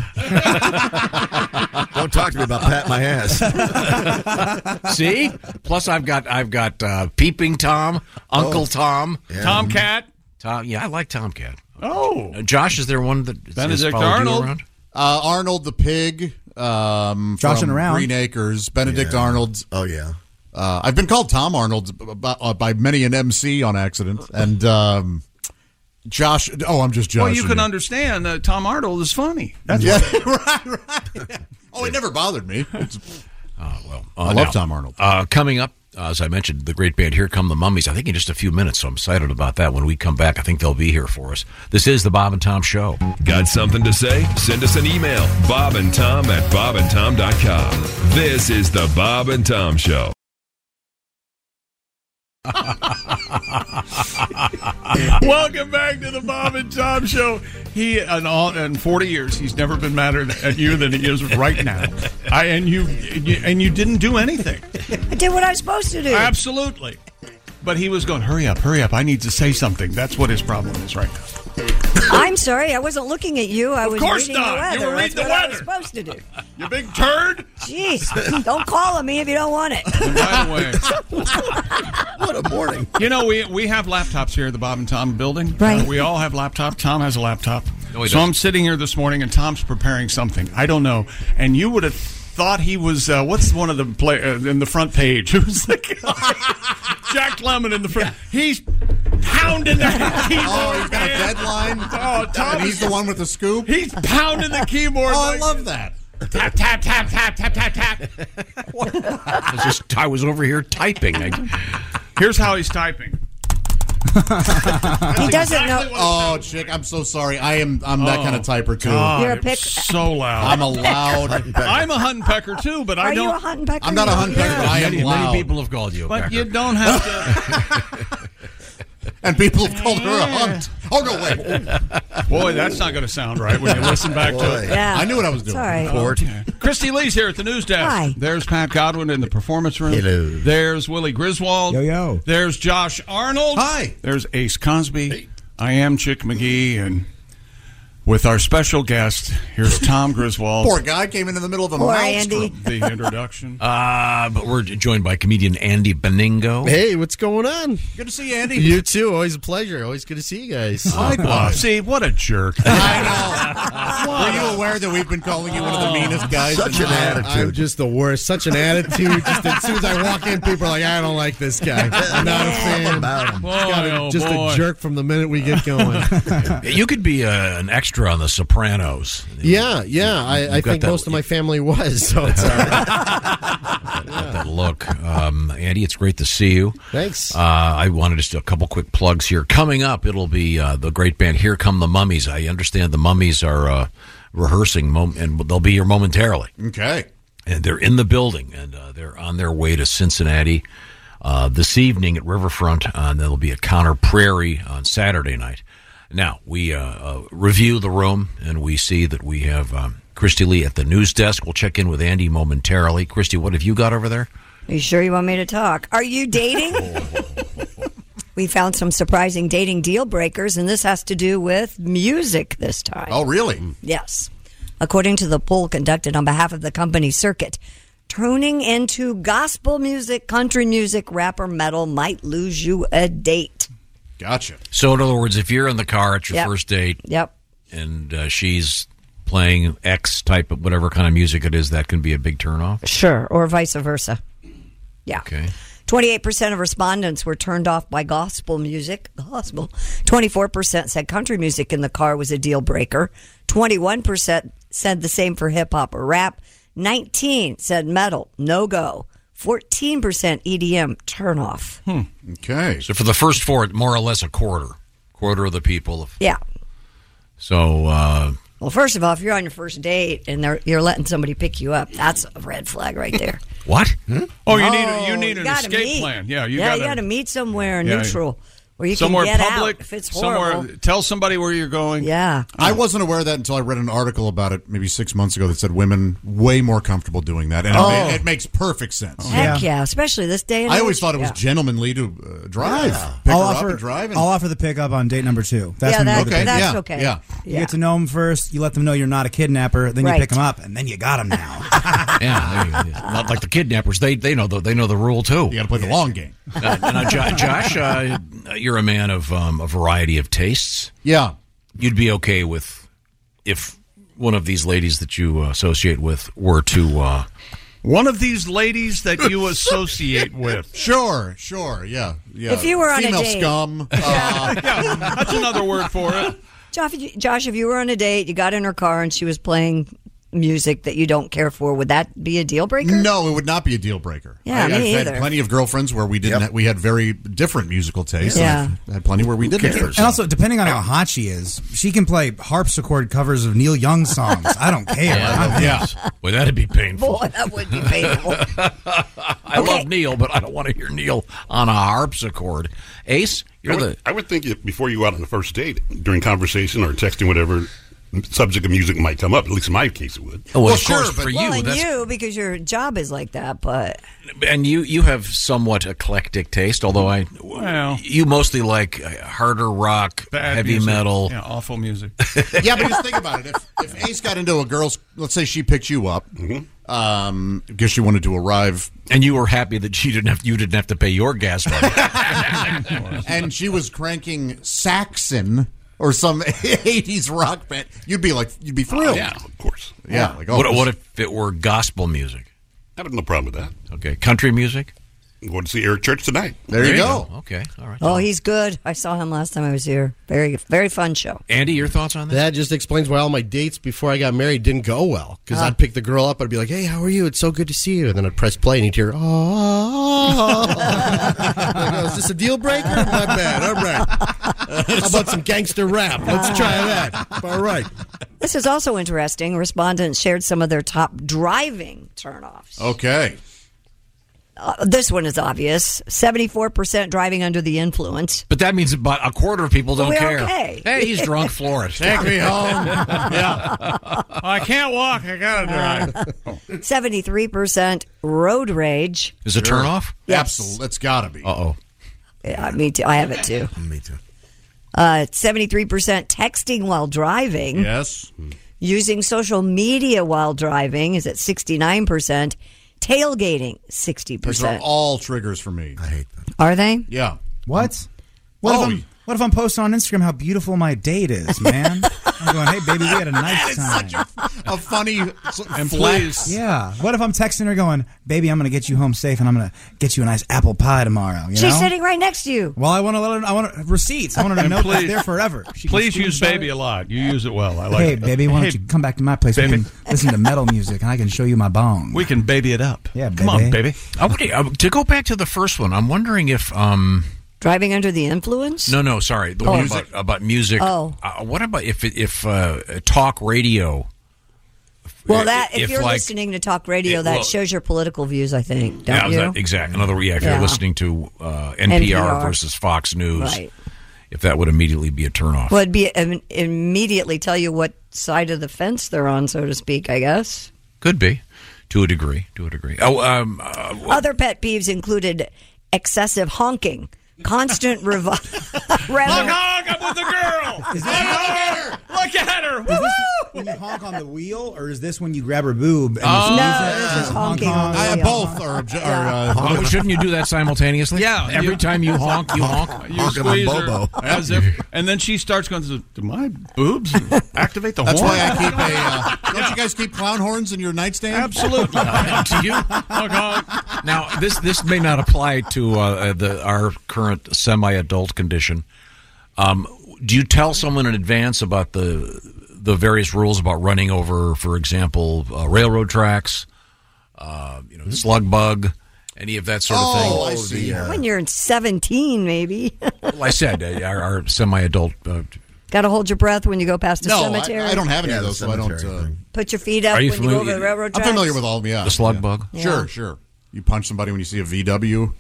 S8: you.
S9: Don't talk to me about pat my ass.
S3: See? Plus, I've got I've got uh, Peeping Tom, Uncle
S9: Oh.
S3: Tom,
S9: Yeah.
S1: Tomcat.
S3: Tom, yeah, I like Tomcat.
S1: Oh,
S3: Uh, Josh, is there one that has
S8: Benedict
S3: followed you
S8: Arnold.
S3: around?
S8: Uh, Arnold the pig. Um,
S6: Josh
S8: from
S6: and around.
S8: Green Acres. Benedict
S9: Yeah.
S8: Arnold.
S9: Oh, yeah.
S8: Uh, I've been called Tom Arnold b- b- by, uh, by many an MC on accident, and um, Josh. Oh, I'm just joshing.
S1: well, you can
S8: you.
S1: understand that Tom Arnold is funny.
S8: That's yeah, right, right. Oh, it never bothered me.
S3: Ah,
S8: I
S9: Oh,
S8: love Tom Arnold.
S3: Uh, coming up, uh, as I mentioned, the great band Here Come the Mummies. I think in just a few minutes, so I'm excited about that. When we come back, I think they'll be here for us. This is the Bob and Tom Show.
S13: Oh. Got something to say? Send us an email, Bob and Tom at bobandtom.com. This is the Bob and Tom Show.
S1: Welcome back to the Bob and Tom Show. He in all in forty years, he's never been madder at you than he is right now. I and you, you and you didn't do anything.
S7: I did what I was supposed to do.
S1: Absolutely. But he was going, hurry up, hurry up. I need to say something. That's what his problem is right now.
S7: I'm sorry, I wasn't looking at you. I was
S1: course
S7: reading
S1: not. You
S7: the weather.
S1: were
S7: That's
S1: reading the
S7: what I
S1: weather.
S7: was supposed to do.
S1: You big turd.
S7: Jeez, don't call on me if you don't want it.
S1: By the way. what a morning. You know, we we have laptops here at the Bob and Tom building. Right. we all have laptop. Tom has a laptop.
S3: No, he
S1: so I'm sitting here this morning and Tom's preparing something. I don't know. And you would have thought he was uh, what's one of the play uh, in the front page who's the guy? Jack Lemon in the front. He's pounding the keyboard.
S8: Oh, he's got a
S1: man.
S8: deadline.
S1: Oh, Tom
S8: and he's
S1: is-
S8: the one with the scoop.
S1: He's pounding the keyboard.
S8: Oh, I
S1: like-
S8: love that.
S1: Tap tap tap tap tap tap tap.
S3: I was, just, I was over here typing. I,
S1: Here's how he's typing.
S7: he doesn't know.
S8: Oh, chick, I'm so sorry. I am. I'm that
S1: Oh,
S8: kind of typer too.
S1: God,
S7: You're a
S1: it
S7: pick-
S1: was So loud.
S8: I'm a loud hunpecker.
S1: I'm a hunpecker too, but I
S7: Are
S1: don't.
S7: you a hunting pecker?
S8: I'm not a hunpecker. but I am
S3: many,
S8: loud.
S3: many people have called you. a
S1: but
S3: pecker.
S1: you don't have to.
S8: and people have called her a hunt. Oh no, wait.
S1: Boy, that's not going to sound right when you listen back to it.
S7: Yeah.
S8: I knew what I was
S7: It's
S8: doing.
S7: all right.
S1: Christy Lee's here at the news desk.
S7: Hi.
S1: There's Pat Godwin in the performance room.
S9: Hello.
S1: There's Willie Griswold.
S6: Yo, yo.
S1: There's Josh Arnold.
S8: Hi.
S1: There's Ace Cosby. I am Chick McGee, and with our special guest, here's Tom Griswold.
S8: Poor guy came into the middle of a
S7: Poor
S8: maelstrom.
S7: Andy.
S1: the introduction.
S3: Uh, but we're joined by comedian Andy Beningo.
S5: Hey, what's going on?
S8: Good to see you, Andy.
S5: You too. Always a pleasure. Always good to see you guys.
S1: Oh, see, what a jerk.
S8: Were you aware that we've been calling you one
S1: Oh,
S8: of the meanest guys?
S5: Such
S8: in-
S5: an I'm just the worst. Such an attitude. Just as soon as I walk in, people are like, "I don't like this guy. I'm not a fan."
S1: Boy,
S5: Got a-
S1: oh,
S5: just
S1: boy.
S5: a jerk from the minute we get going.
S3: You could be uh, an extra on The Sopranos.
S5: yeah, yeah. I, I
S3: You've got
S5: think
S3: that-
S5: most of my family was. So it's all right.
S3: that look. Um, Andy, it's great to see you.
S5: Thanks.
S3: Uh, I wanted just a couple quick plugs here. Coming up, it'll be uh, the great band Here Come the Mummies. I understand the Mummies are uh, rehearsing, mom- and they'll be here momentarily.
S8: Okay.
S3: And they're in the building, and uh, they're on their way to Cincinnati uh, this evening at Riverfront, uh, and there'll be a Connor Prairie on Saturday night. Now, we uh, uh, review the room, and we see that we have um, Christy Lee at the news desk. We'll check in with Andy momentarily. Christy, what have you got over there?
S7: Are you sure you want me to talk? Are you dating? we found some surprising dating deal breakers, and this has to do with music this time.
S8: Oh, really?
S7: Yes. According to the poll conducted on behalf of the company Circuit, turning into gospel music, country music, rap, or metal might lose you a date.
S8: Gotcha.
S3: So, in other words, if you're in the car at your
S7: Yep.
S3: first date
S7: Yep.
S3: and uh, she's playing X type of whatever kind of music it is, that can be a big turnoff.
S7: Sure. Or vice versa. Yeah.
S3: Okay.
S7: 28% of respondents were turned off by gospel music. Gospel. 24% said country music in the car was a deal breaker. 21% said the same for hip hop or rap. 19 said metal, no go. 14% EDM turn off.
S8: Hmm. Okay.
S3: So, for the first four, more or less a quarter, quarter of the people.
S7: Yeah.
S3: So, uh,
S7: Well, first of all, if you're on your first date and they're, you're letting somebody pick you up, that's a red flag right there.
S3: what?
S1: Oh, you need a, you need
S7: you
S1: an
S7: gotta
S1: escape
S7: meet.
S1: plan. Yeah, you
S7: yeah,
S1: got
S7: you got to meet somewhere
S1: Yeah,
S7: neutral where you
S1: somewhere
S7: can get
S1: public.
S7: out if it's horrible.
S1: somewhere, tell somebody where you're going.
S7: Yeah.
S8: I wasn't aware of that until I read an article about it maybe six months ago that said women way more comfortable doing that, and it, ma-
S5: Oh.
S8: it makes perfect sense.
S7: Heck yeah, especially this day. And
S8: I always
S7: age.
S8: thought it was
S7: Yeah.
S8: gentlemanly to uh, drive, pick
S6: I'll
S8: her
S6: offer,
S8: up and drive. And,
S6: I'll offer the pickup on date number two. That's
S7: yeah,
S6: when you
S7: that,
S6: do the pickup.
S7: that's
S8: yeah,
S7: okay.
S8: yeah.
S6: You get to know them first. You let them know you're not a kidnapper. Then
S7: Right.
S6: you pick them up, and then you got them now.
S3: Yeah, there you go. not like the kidnappers. They they know the they know the rule too.
S8: you got to play the long game.
S3: Uh, now, Jo- Josh, uh, you're a man of um, a variety of tastes.
S8: Yeah.
S3: You'd be okay with if one of these ladies that you uh, associate with were to uh,
S1: One of these ladies that you associate with.
S8: Sure, sure, yeah, yeah.
S7: If you were on a
S8: female
S7: date.
S8: scum, Uh,
S1: that's another word for it.
S7: Josh, if you- Josh, if you were on a date, you got in her car and she was playing music that you don't care for, would that be a deal breaker?
S8: No, it would not be a deal breaker.
S7: Yeah,
S8: I,
S7: me
S8: have
S7: either.
S8: had plenty of girlfriends where we didn't.
S6: Yep.
S8: Ha- we had very different musical tastes.
S6: Yeah.
S8: and I've had plenty where we didn't.
S6: And also, depending on how hot she is, she can play harpsichord covers of Neil Young songs. I don't care.
S3: Yeah,
S6: I'm-
S3: Boy, that'd be painful.
S7: Boy, that would be painful.
S3: I love Neil, but I don't want to hear Neil on a harpsichord. Ace,
S16: I
S3: you're
S16: would,
S3: the
S16: I would think if, before you go out on the first date, during conversation or texting, whatever subject of music might come up. At least in my case, it would.
S3: Oh, well, Well, of sure, course, but- for
S7: well,
S3: you,
S7: and
S3: that's-
S7: you because your job is like that, but
S3: and you you have somewhat eclectic taste, although I you mostly like uh, harder rock,
S1: Bad
S3: heavy
S1: music.
S3: metal.
S1: Yeah, awful music.
S8: yeah, but just think about it. If, if Ace got into a girl's, let's say she picked you up, um, because she wanted to arrive,
S3: and you were happy that she didn't have you didn't have to pay your gas money.
S8: and she was cranking Saxon or some '80s rock band, you'd be like, you'd be thrilled.
S3: Oh, yeah,
S16: of course.
S8: Yeah, like oh,
S3: what, what if it were gospel music?
S16: I have no problem with that.
S3: Okay, country music.
S16: I'm going to see Eric Church tonight.
S3: There you go.
S16: Okay,
S3: all right.
S7: oh, he's good. I saw him last time I was here. Very, very fun show.
S3: Andy, your thoughts on this?
S5: That just explains why all my dates before I got married didn't go well. Because
S7: Ah.
S5: I'd pick the girl up, I'd be like, "Hey, how are you? It's so good to see you," and then I'd press play and he'd hear, "Oh, Like, oh, is this a deal breaker? My bad. All right. How about some gangster rap? Let's try that. All right.
S7: This is also interesting. Respondents shared some of their top driving turnoffs.
S8: okay.
S7: Uh, this one is obvious. Seventy-four percent driving under the influence.
S3: But that means about a quarter of people don't
S7: We're
S3: care.
S7: okay.
S3: Hey, he's drunk, Florida.
S7: Take me home.
S1: I can't walk. I gotta
S7: Uh,
S1: drive.
S7: Seventy-three percent road rage.
S3: Is it turn off?
S8: Absolutely, that's gotta be.
S3: Uh oh.
S7: Yeah, me too. I have it too.
S8: Me too.
S7: Uh, 73% texting while driving.
S8: Yes.
S7: Using social media while driving is at 69%. Tailgating, 60%.
S8: These are all triggers for me. I hate them.
S7: Are they?
S8: Yeah.
S6: What?
S8: Oh.
S6: What, if I'm, what if I'm posting on Instagram how beautiful my date is, man? I'm going, hey, baby, we had a nice time.
S8: A funny s- flex.
S6: Flex. Yeah. What if I'm texting her going, baby, I'm going to get you home safe and I'm going to get you a nice apple pie tomorrow? You
S7: She's
S6: know?
S7: sitting right next to you.
S6: Well, I want to let her. I want her, receipts. I want her to
S1: And
S6: know that
S1: please-
S6: there forever. She can
S1: Please
S6: screenshot
S1: use
S6: it.
S1: baby a lot. You use it well. I like
S6: hey,
S1: it.
S6: baby, why don't
S1: Hey,
S6: you come back to my place?
S1: baby.
S6: We can listen to metal music, and I can show you my bong.
S1: We can baby it up.
S6: Yeah, baby.
S3: Come on, baby. Okay, uh, to go back to the first one, I'm wondering if um
S7: Driving under the influence?
S3: no no sorry the
S7: Oh.
S3: one
S7: Music?
S3: about, about music.
S7: Oh.
S3: Uh, what about if it- if uh, talk radio? uh,
S7: Well, that if,
S3: if,
S7: you're
S3: like-
S7: listening to talk radio,
S3: it-
S7: that
S3: well-
S7: shows your political views, I think. Don't
S3: yeah,
S7: you?
S3: exactly. In other words, yeah, if
S7: Yeah.
S3: you're listening to uh, NPR,
S7: NPR.
S3: versus Fox News,
S7: Right.
S3: if that would immediately be a turnoff.
S7: Well, it'd be im- immediately tell you what side of the fence they're on, so to speak, I guess.
S3: Could be, to a degree. To a degree. Oh, um, uh,
S7: Other pet peeves included excessive honking, constant revival.
S1: Look, honk, I'm with the girl. Look at her. Look at her.
S6: Is this when you honk on the wheel, or is this when you grab her boob? And
S1: Oh.
S6: you
S1: No,
S6: squeeze it?
S1: this is honking on the
S6: I-
S1: wheel.
S6: both
S8: are. obje-
S1: Yeah.
S8: are, uh,
S3: Oh, shouldn't you do that simultaneously?
S1: Yeah,
S3: Every
S1: you-
S3: time you honk, you honk.
S1: You squeeze her as if, and then she starts going. Do my boobs activate the
S8: That's
S1: horn?
S8: why I keep a. Uh, don't you guys keep clown horns in your nightstand?
S1: Absolutely.
S3: to you. Now, this this may not apply to uh, the our current semi-adult condition. Um, do you tell someone in advance about the the various rules about running over, for example, uh, railroad tracks, uh, you
S9: Hmm?
S3: know, slug bug, any of that sort of thing? uh,
S7: Oh, I
S8: see.
S7: when you're in 17, maybe.
S3: well, I said uh, our, our semi-adult. Uh,
S7: Got to hold your breath when you go past a
S8: No, I-
S7: cemetery.
S8: I don't have any of those, so I don't. Uh,
S7: Put your feet up
S3: Are
S7: when
S3: you
S7: you go
S3: familiar-
S7: over the railroad
S8: I'm
S7: tracks.
S8: familiar with all of them. Yeah,
S3: The slug
S8: yeah.
S3: bug?
S7: Yeah.
S8: Sure, sure. You punch somebody when you see a VW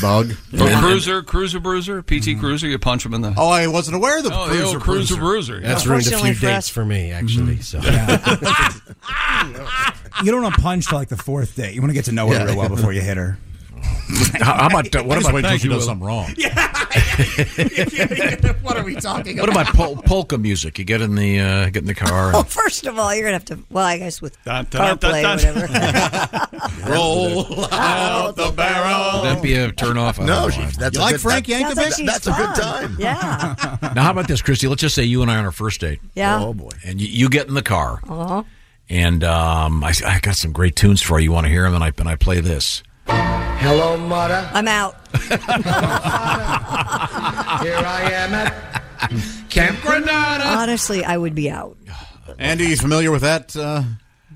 S8: bug.
S1: Or cruiser, cruiser, bruiser, PT cruiser. You punch him in the.
S8: Mm-hmm. Oh, I wasn't aware of the
S1: Oh, the
S8: cruiser,
S1: old cruiser bruiser, yeah.
S5: That's ruined a
S1: Unfortunately
S5: few
S1: for us-
S5: dates for me,
S6: mm.
S5: actually. So.
S6: You don't want to punch till like the fourth date. You want to get to know her
S5: Yeah.
S6: real well before you hit her.
S3: how, how
S6: I
S3: about what
S6: just
S3: about
S6: wait till she does
S8: something wrong?
S6: what are we talking
S3: What about pol- polka music? You get in the uh, get in the car.
S7: Oh, first of all, you're gonna have to. Well, I guess with
S3: Dun, dun,
S7: CarPlay,
S3: dun,
S7: or
S3: dun.
S7: whatever.
S3: Roll
S7: out the barrel.
S3: That'd be a turnoff. I
S9: No,
S3: don't
S9: she-
S3: know.
S9: that's You a like good- Frank that- Yankovic?
S7: she's
S9: That's a good time.
S7: Yeah.
S3: Now, how about this, Christy? Let's just say you and I are on our first date.
S7: Yeah. Oh,
S3: boy. And you, you get in the car,
S7: Uh-huh.
S3: and um, I, I got some great tunes for you. You want to hear them? And I and I play this.
S7: Hello, mother. I'm out.
S4: Here I am at
S7: Camp Granada. Honestly, I would be out.
S8: Andy, you familiar with that uh,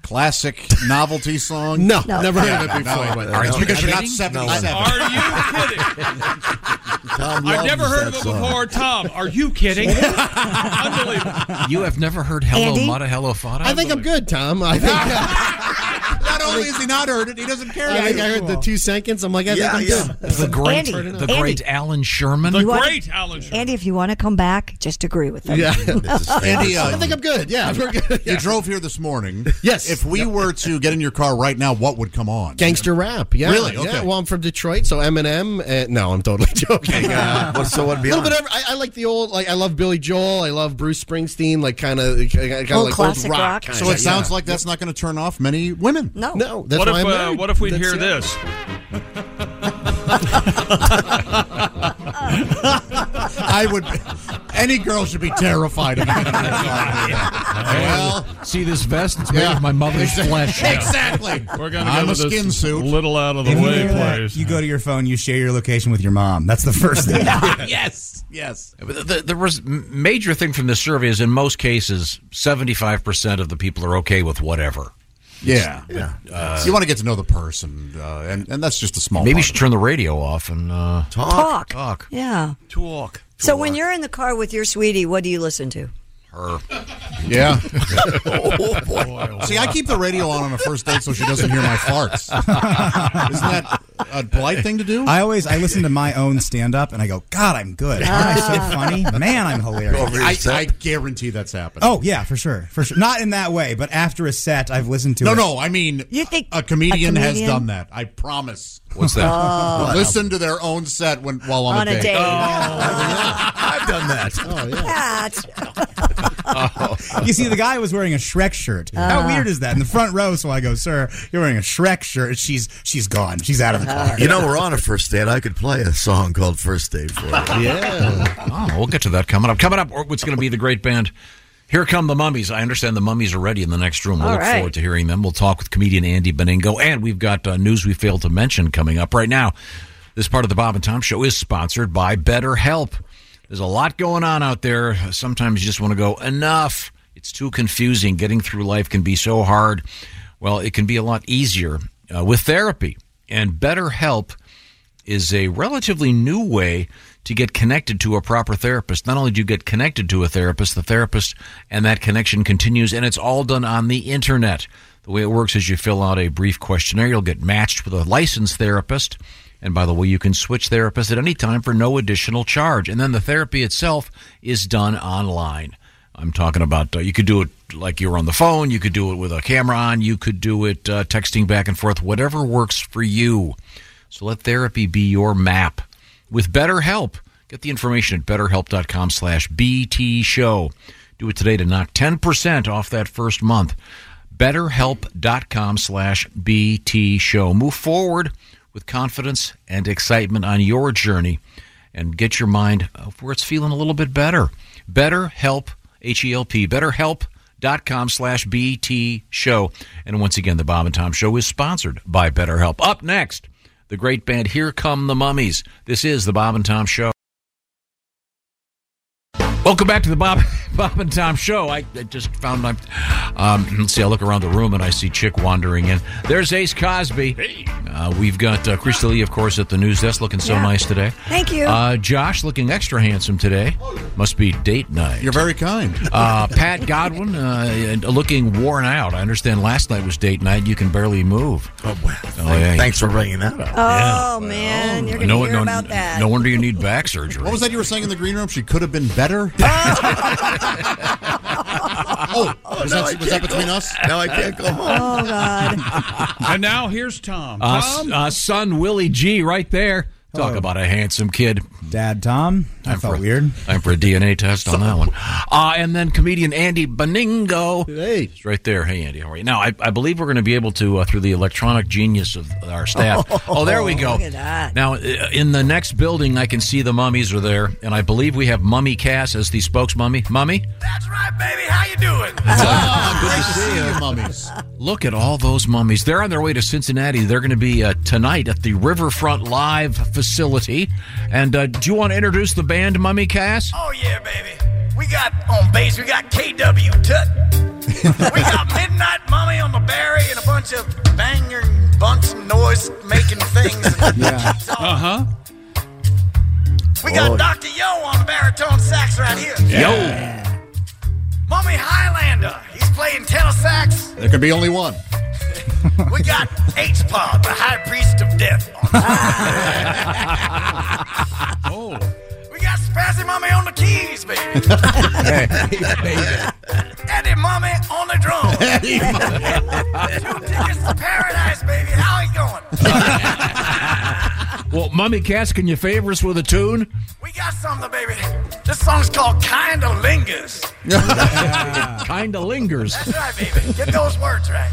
S8: classic novelty song?
S5: No, No. never heard
S8: Yeah,
S5: it before.
S8: no,
S5: Wait,
S8: no, it's
S5: no,
S8: because you're
S5: no.
S8: not seventy-seven.
S1: Are you kidding? I've never
S3: loves
S1: heard of
S3: that
S1: it
S3: song.
S1: before. Tom, are you kidding?
S3: You have never heard "Hello,
S5: Andy?
S3: Mata, Hello, Fata."
S5: I think I'm good, Tom. I think
S8: Not only has he not heard it, he doesn't care.
S5: I, think I heard the two seconds. I'm like, I
S3: Yeah,
S5: think I'm
S3: yeah.
S5: good.
S3: The great,
S7: Andy,
S3: the
S7: Andy.
S3: great Alan Sherman.
S7: You wanna- Andy, if you want to come back, just agree with them.
S8: Yeah. Andy, uh,
S5: I think I'm good. Yeah, we're good.
S8: You drove here this morning.
S5: Yes.
S8: If we were to get in your car right now, what would come on?
S5: Gangster rap, yeah,
S8: Really? Okay.
S5: Yeah. Well, I'm from Detroit, so Eminem. Uh, no, I'm totally joking.
S9: Uh, well, so what'd be
S5: a little
S9: on?
S5: bit. Of, I, I like the old. Like I love Billy Joel. I love Bruce Springsteen. Like kind of, kind of like old rock. kinda,
S8: So it
S5: yeah.
S8: sounds like that's not going to turn off many women.
S7: No,
S5: no. That's
S1: what
S5: why
S1: if
S5: I'm
S1: uh,
S5: married.
S1: what if we
S5: That's
S1: hear
S5: it.
S1: this?
S8: I would. Any girl should be terrified of Well,
S3: see this vest? It's made
S8: Yeah.
S3: of my mother's
S8: Exactly.
S3: flesh.
S8: Exactly.
S1: We're
S8: gonna I'm go to a this skin suit.
S1: Little out of the
S6: If you
S1: way
S6: hear that,
S1: place.
S6: You go to your phone. You share your location with your mom. That's the first thing.
S8: yes, yes.
S3: The, the, the res- major thing from this survey is in most cases, 75% of the people are okay with whatever.
S8: Yeah,
S3: Yeah.
S8: Uh, you want to get to know the person, uh, and and that's just a small.
S3: Maybe you
S8: part
S3: should turn the radio off and uh,
S7: Talk.
S3: Talk.
S7: Yeah.
S3: Talk.
S7: So when you're in the car with your sweetie, what do you listen to?
S3: Her.
S8: Yeah.
S7: Oh,
S8: of it. See, I keep the radio on on a first date so she doesn't hear my farts. Isn't that a polite thing to do?
S6: I always I listen to my own stand up and I go, God, I'm good. Aren't I so funny? Man, I'm
S8: Ah. I,
S6: hilarious.
S8: I guarantee that's happened.
S6: oh yeah, for sure, for sure. Not in that way, but after a set, I've listened to
S8: No,
S6: it.
S8: no, I mean,
S7: you think
S8: a comedian, has
S6: comedian?
S8: done that. I promise.
S3: What's that?
S6: Oh.
S8: Listen to their own set when while on,
S7: On a date.
S3: I've done that. Oh,
S7: yeah.
S6: You see, the guy was wearing a Shrek shirt.
S7: Ah.
S6: How weird is that? In the front row, so I go, "Sir, you're wearing a Shrek shirt." She's she's gone. She's out of the car.
S9: You know, we're on a first date. I could play a song called First Date for you.
S3: Oh, we'll get to that coming up. Coming up, or what's going to be the great band? Here come the mummies. I understand the mummies are ready in the next room. We'll
S21: All
S3: look
S21: right.
S3: forward to hearing them. We'll talk with comedian Andy Beningo, and we've got uh, news we failed to mention coming up right now. This part of the Bob and Tom Show is sponsored by BetterHelp. There's a lot going on out there. Sometimes you just want to go enough. It's too confusing. Getting through life can be so hard. Well, it can be a lot easier uh, with therapy and BetterHelp is a relatively new way to get connected to a proper therapist. Not only do you get connected to a therapist, the therapist and that connection continues, and it's all done on the internet. The way it works is you fill out a brief questionnaire, you'll get matched with a licensed therapist. And by the way, you can switch therapists at any time for no additional charge. And then the therapy itself is done online. I'm talking about uh, you could do it like you were on the phone, you could do it with a camera on, you could do it uh, texting back and forth, whatever works for you. So let therapy be your map with BetterHelp. Get the information at betterhelp.com slash BT show. Do it today to knock 10% off that first month. BetterHelp.com slash BT show. Move forward with confidence and excitement on your journey and get your mind uh, where it's feeling a little bit better. BetterHelp, E H-E-L-P, betterhelp.com slash BT show. And once again, the Bob and Tom Show is sponsored by BetterHelp. Up next, the great band Here Come the Mummies. This is the Bob and Tom Show. Welcome back to the Bob, Bob and Tom Show. I, I just found my. Um, let's see, I look around the room and I see Chick wandering in. There's Ace Cosby. Uh, we've got uh, Krista Lee, of course, at the news desk looking so
S7: Yeah.
S3: nice today.
S7: Thank you.
S3: Uh, Josh looking extra handsome today. Must be date night. You're
S8: very kind.
S3: Uh, Pat Godwin uh, looking worn out. I understand last night was date night. You can barely move. Oh, wow. yeah.
S9: Thanks for bringing that up.
S7: Oh, man. You're going to
S3: No,
S7: hear
S3: no,
S7: about that.
S3: no wonder you need back surgery.
S8: What was that you were saying in the green room? She could have been better. oh, was,
S1: no, I
S8: that, was that
S1: can't
S8: between
S1: go-
S8: us?
S1: now I can't go home.
S7: Oh, God.
S1: and now here's Tom.
S3: Uh,
S1: Tom?
S3: s- uh, son Willie G right there. Talk about a handsome kid.
S22: Dad Tom. I felt weird.
S3: Time for a DNA test on that one. Uh, and then comedian Andy Beningo. Hey. He's right there. Hey, Andy, how are you? Now, I, I believe we're going to be able to, uh, through the electronic genius of our staff. Oh, there we go.
S23: Look at that.
S3: Now, uh, in the next building, I can see the mummies are there. And I believe we have Mummy Cass as the spokesmummy. Mummy?
S8: Oh, mummies.
S3: Look at all those mummies. They're on their way to Cincinnati. They're going to be uh, tonight at the Riverfront Live facility. And uh, do you want to introduce the band Mummy Cass?
S15: Oh yeah, baby. We got on bass. We got KW Tut. we got Midnight Mummy on the Barry and a bunch of banger and bunch of noise making things.
S1: Yeah. Uh
S8: Uh-huh.
S1: huh.
S15: We got
S8: Oh.
S15: Dr. Yo on the baritone sax right here. Mummy Highlander. He's playing tenor sax.
S8: There can be only one.
S15: We got H Pod, the High Priest of Death.
S1: oh.
S15: We got Spazzy Mummy on the keys, baby. Eddie Mummy on the drums.
S1: Eddie
S15: Two tickets to paradise, baby. How you going?
S3: Well, Mummy Cass, can you favor us with a tune?
S15: We got something, baby. This song's called Kinda Lingers.
S3: kind of lingers.
S15: That's right, baby. Get those words right.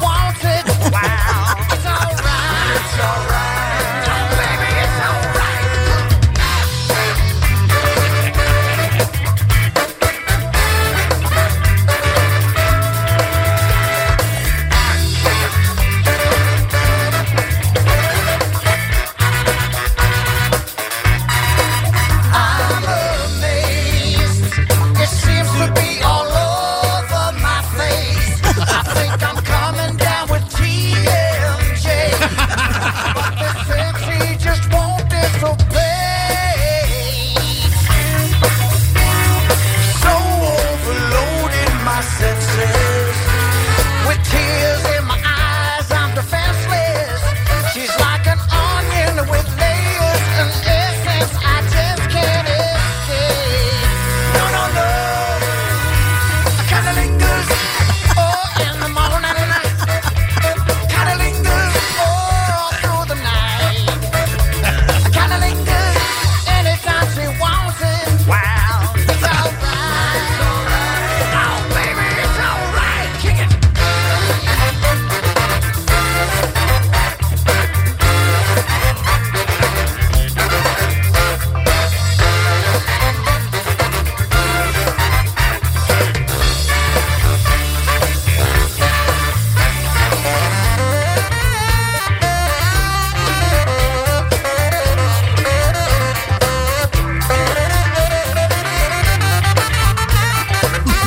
S1: Oh.
S15: oh, oh, Oh, Oh,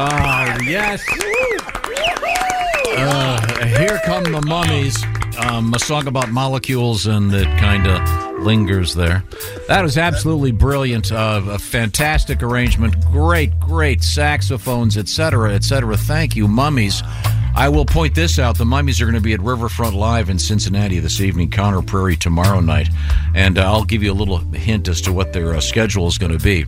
S3: Ah, Yes. Uh, here come the mummies. Um, a song about molecules, and it kind of lingers there. That was absolutely brilliant. Uh, a fantastic arrangement. Great, great saxophones, etc., etc. Thank you, mummies. I will point this out. The Mummies are going to be at Riverfront Live in Cincinnati this evening, Connor Prairie tomorrow night. And uh, I'll give you a little hint as to what their uh, schedule is going to be.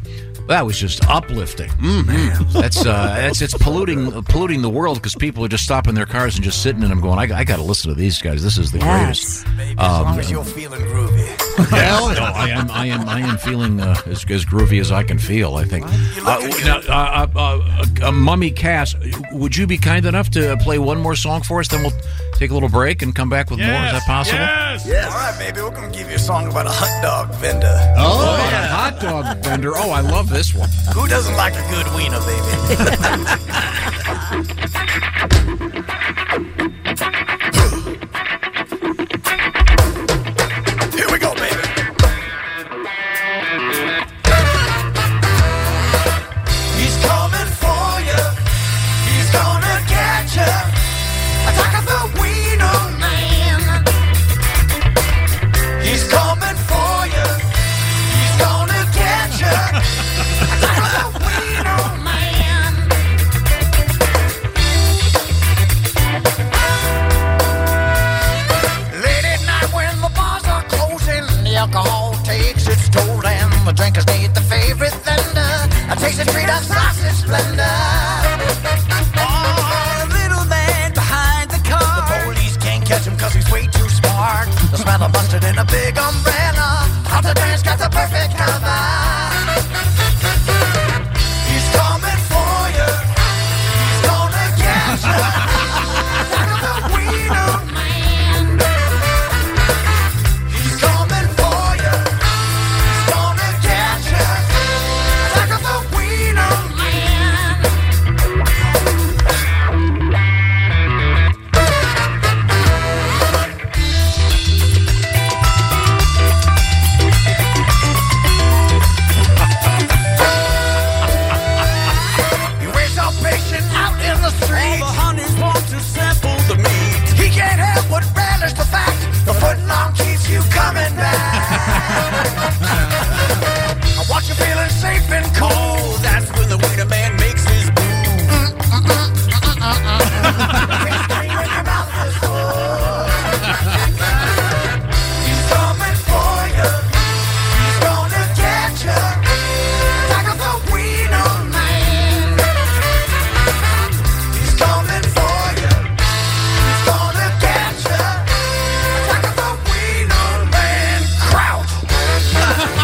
S3: That was just uplifting. Mm, man. That's, uh, that's it's polluting uh, polluting the world because people are just stopping their cars and just sitting in them going, I, I got to listen to these guys. This is the
S15: Yes.
S3: greatest.
S15: as
S3: Um,
S15: long as you're feeling groovy.
S3: Hell no, I am. I am. I am feeling uh, as, as groovy as I can feel. I think. Uh, now, uh, uh, uh, uh, Mummy Cass, would you be kind enough to play one more song for us? Then we'll take a little break and come back with more. Is that possible?
S15: Yes. All right, baby. We're gonna give you a song about a hot dog vendor.
S3: Oh, a hot dog vendor. Oh, I love this one.
S15: Who doesn't like a good wiener, baby? Here we go, baby. He's coming for you. He's gonna get you. Attack of the wiener man. He's coming for you. He's gonna get you. Attack of the wiener man. Late at night when the bars are closing, the alcohol takes its toll, and the drinkers need the favorite vendor. I taste a treat of sausage splendor. Oh, the little man behind the car. The police can't catch him 'cause he's way too smart. The smell of mustard in a big umbrella. How the dance got the perfect cover. He's coming for you. He's gonna get you. the wiener man. He's coming for you. He's gonna get you. Attack of the wiener man. You waste our patient out in the street. the hunters want to sample the meat. He can't help but relish the fact the footlong keeps you coming back. I watch you feeling safe and cold. That's when the wiener man makes his move. He's coming for you. He's gonna get you. Attack of the wiener man. He's coming for you. He's gonna get you. Attack of the wiener man. Crouch.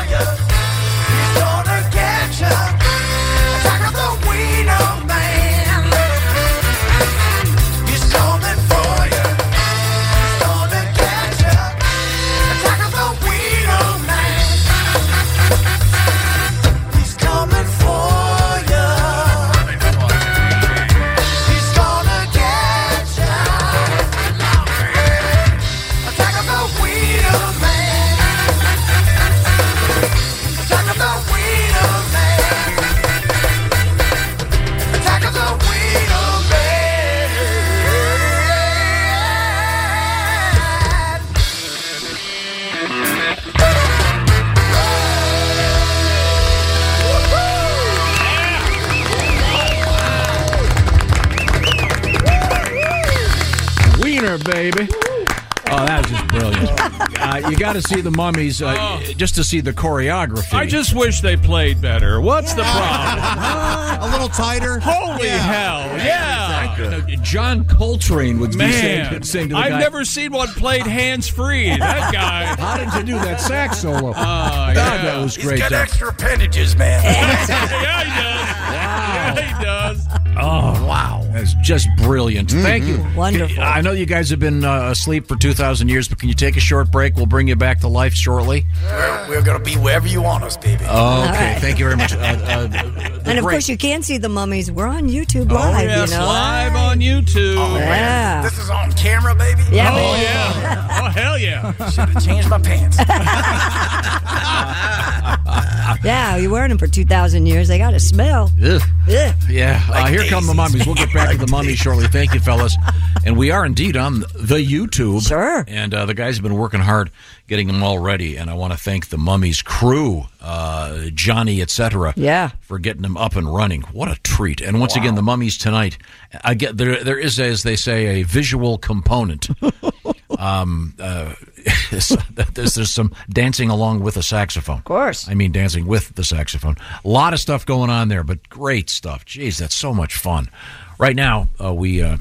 S15: He's gonna get you. Attack of the wiener man. He's coming for you. He's gonna get you. Attack of the wiener man. He's coming for you. He's gonna get you. Attack of the wiener man. Attack of the Wiener Man. Attack of the Wiener Man.
S3: Wiener, baby. Oh, that was just brilliant. Uh, you got to see the mummies uh, just to see the choreography.
S1: Oh. I just wish they played better. What's the problem?
S24: a little tighter.
S1: Holy hell! Yeah.
S3: John Coltrane would be saying,
S1: Man,
S3: could sing to the
S1: I've
S3: guy.
S1: never seen one played hands free. That guy. Ah,
S3: How did you do that sax solo?
S1: God,
S3: that was
S15: He's
S3: great.
S15: got
S3: Doc.
S15: extra appendages, man.
S1: yeah, he does. Yeah, he does.
S3: Oh, wow. That's just brilliant. Thank you.
S7: Mhm. Wonderful.
S3: I know you guys have been uh, asleep for 2,000 years, but can you take a short break? We'll bring you back to life shortly.
S21: We're, we're going to be wherever you want us, baby.
S3: Okay.
S7: right.
S3: Thank you very much. Uh, uh,
S7: And of course, you can see the mummies. We're on
S3: Oh,
S7: YouTube live.
S1: yes,
S7: you know?
S1: live on YouTube.
S7: Oh, man. Yeah.
S21: This is on camera, baby.
S7: Yeah,
S1: oh
S7: baby.
S1: yeah. oh hell yeah.
S21: Should have changed my pants.
S7: Yeah, you're wearing them for 2,000 years. They got a smell.
S3: Ugh.
S7: Ugh.
S3: Yeah, uh,
S7: Like
S3: here come the
S7: daisies.
S3: mummies. We'll get back to the mummies shortly. Thank you, fellas. And we are indeed on the YouTube.
S7: Sure.
S3: And uh, the guys have been working hard getting them all ready. And I want to thank the mummies crew, uh, Johnny, etc.
S7: Yeah.
S3: for getting them up and running. What a treat! And once again, the mummies tonight. I get there. There is, as they say, a visual component. um, uh, there's, there's some dancing along with a saxophone. Of
S7: course.
S3: I mean, dancing with the saxophone. A lot of stuff going on there, but great stuff. Jeez, that's so much fun. Right now, uh, we uh,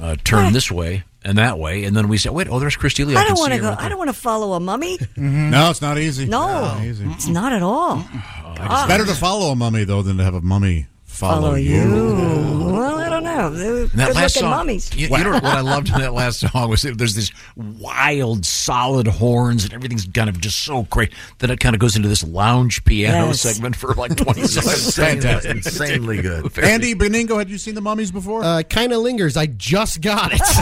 S3: uh, turn this way and that way, and then we say, wait, oh, there's Christy Lee.
S7: I
S3: can
S7: don't want
S3: see
S7: to
S3: her
S7: go.
S3: right
S7: I don't want to follow a mummy.
S8: Mm-hmm. No, it's not easy.
S7: No,
S8: Not easy.
S7: it's not at all.
S3: Oh,
S7: Ah.
S8: It's better to follow a mummy though than to have a mummy follow,
S7: Follow
S8: you.
S7: Well, I don't know. They're
S3: And that last
S7: good-looking
S3: song,
S7: mummies.
S3: You, you know what I loved in that last song was that there's these wild, solid horns, and everything's kind of just so great. Then it kind of goes into this lounge piano
S8: Yes.
S3: segment for like 25 seconds.
S8: Fantastic. Insanely
S3: good.
S8: Andy Beningo, had you seen the mummies before?
S5: Uh, kind of lingers. I just got it. just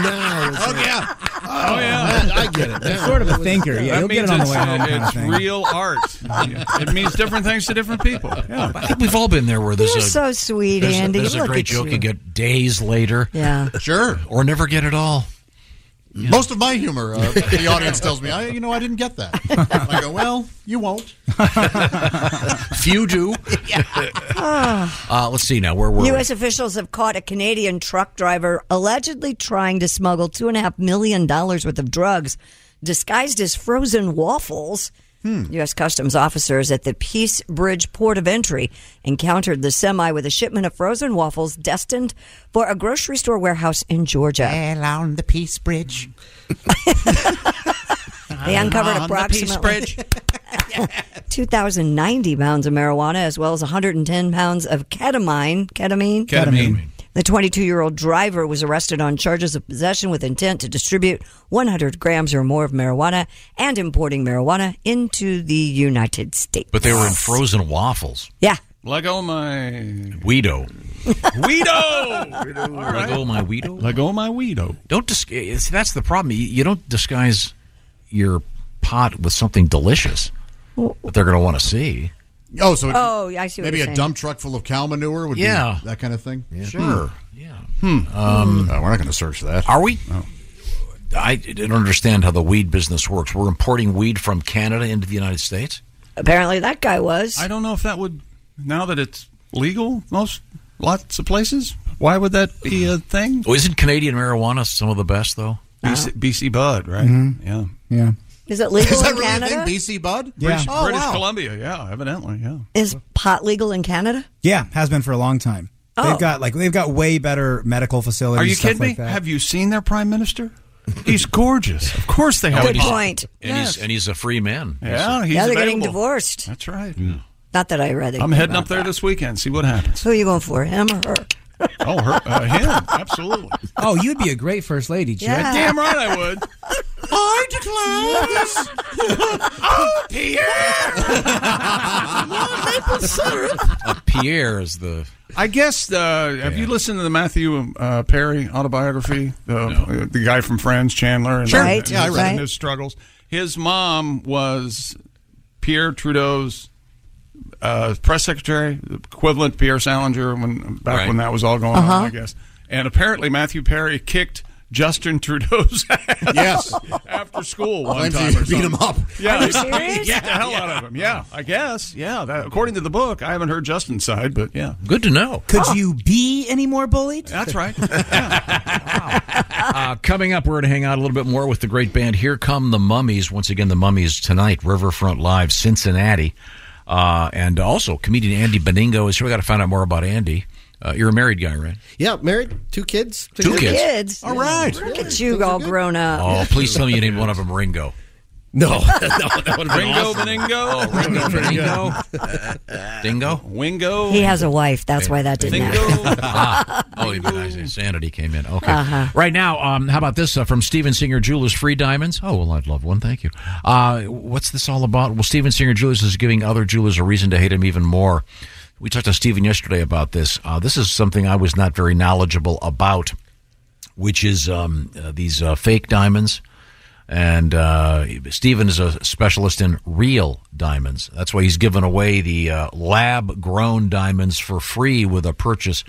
S5: now. Oh,
S8: yeah.
S5: Oh, yeah. I get it. now.
S6: Sort of a thinker. Yeah,
S1: that
S6: you'll get
S1: means
S6: it on the
S1: it's,
S6: way home. kind of
S1: it's
S6: thing.
S1: real art. it means different things to different people. Yeah.
S3: I think we've all been there where there's
S7: You're
S3: a
S7: so sweet,
S3: there's
S7: Andy.
S3: A, there's a
S7: Look
S3: great
S7: at
S3: joke you.
S7: you.
S3: get days later.
S7: Yeah.
S8: Sure.
S3: Or never get it all.
S8: Most of my humor, uh, the audience tells me, I, you know, I didn't get that. I go, well, you won't.
S3: Few do.
S7: Ah.
S3: Uh, let's see now. Where were
S7: U.S. officials have caught a Canadian truck driver allegedly trying to smuggle two and a half million dollars worth of drugs disguised as frozen waffles. U.S. Customs officers at the Peace Bridge port of entry encountered the semi with a shipment of frozen waffles destined for a grocery store warehouse in Georgia.
S10: Well, on the Peace Bridge.
S7: They uncovered
S10: On the Peace
S7: approximately
S10: Bridge.
S7: 2,090 pounds of marijuana, as well as 110 pounds of ketamine. Ketamine.
S1: Ketamine.
S7: The 22 year old driver was arrested on charges of possession with intent to distribute 100 grams or more of marijuana and importing marijuana into the United States.
S3: But they were in frozen waffles.
S7: Yeah.
S1: Lego oh, my
S3: Guido.
S1: Guido. All right.
S3: Lego oh, my Guido.
S1: Lego my Guido.
S3: Don't disguise. See, that's the problem. You, you don't disguise your pot with something delicious
S1: Oh,
S3: that they're going to want to see.
S8: Oh, so
S7: Oh, yeah, I see what
S8: maybe
S7: you're
S8: a
S7: saying.
S8: dump truck full of cow manure would
S3: Yeah. Hmm.
S8: be that kind of thing.
S3: Sure.
S8: Yeah.
S1: Hmm.
S3: Um,
S1: Uh,
S8: we're not going to search that.
S3: Are we? I don't understand how the weed business works. We're importing weed from Canada into the United States.
S7: Apparently, that guy was.
S1: I don't know if that would now that it's legal most lots of places. Why would that be a thing?
S3: Oh, isn't Canadian marijuana some of the best though?
S1: BC, BC Bud, right? Yeah.
S6: Yeah.
S7: Is it legal
S8: Is that
S7: in
S8: really
S7: Canada?
S8: a thing? BC Bud?
S1: British,
S7: Oh,
S1: British
S7: wow.
S1: Columbia, yeah, evidently, yeah.
S7: Is pot legal in Canada?
S6: Yeah, has been for a long time.
S7: Oh.
S6: They've got like they've got way better medical facilities.
S1: Are you
S6: stuff
S1: kidding me?
S6: like that.
S1: Have you seen their prime minister? He's gorgeous. Of course they have.
S7: Good
S1: pot.
S7: point.
S3: And he's and he's a free man.
S1: Yeah, Oh, he's
S7: yeah, they're getting
S1: available.
S7: divorced.
S1: That's right.
S7: Not that I read it.
S1: I'm heading up there this weekend. See what happens.
S7: Who are you going for? Him or her?
S1: Oh, her, uh, him, absolutely.
S6: Oh, you'd be a great first lady, Chet.
S7: Yeah.
S1: Damn right I would.
S21: I declare this. oh,
S1: Oh,
S3: Uh, Pierre is the
S1: I guess. Uh, have you listened to the Matthew uh, Perry autobiography? The, uh, the guy from Friends, Chandler. And,
S8: Sure.
S1: and-
S8: Right,
S1: and his-
S8: right.
S1: and his struggles. His mom was Pierre Trudeau's uh, press secretary, the equivalent Pierre Salinger when back
S3: Right.
S1: when that was all going
S7: Uh-huh.
S1: on. I guess. And apparently Matthew Perry kicked. Justin Trudeau's ass
S8: Yes.
S1: after school one
S8: Blames
S1: time
S8: you
S1: or
S8: for beating
S1: something.
S8: him up.
S1: Yeah,
S7: Are you
S1: he- he
S7: serious?
S1: kicked the hell out of him. Yeah, I guess. Yeah, that, according to the book, I haven't heard Justin's side, but yeah.
S3: good to know.
S6: Could you be any more bullied?
S1: That's right.
S3: Uh, coming up, we're going to hang out a little bit more with the great band. Here come the Mummies. Once again, the Mummies tonight, Riverfront Live, Cincinnati, uh, and also comedian Andy Beningo is here. We got to find out more about Andy. Uh, you're a married guy, right?
S5: Yeah, married, two kids.
S3: Two kids.
S7: Kids.
S8: All right.
S7: Look at you all grown up.
S3: Oh, please tell me you named one of them Ringo.
S9: No, no, that would've been
S1: Ringo
S9: awesome.
S1: Meningo?
S9: Oh, Ringo
S3: Meningo. Dingo?
S1: Wingo?
S7: He has a wife. That's why that didn't happen.
S3: Ah, oh, even I say sanity came in. Okay.
S7: Uh-huh.
S3: Right now, um, how about this uh, from Steven Singer Jewelers Free Diamonds? Oh, well, I'd love one. Thank you. Uh, what's this all about? Well, Steven Singer Jewelers is giving other jewelers a reason to hate him even more. We talked to Steven yesterday about this. Uh, this is something I was not very knowledgeable about, which is um, uh, these uh, fake diamonds. And uh, Steven is a specialist in real diamonds. That's why he's given away the uh, lab grown diamonds for free with a purchase.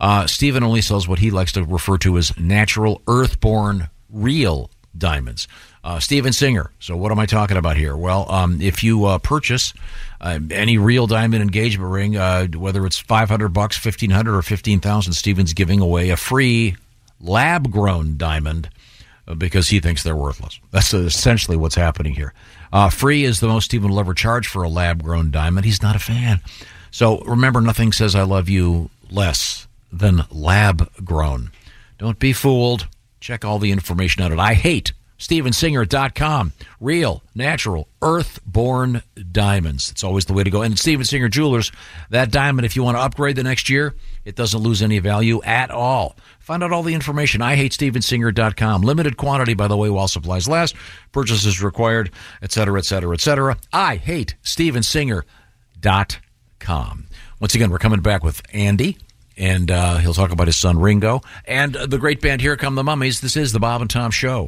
S3: Uh, Steven only sells what he likes to refer to as natural, earthborn, real diamonds. Uh, Steven Singer. So, what am I talking about here? Well, um, if you uh, purchase uh, any real diamond engagement ring, uh, whether it's 500 bucks, 1500 or 15000 Steven's giving away a free lab grown diamond uh, because he thinks they're worthless. That's essentially what's happening here. Uh, free is the most Stephen will ever charge for a lab grown diamond. He's not a fan. So remember, nothing says I love you less than lab grown. Don't be fooled. Check all the information out at I hate stevensinger.com. Real, natural, earth-born diamonds. It's always the way to go. And Steven Singer Jewelers, that diamond, if you want to upgrade the next year, it doesn't lose any value at all. Find out all the information. I hate stevensinger.com. Limited quantity, by the way, while supplies last. Purchases required, etc., etc., etc. I hate stevensinger.com. Once again, we're coming back with Andy, and uh, he'll talk about his son Ringo and uh, the great band Here Come the Mummies. This is the Bob and Tom Show.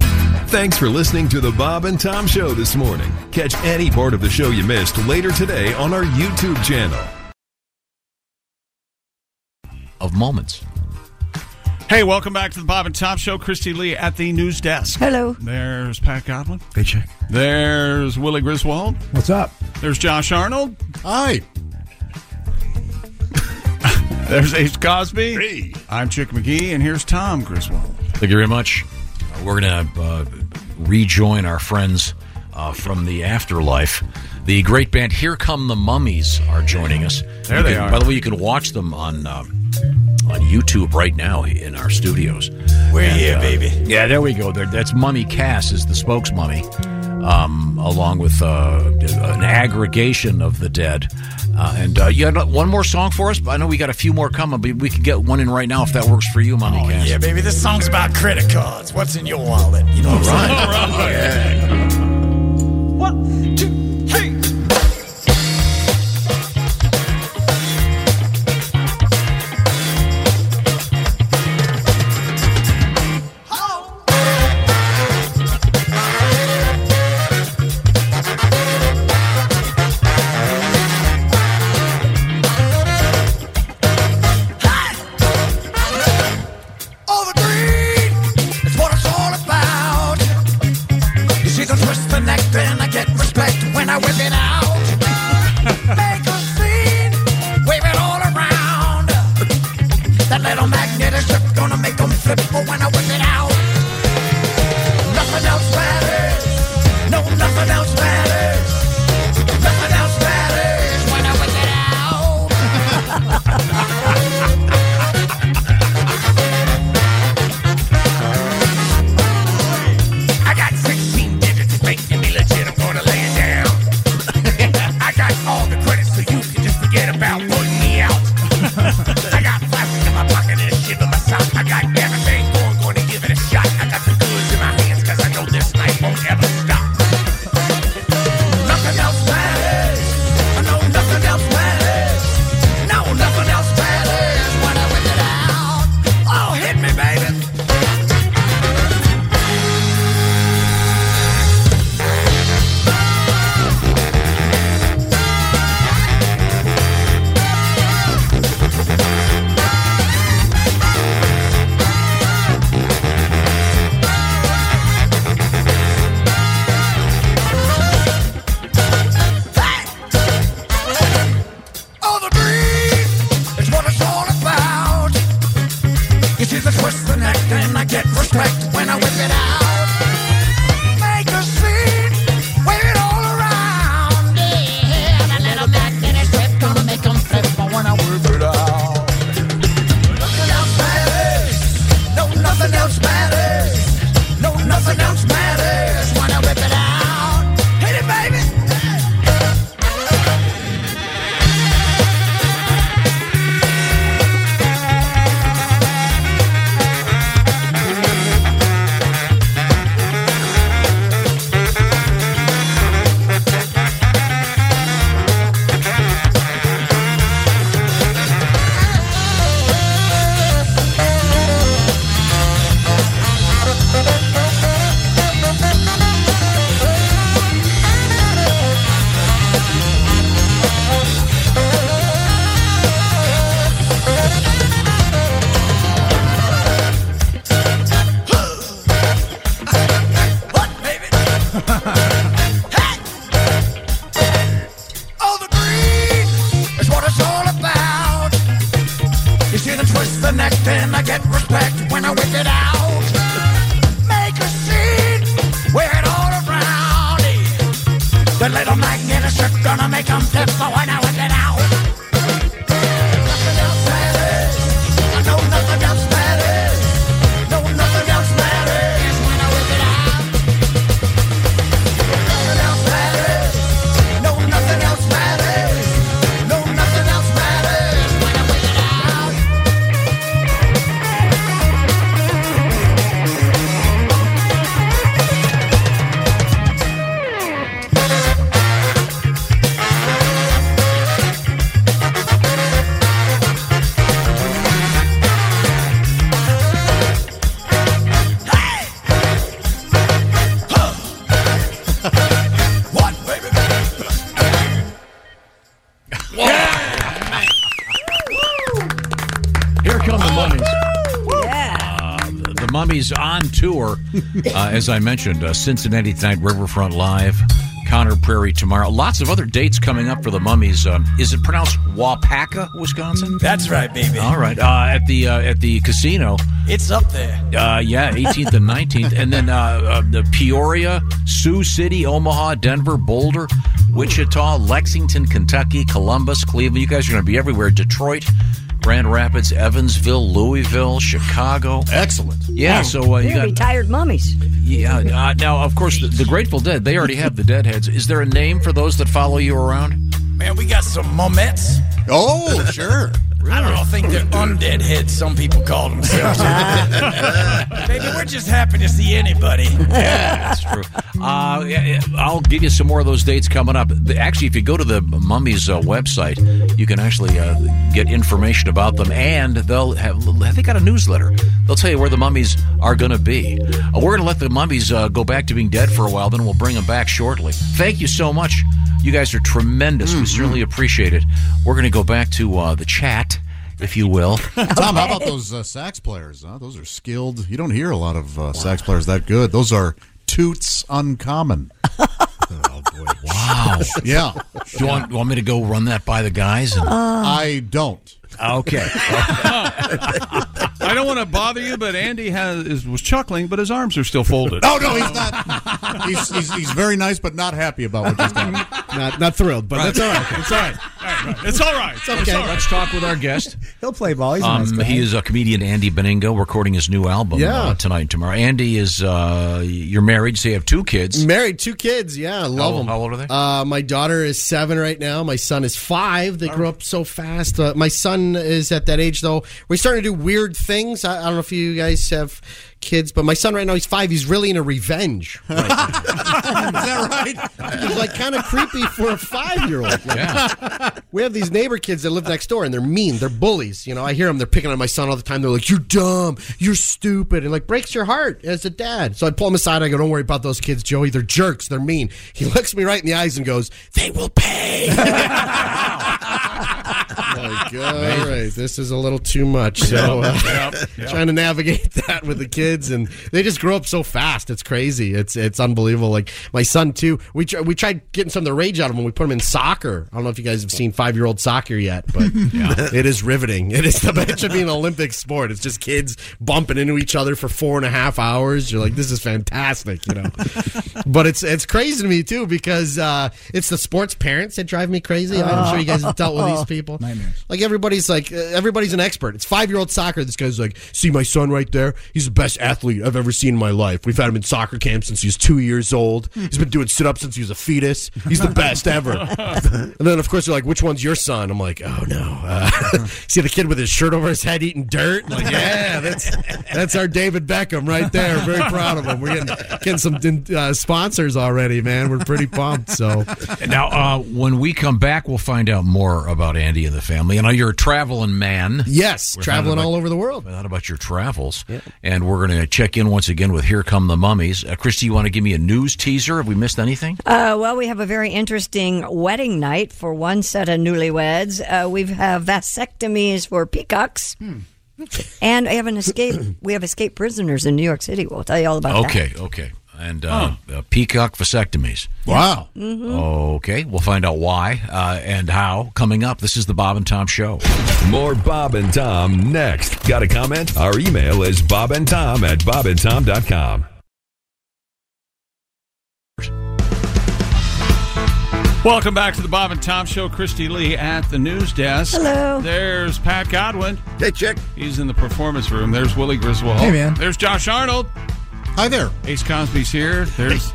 S13: Thanks for listening to the Bob and Tom Show this morning. Catch any part of the show you missed later today on our YouTube channel.
S3: Of moments.
S1: Hey, welcome back to the Bob and Tom Show. Christy Lee at the news desk.
S7: Hello.
S1: There's Pat Godwin.
S5: Hey, check.
S1: There's Willie Griswold.
S6: What's up?
S1: There's Josh Arnold. Hi. There's H. Cosby. I'm Chick McGee, and here's Tom Griswold.
S3: Thank you very much. Uh, we're going to uh, rejoin our friends uh, from the afterlife. The great band Here Come the Mummies are joining us.
S1: There
S3: You
S1: they
S3: can-
S1: are.
S3: By the way, you can watch them on uh, on YouTube right now in our studios.
S9: We're
S3: And,
S9: here,
S3: uh,
S9: baby.
S3: Yeah, there we go. There, that's Mummy Cass is the spokesmummy, um, along with uh, an aggregation of the dead. Uh, and uh, you had one more song for us. I know we got a few more coming, but we could get one in right now if that works for you, Mummy Cass.
S9: Yeah, baby, this song's about credit cards. What's in your wallet? You know what I'm saying?
S21: Oh, the greed is what it's all about. You see the twist the neck, then I get respect when I whip it out. Make a scene, wave it all around. That little magnetic strip gonna make them flip for when I whip it out. Nothing else matters. No, nothing else matters. Nothing else matters when I whip it out. I got 16 digits making me legit. I'm gonna lay it down. Oh, Oh, gonna make them flip for when I whip it out. Nothing else matters. I know nothing else matters. No, nothing else matters when I whip it out. Nothing else matters. No, nothing else matters. No, nothing else matters when I whip it out. What, baby?
S3: Here come the mummies.
S7: Yeah.
S3: Uh, the, the mummies on tour, uh, as I mentioned, uh, Cincinnati tonight, Riverfront Live, Connor Prairie tomorrow. Lots of other dates coming up for the mummies. Um, is it pronounced Wapaka, Wisconsin?
S14: That's right, baby.
S3: All right, uh, at the uh, at the casino.
S14: It's up there.
S3: Uh, yeah, 18th and 19th, and then uh, uh, the Peoria, Sioux City, Omaha, Denver, Boulder, Wichita, Lexington, Kentucky, Columbus, Cleveland. You guys are going to be everywhere. Detroit, Grand Rapids, Evansville, Louisville, Chicago. Excellent. Yeah. So uh, you
S7: They're
S3: got
S7: retired mummies.
S3: yeah. Uh, now, of course, the, the Grateful Dead. They already have the Deadheads. Is there a name for those that follow you around?
S14: Man, we got some mummets.
S3: Oh, sure.
S14: I don't know, I think they're undead heads, some people call themselves. Baby, we're just happy to see anybody.
S3: That's true. Uh, yeah, yeah, I'll give you some more of those dates coming up. The- Actually, if you go to the Mummies uh, website, you can actually uh, get information about them, and they'll have they got a newsletter. They'll tell you where the mummies are going to be. Uh, we're going to let the mummies uh, go back to being dead for a while, then we'll bring them back shortly. Thank you so much. You guys are tremendous.
S8: Mm-hmm.
S3: We certainly appreciate it. We're going to go back to uh, the chat, if you will.
S8: Tom, how about those uh, sax players? Huh? Those are skilled. You don't hear a lot of uh, sax players that good. Those are toots uncommon.
S3: Wow.
S8: Yeah.
S3: Do you want, want me to go run that by the guys? And...
S8: I don't.
S3: Okay.
S1: I don't want to bother you, but Andy has is, was chuckling, but his arms are still folded.
S8: Oh no, he's not. He's, he's, he's very nice, but not happy about what just happened.
S5: Not, not thrilled, but that's all right.
S1: It's all right. All right, right. It's all right. It's
S5: okay.
S1: all right.
S3: Let's talk with our guest.
S6: He'll play ball. He's a nice
S3: Um,
S6: guy.
S3: he is a comedian, Andy Beningo, recording his new album
S5: Yeah.
S3: uh, tonight and tomorrow. Andy is uh, you're married, so you have two kids.
S5: Married, two kids. Yeah, I love
S3: How-
S5: them.
S3: how old are they?
S5: Uh, my daughter is seven right now. My son is five. They grew up so fast. Uh, my son is at that age though. We're starting to do weird things. I, I don't know if you guys have kids, but my son right now he's five. He's really into revenge. Right now.
S21: Is that right?
S5: It's like kind of creepy for a five year
S8: Oh
S5: old.
S21: Yeah.
S5: We have these neighbor kids that live next door and they're mean. They're bullies. You know, I hear them. They're picking on my son all the time. They're like, you're dumb. You're stupid. And like breaks your heart as a dad. So I pull him aside. I go, don't worry about those kids, Joey. They're jerks. They're mean. He looks me right in the eyes and goes, they will pay. like, all right, this is a little too much. So uh,
S21: Yep, yep.
S5: trying to navigate that with the kids, and they just grow up so fast. It's crazy. It's it's unbelievable. Like my son too. We tr- we tried getting some of the rage out of him when we put him in soccer. I don't know if you guys have seen five year old soccer yet, but it is riveting. It is the it should be an Olympic sport. It's just kids bumping into each other for four and a half hours. You're like, this is fantastic, you know. but it's it's crazy to me too because uh, it's the sports parents that drive me crazy. I'm sure you guys have dealt with
S9: Oh.
S21: Oh.
S5: these people. Like everybody's like uh, everybody's an expert. It's five year old soccer. This guy's like, see my son right there. He's the best athlete I've ever seen in my life. We've had him in soccer camp since he was two years old. He's been doing sit ups since he was a fetus. He's the best ever. and then of course you're like, which one's your son? I'm like, oh no. Uh, see the kid with his shirt over his head eating dirt. Like yeah, that's that's our David Beckham right there. Very proud of him. We're getting getting some uh, sponsors already, man. We're pretty pumped. So
S3: Now, uh, when we come back, we'll find out more about Andy and the family. And uh, you're a traveling man.
S5: Yes,
S3: We're
S5: traveling
S3: finding
S5: all over the world.
S3: out about your travels, and we're going to check in once again with "Here Come the Mummies." Uh, Christy, you want to give me a news teaser? Have we missed anything?
S7: Uh, well, we have a very interesting wedding night for one set of newlyweds. Uh, we have vasectomies for peacocks. And we have an escape. We have escape prisoners in New York City. We'll tell you all about
S3: Okay, okay. And uh, uh, peacock vasectomies.
S8: Wow.
S7: that. Mhm.
S3: Mm-hmm. Okay, we'll find out why uh, and how coming up. This is the Bob and Tom Show.
S13: More Bob and Tom next. Got a comment? Our email is Bob and Tom at bobandtom.com.
S1: Welcome back to the Bob and Tom Show. Christy Lee at the news desk.
S25: Hello.
S1: There's Pat Godwin.
S26: Hey, chick.
S1: He's in the performance room. There's Willie Griswold.
S20: Hey, man.
S1: There's Josh Arnold. Hi there. Ace Cosby's here. There's.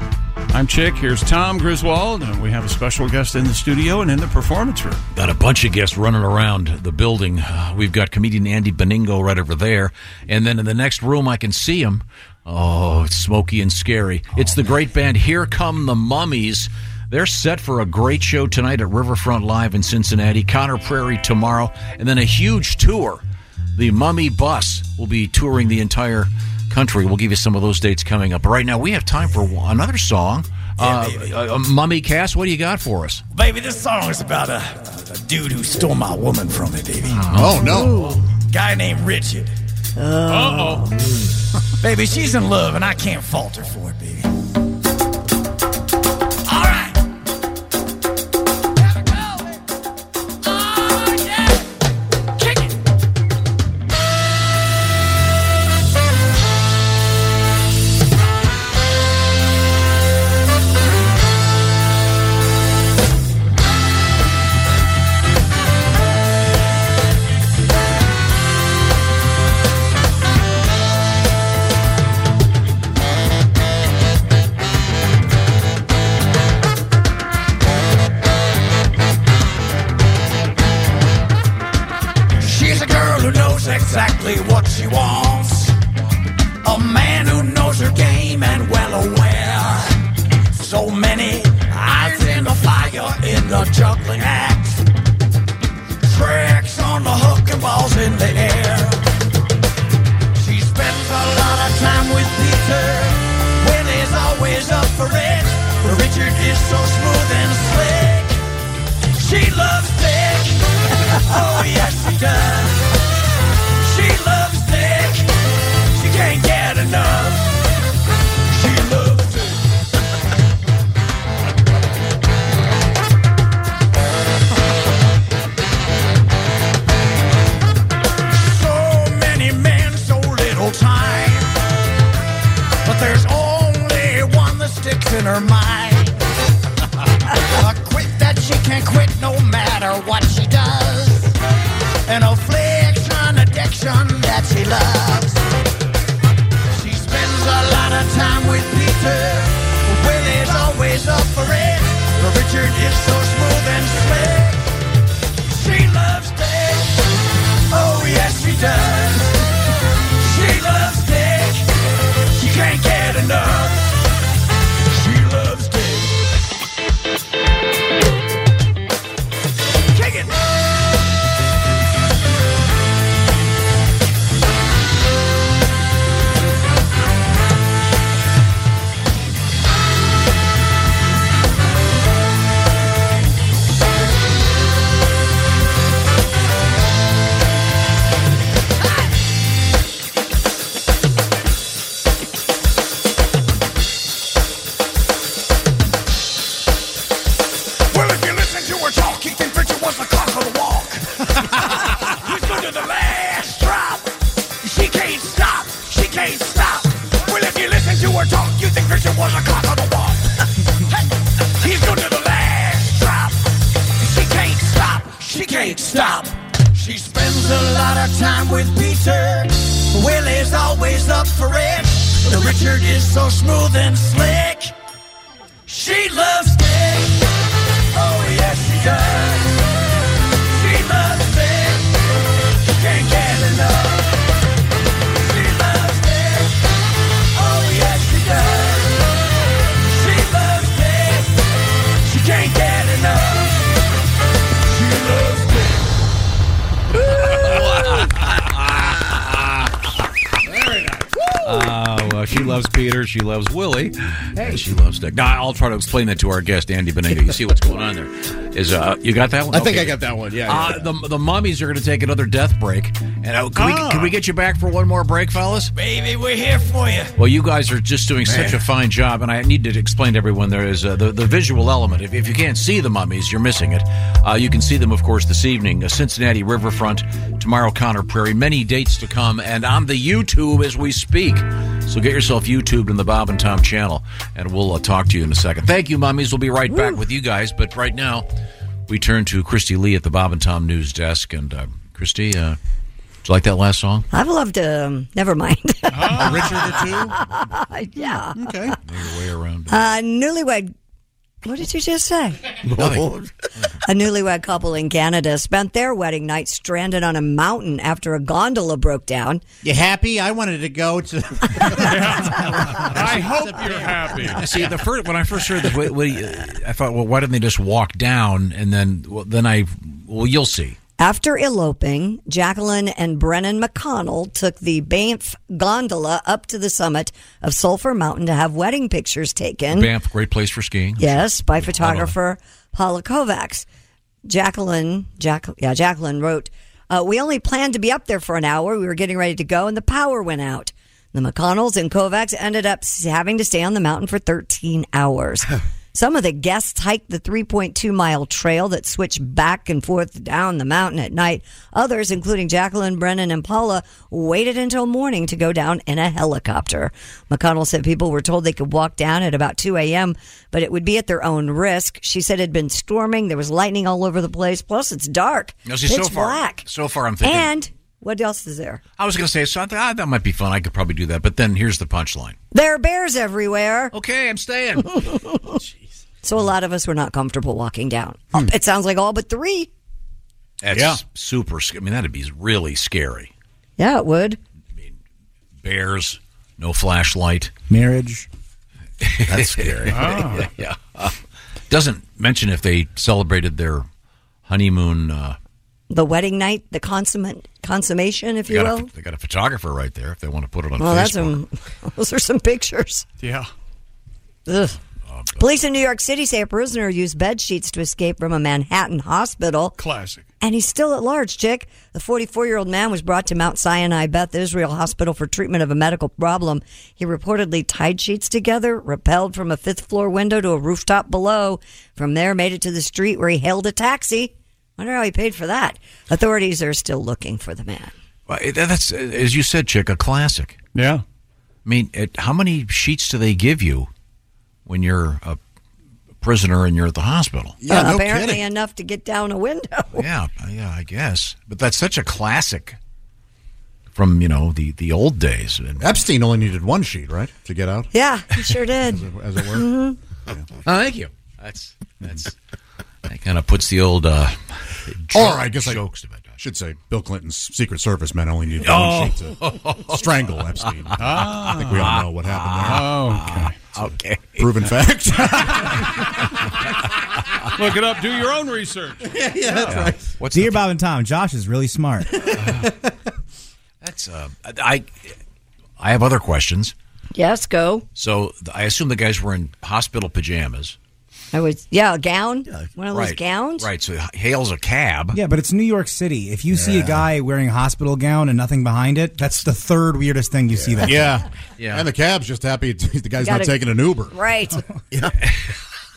S1: I'm Chick. Here's Tom Griswold, and we have a special guest in the studio and in the performance room.
S3: Got a bunch of guests running around the building. Uh, We've got comedian Andy Beningo right over there. And then in the next room, I can see him. Oh, it's smoky and scary. it's the great band Here Come the Mummies. They're set for a great show tonight at Riverfront Live in Cincinnati, Connor Prairie tomorrow, and then a huge tour. The Mummy Bus will be touring the entire country. We'll give you some of those dates coming up. But right now, we have time for one- another song. Uh, uh, uh, Mummy Cass, what do you got for us?
S15: Baby, this song is about a, a dude who stole my woman from me, baby.
S3: Oh, no.
S15: Guy named Richard.
S3: Oh.
S7: Uh-oh.
S15: baby, she's in love, and I can't fault her for it, baby. All right. She's a girl who knows exactly what she wants. A man who knows her game and well aware. So many eyes in the fire in the juggling act. Tricks on the hook and balls in the air. She spends a lot of time with Peter. When he's always up for it. Richard is so smooth and slick. She loves dick. Oh, yes, she does. She loves dick. She can't get enough. She loves dick. so many men, so little time. But there's only one that sticks in her mind. A quit that she can't quit no matter what she does. An affliction, addiction that she loves. She spends a lot of time with Peter. Willie's always up for it. But Richard is so smooth and slick. She loves dick. Oh, yes, she does. She loves dick. She can't get enough. She loves dick. Kick it! Well, if you listen to her talk, you think Richard was the cock of the walk. He's good to the last drop. She can't stop. She can't stop. Well, if you listen to her talk, you think Richard was a cock of the walk. He's good to the last drop. She can't stop. She can't stop. She spends a lot of time with Peter. Willie's always up for it. Richard is so smooth and slick. She loves dick. Oh yes, she does. She loves dick. She can't get enough. She loves dick. Oh yes, she does. She loves dick. She can't get enough. She loves dick.
S3: Uh, well, she loves Peter. She loves Willie. And she loves Dick. Now, I'll try to explain that to our guest, Andy Benega. You see what's going on there. Is uh, You got that one?
S8: I think
S3: Okay.
S8: I got that one. Yeah.
S3: Uh, the, the mummies are going to take another death break. And uh, can,
S8: Ah.
S3: we, can we get you back for one more break, fellas?
S15: Baby, we're here for you.
S3: Well, you guys are just doing such
S15: Man.
S3: a fine job, and I need to explain to everyone there is uh, the, the visual element. If, if you can't see the mummies, you're missing it. Uh, you can see them, of course, this evening, uh, Cincinnati Riverfront, tomorrow, Connor Prairie, many dates to come, and on the YouTube as we speak. So get yourself YouTubed in the Bob and Tom channel, and we'll uh, talk to you in a second. Thank you, mummies. We'll be right back with you guys. But right now, we turn to Christy Lee at the Bob and Tom news desk. And uh, Christy, uh, did you like that last song?
S7: I've loved. Um, never mind.
S3: Oh. Richard
S7: or two? yeah. Okay.
S3: Your way around.
S7: Uh, newlywed. What did you just say?
S3: Nothing.
S7: A newlywed couple in Canada spent their wedding night stranded on a mountain after a gondola broke down.
S27: You happy? I wanted to go to.
S1: I hope you're happy.
S3: See, the first when I first heard this, what, what, do you- I thought, well, why didn't they just walk down and then, well, then I, well, you'll see.
S7: After eloping, Jacqueline and Brennan McConnell took the Banff gondola up to the summit of Sulphur Mountain to have wedding pictures taken.
S3: Banff, great place for skiing.
S7: Yes, by photographer Paula Kovacs. Jacqueline, Jack, yeah, Jacqueline wrote, uh, "We only planned to be up there for an hour. We were getting ready to go, and the power went out. The McConnells and Kovacs ended up s- having to stay on the mountain for 13 hours. Some of the guests hiked the 3.2 mile trail that switched back and forth down the mountain at night. Others, including Jacqueline, Brennan, and Paula, waited until morning to go down in a helicopter. McConnell said people were told they could walk down at about 2 a.m., but it would be at their own risk. She said it had been storming, there was lightning all over the place, plus it's dark.
S3: Now, see,
S7: pitch
S3: so far,
S7: black.
S3: so far, I'm thinking.
S7: And what else is there?
S3: I was going to say something. Ah, that might be fun. I could probably do that. But then here's the punchline.
S7: There are bears everywhere.
S3: Okay, I'm staying.
S7: so a lot of us were not comfortable walking down.
S3: Hmm.
S7: It sounds like all but three.
S3: That's yeah. super. sc- I mean, that'd be really scary.
S7: Yeah, it would.
S3: Bears, no flashlight.
S6: Marriage.
S3: That's scary.
S1: Oh. Ah.
S3: yeah. Uh, doesn't mention if they celebrated their honeymoon. Uh,
S7: The wedding night, the consummate consummation, if
S3: they,
S7: you
S3: got a,
S7: will.
S3: they got a photographer right there if they want to put it on
S7: Well, that's
S3: Facebook.
S7: some, those are some pictures.
S1: Yeah.
S7: Ugh.
S3: Oh,
S7: Police in New York City say a prisoner used bed sheets to escape from a Manhattan hospital.
S1: Classic.
S7: And he's still at large, chick. The 44 year old man was brought to Mount Sinai Beth Israel Hospital for treatment of a medical problem. He reportedly tied sheets together, rappelled from a fifth floor window to a rooftop below. From there, made it to the street where he hailed a taxi. Wonder how he paid for that. Authorities are still looking for the man.
S3: Well, it- that's uh, as you said, chick, a classic.
S1: Yeah.
S3: I mean, it, how many sheets do they give you when you're a prisoner and you're at the hospital?
S7: Uh, apparently enough to get down a window.
S3: Yeah, yeah, I guess. But that's such a classic from you know the the old days. And
S8: Epstein only needed one sheet, right, to get out,
S7: Yeah, he sure did. as
S8: it, as it were.
S7: Mhm.
S3: Oh, thank you. That's that's that kind of puts the old. Uh,
S8: Or I guess I
S3: jokes
S8: should say Bill Clinton's Secret Service men only needed
S3: Oh.
S8: one sheet to strangle Epstein.
S1: Ah.
S8: I think we all know what happened
S3: there. okay.
S8: Proven fact.
S1: Look it up. Do your own research.
S8: yeah,
S6: Dear Bob and Tom, Josh is really smart.
S3: That's uh, I I have other questions.
S7: Yes, go.
S3: So I assume the guys were in hospital pajamas.
S7: I was, yeah, a gown. One of those
S3: Right.
S7: gowns.
S3: Right. So hails a cab.
S6: Yeah, but it's New York City. If you see a guy wearing a hospital gown and nothing behind it, that's the third weirdest thing you see that.
S8: Yeah.
S3: Yeah.
S8: And the cab's just happy t- the guy's
S6: You
S8: not
S6: gotta-
S8: taking an Uber.
S7: Right.
S8: yeah.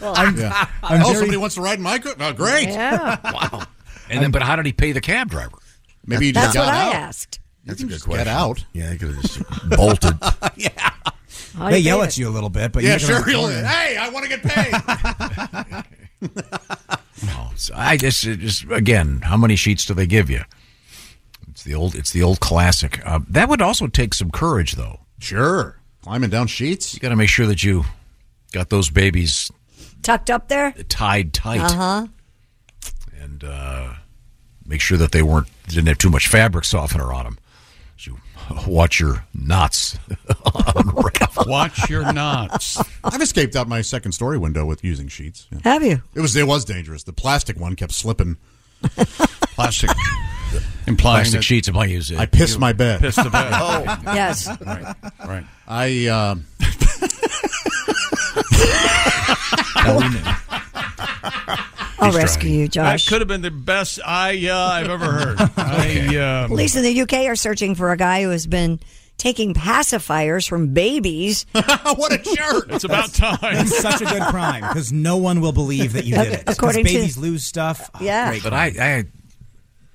S7: I'm,
S8: yeah.
S6: I'm
S8: oh,
S6: very-
S8: somebody wants to ride in my car? Oh, great.
S7: Yeah.
S3: wow. And then, but how did he pay the cab driver?
S8: Maybe he
S7: That's
S8: just
S7: what
S8: got
S7: I
S8: out.
S7: asked.
S9: That's a
S8: You can
S9: good
S8: just
S9: question.
S8: Get out.
S9: Yeah, I could have just bolted.
S6: They yell at you a little bit, but
S8: yeah,
S6: you look around
S8: sure.
S6: the
S8: He'll,
S6: corner.
S8: hey, I want to get paid.
S3: So I just, it just again, how many sheets do they give you? It's the old, it's the old classic. Uh, that would also take some courage, though.
S8: Sure, climbing down sheets.
S3: You got to make sure that you got those babies
S7: Tucked up there?
S3: tied tight,
S7: Uh huh.
S3: and uh, make sure that they weren't didn't have too much fabric softener on them. You watch your knots.
S1: Watch your knots.
S8: I've escaped out my second story window with using sheets. Yeah.
S7: Have you?
S8: It was it was dangerous. The plastic one kept slipping.
S1: plastic.
S8: Implying
S3: Plastic
S8: that-
S3: sheets imply you said-
S8: I pissed
S3: You
S8: my bed.
S3: pissed the bed.
S8: oh.
S7: Yes.
S8: Right.
S1: Right.
S8: I. Um,
S7: I'll rescue you,
S1: That
S7: Josh.
S1: could have been the best I uh, I've ever heard. I, um,
S7: Police in the UK are searching for a guy who has been taking pacifiers from babies.
S8: what a jerk!
S1: It's about time.
S6: That's such a good crime because no one will believe that you did it. 'Cause
S7: According to-
S6: babies lose stuff. Oh,
S7: Yeah.
S6: great
S3: But I,
S6: crime.
S3: I,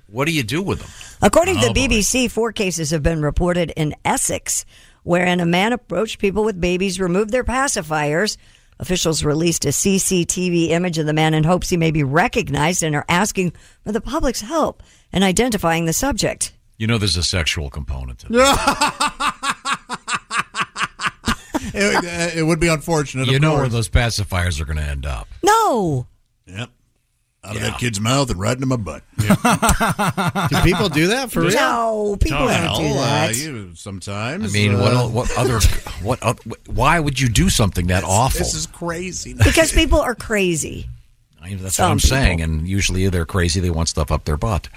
S3: what do you do with them?
S7: According to
S3: Oh,
S7: the BBC, four cases have been reported in Essex wherein a man approached people with babies, removed their pacifiers. Officials released a CCTV image of the man in hopes he may be recognized and are asking for the public's help in identifying the subject.
S3: You know, there's a sexual component. To
S8: it, uh, it would be unfortunate.
S3: this. You
S8: of
S3: know where
S8: course.
S3: those pacifiers are going to end up.
S7: No.
S8: Yep. Out of that kid's mouth and right into my butt.
S5: Do people do that for real?
S7: No, people
S8: No,
S7: don't do
S8: uh,
S7: that.
S8: you- sometimes.
S3: I mean, what
S8: uh,
S3: el- what other what? oth- Why would you do something that awful?
S8: This is crazy.
S7: Because people are crazy.
S3: I mean, that's
S7: Some
S3: what I'm saying.
S7: people.
S3: And usually they're crazy. They want stuff up their butt.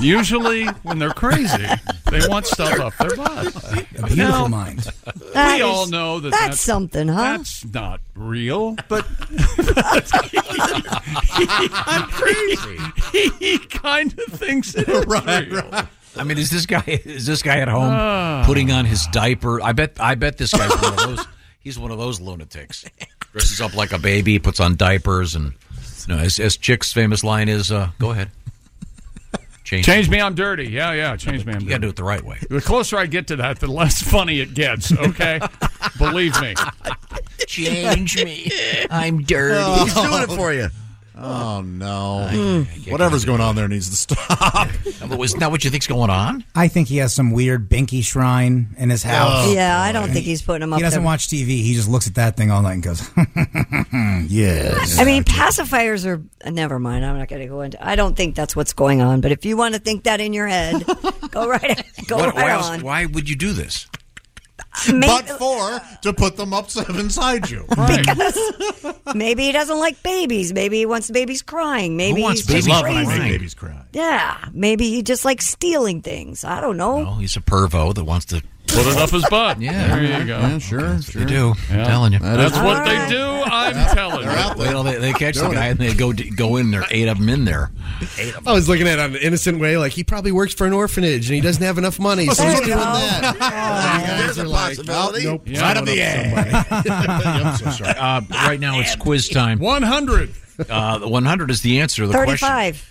S1: Usually, when they're crazy, they want stuff up their butt.
S3: A beautiful
S1: mind. We
S7: That is-
S1: all know that
S7: that's, something, huh?
S1: That's not real, but
S21: I'm
S1: crazy. He, kind of thinks it is real.
S3: I mean, is this guy is this guy at home
S8: Uh,
S1: Ah.
S3: putting on his diaper? I bet I bet this guy's one of those. He's one of those lunatics. Dresses up like a baby, puts on diapers, and you know, as, as Chick's famous line is, uh, "Go ahead, change."
S1: Change me, I'm dirty. Yeah, yeah. Change me, I'm dirty.
S3: You got to do it the right way.
S1: The closer I get to that, the less funny it gets. Okay, believe me.
S3: Change me. I'm dirty.
S8: Oh.
S9: He's doing it for you.
S8: Oh no!
S9: I-
S6: I can't
S8: Whatever's going on there needs to stop.
S3: Isn't that what you think's going on?
S6: I think he has some weird binky shrine in his
S15: Oh,
S6: house.
S7: yeah, I don't think he's putting them up
S6: Oh, He doesn't
S7: there.
S6: watch TV. He just looks at that thing all night and goes, yes.
S7: I mean, pacifiers are. uh, Never mind. I'm not going to go into. I don't think that's what's going on. But if you want to think that in your head, go right. Go right
S3: What- why, else-
S7: on.
S3: why would you do this?
S8: but for to put them up seven inside you.
S7: Because maybe he doesn't like babies. Maybe he wants babies crying. Maybe
S3: wants
S7: he's just
S3: babies
S7: crazy.
S3: crying?
S8: Babies cry.
S7: Yeah. Maybe he just likes stealing things. I don't know.
S3: Well, Oh, he's a pervo that wants to
S1: Put it up his butt.
S3: Yeah,
S1: there you go.
S3: Yeah,
S8: sure,
S3: sure. They do. I'm telling you,
S1: That's what they do. I'm telling you.
S3: Well, they, they catch the guy and they go go in. There are eight of them in there. Eight of
S5: I was looking at it on an innocent way, like he probably works for an orphanage and he doesn't have enough money, so he's doing that.
S9: There's
S15: oh,
S9: a possibility.
S5: Nope.
S3: Yeah. Right up the
S9: I'm so sorry.
S3: Uh, right now it's quiz time.
S1: One hundred.
S3: Uh, the one hundred is the answer. to The question.
S7: Thirty-five.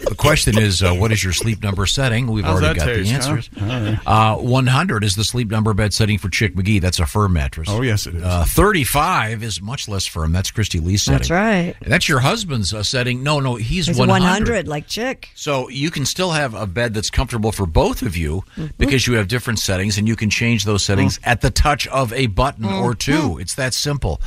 S3: The question is, uh, what is your sleep number setting? We've
S1: How's
S3: already
S1: that
S3: got
S1: taste,
S3: the answers.
S1: huh? All right.
S3: Uh, one hundred is the sleep number bed setting for Chick McGee. That's a firm mattress.
S1: Oh, yes, it is.
S3: Uh, Thirty-five is much less firm. That's Christy Lee's setting.
S7: That's right.
S3: And that's your husband's uh, setting. No, no, he's
S7: He's
S3: one hundred.
S7: 100 like chick.
S3: So you can still have a bed that's comfortable for both of you because you have different settings and you can change those settings at the touch of a button or two. It's that simple.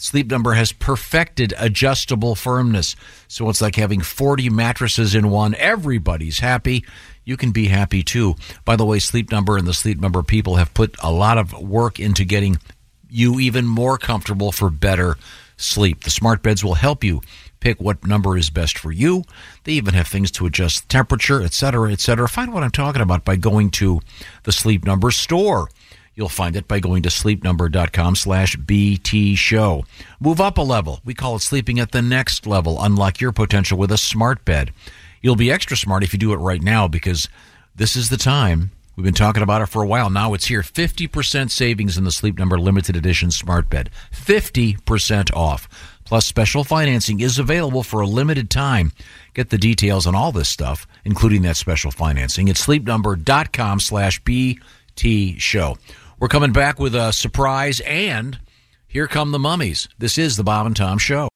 S3: Sleep Number has perfected adjustable firmness. So it's like having 40 mattresses in one. Everybody's happy. You can be happy too. By the way, Sleep Number and the Sleep Number people have put a lot of work into getting you even more comfortable for better sleep. The smart beds will help you pick what number is best for you. They even have things to adjust temperature, etc., etc. Find what I'm talking about by going to the Sleep Number store. You'll find it by going to sleepnumber.com slash BT show. Move up a level. We call it sleeping at the next level. Unlock your potential with a smart bed. You'll be extra smart if you do it right now because this is the time. We've been talking about it for a while. Now it's here. 50% savings in the Sleep Number limited edition smart bed. 50% off. Plus, special financing is available for a limited time. Get the details on all this stuff, including that special financing, at sleepnumber.com slash BT show. We're coming back with a surprise, and here come the mummies. This is the Bob and Tom Show.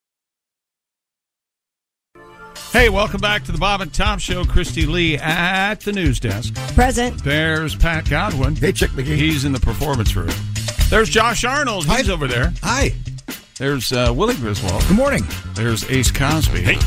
S1: Hey, welcome back to the Bob and Tom Show. Christy Lee at the news desk.
S7: Present.
S1: There's Pat Godwin. Hey, Chick McGee. He's in the performance room. There's Josh Arnold. He's over there.
S8: Hi.
S1: There's uh, Willie Griswold.
S6: Good morning.
S1: There's Ace Cosby. Hey.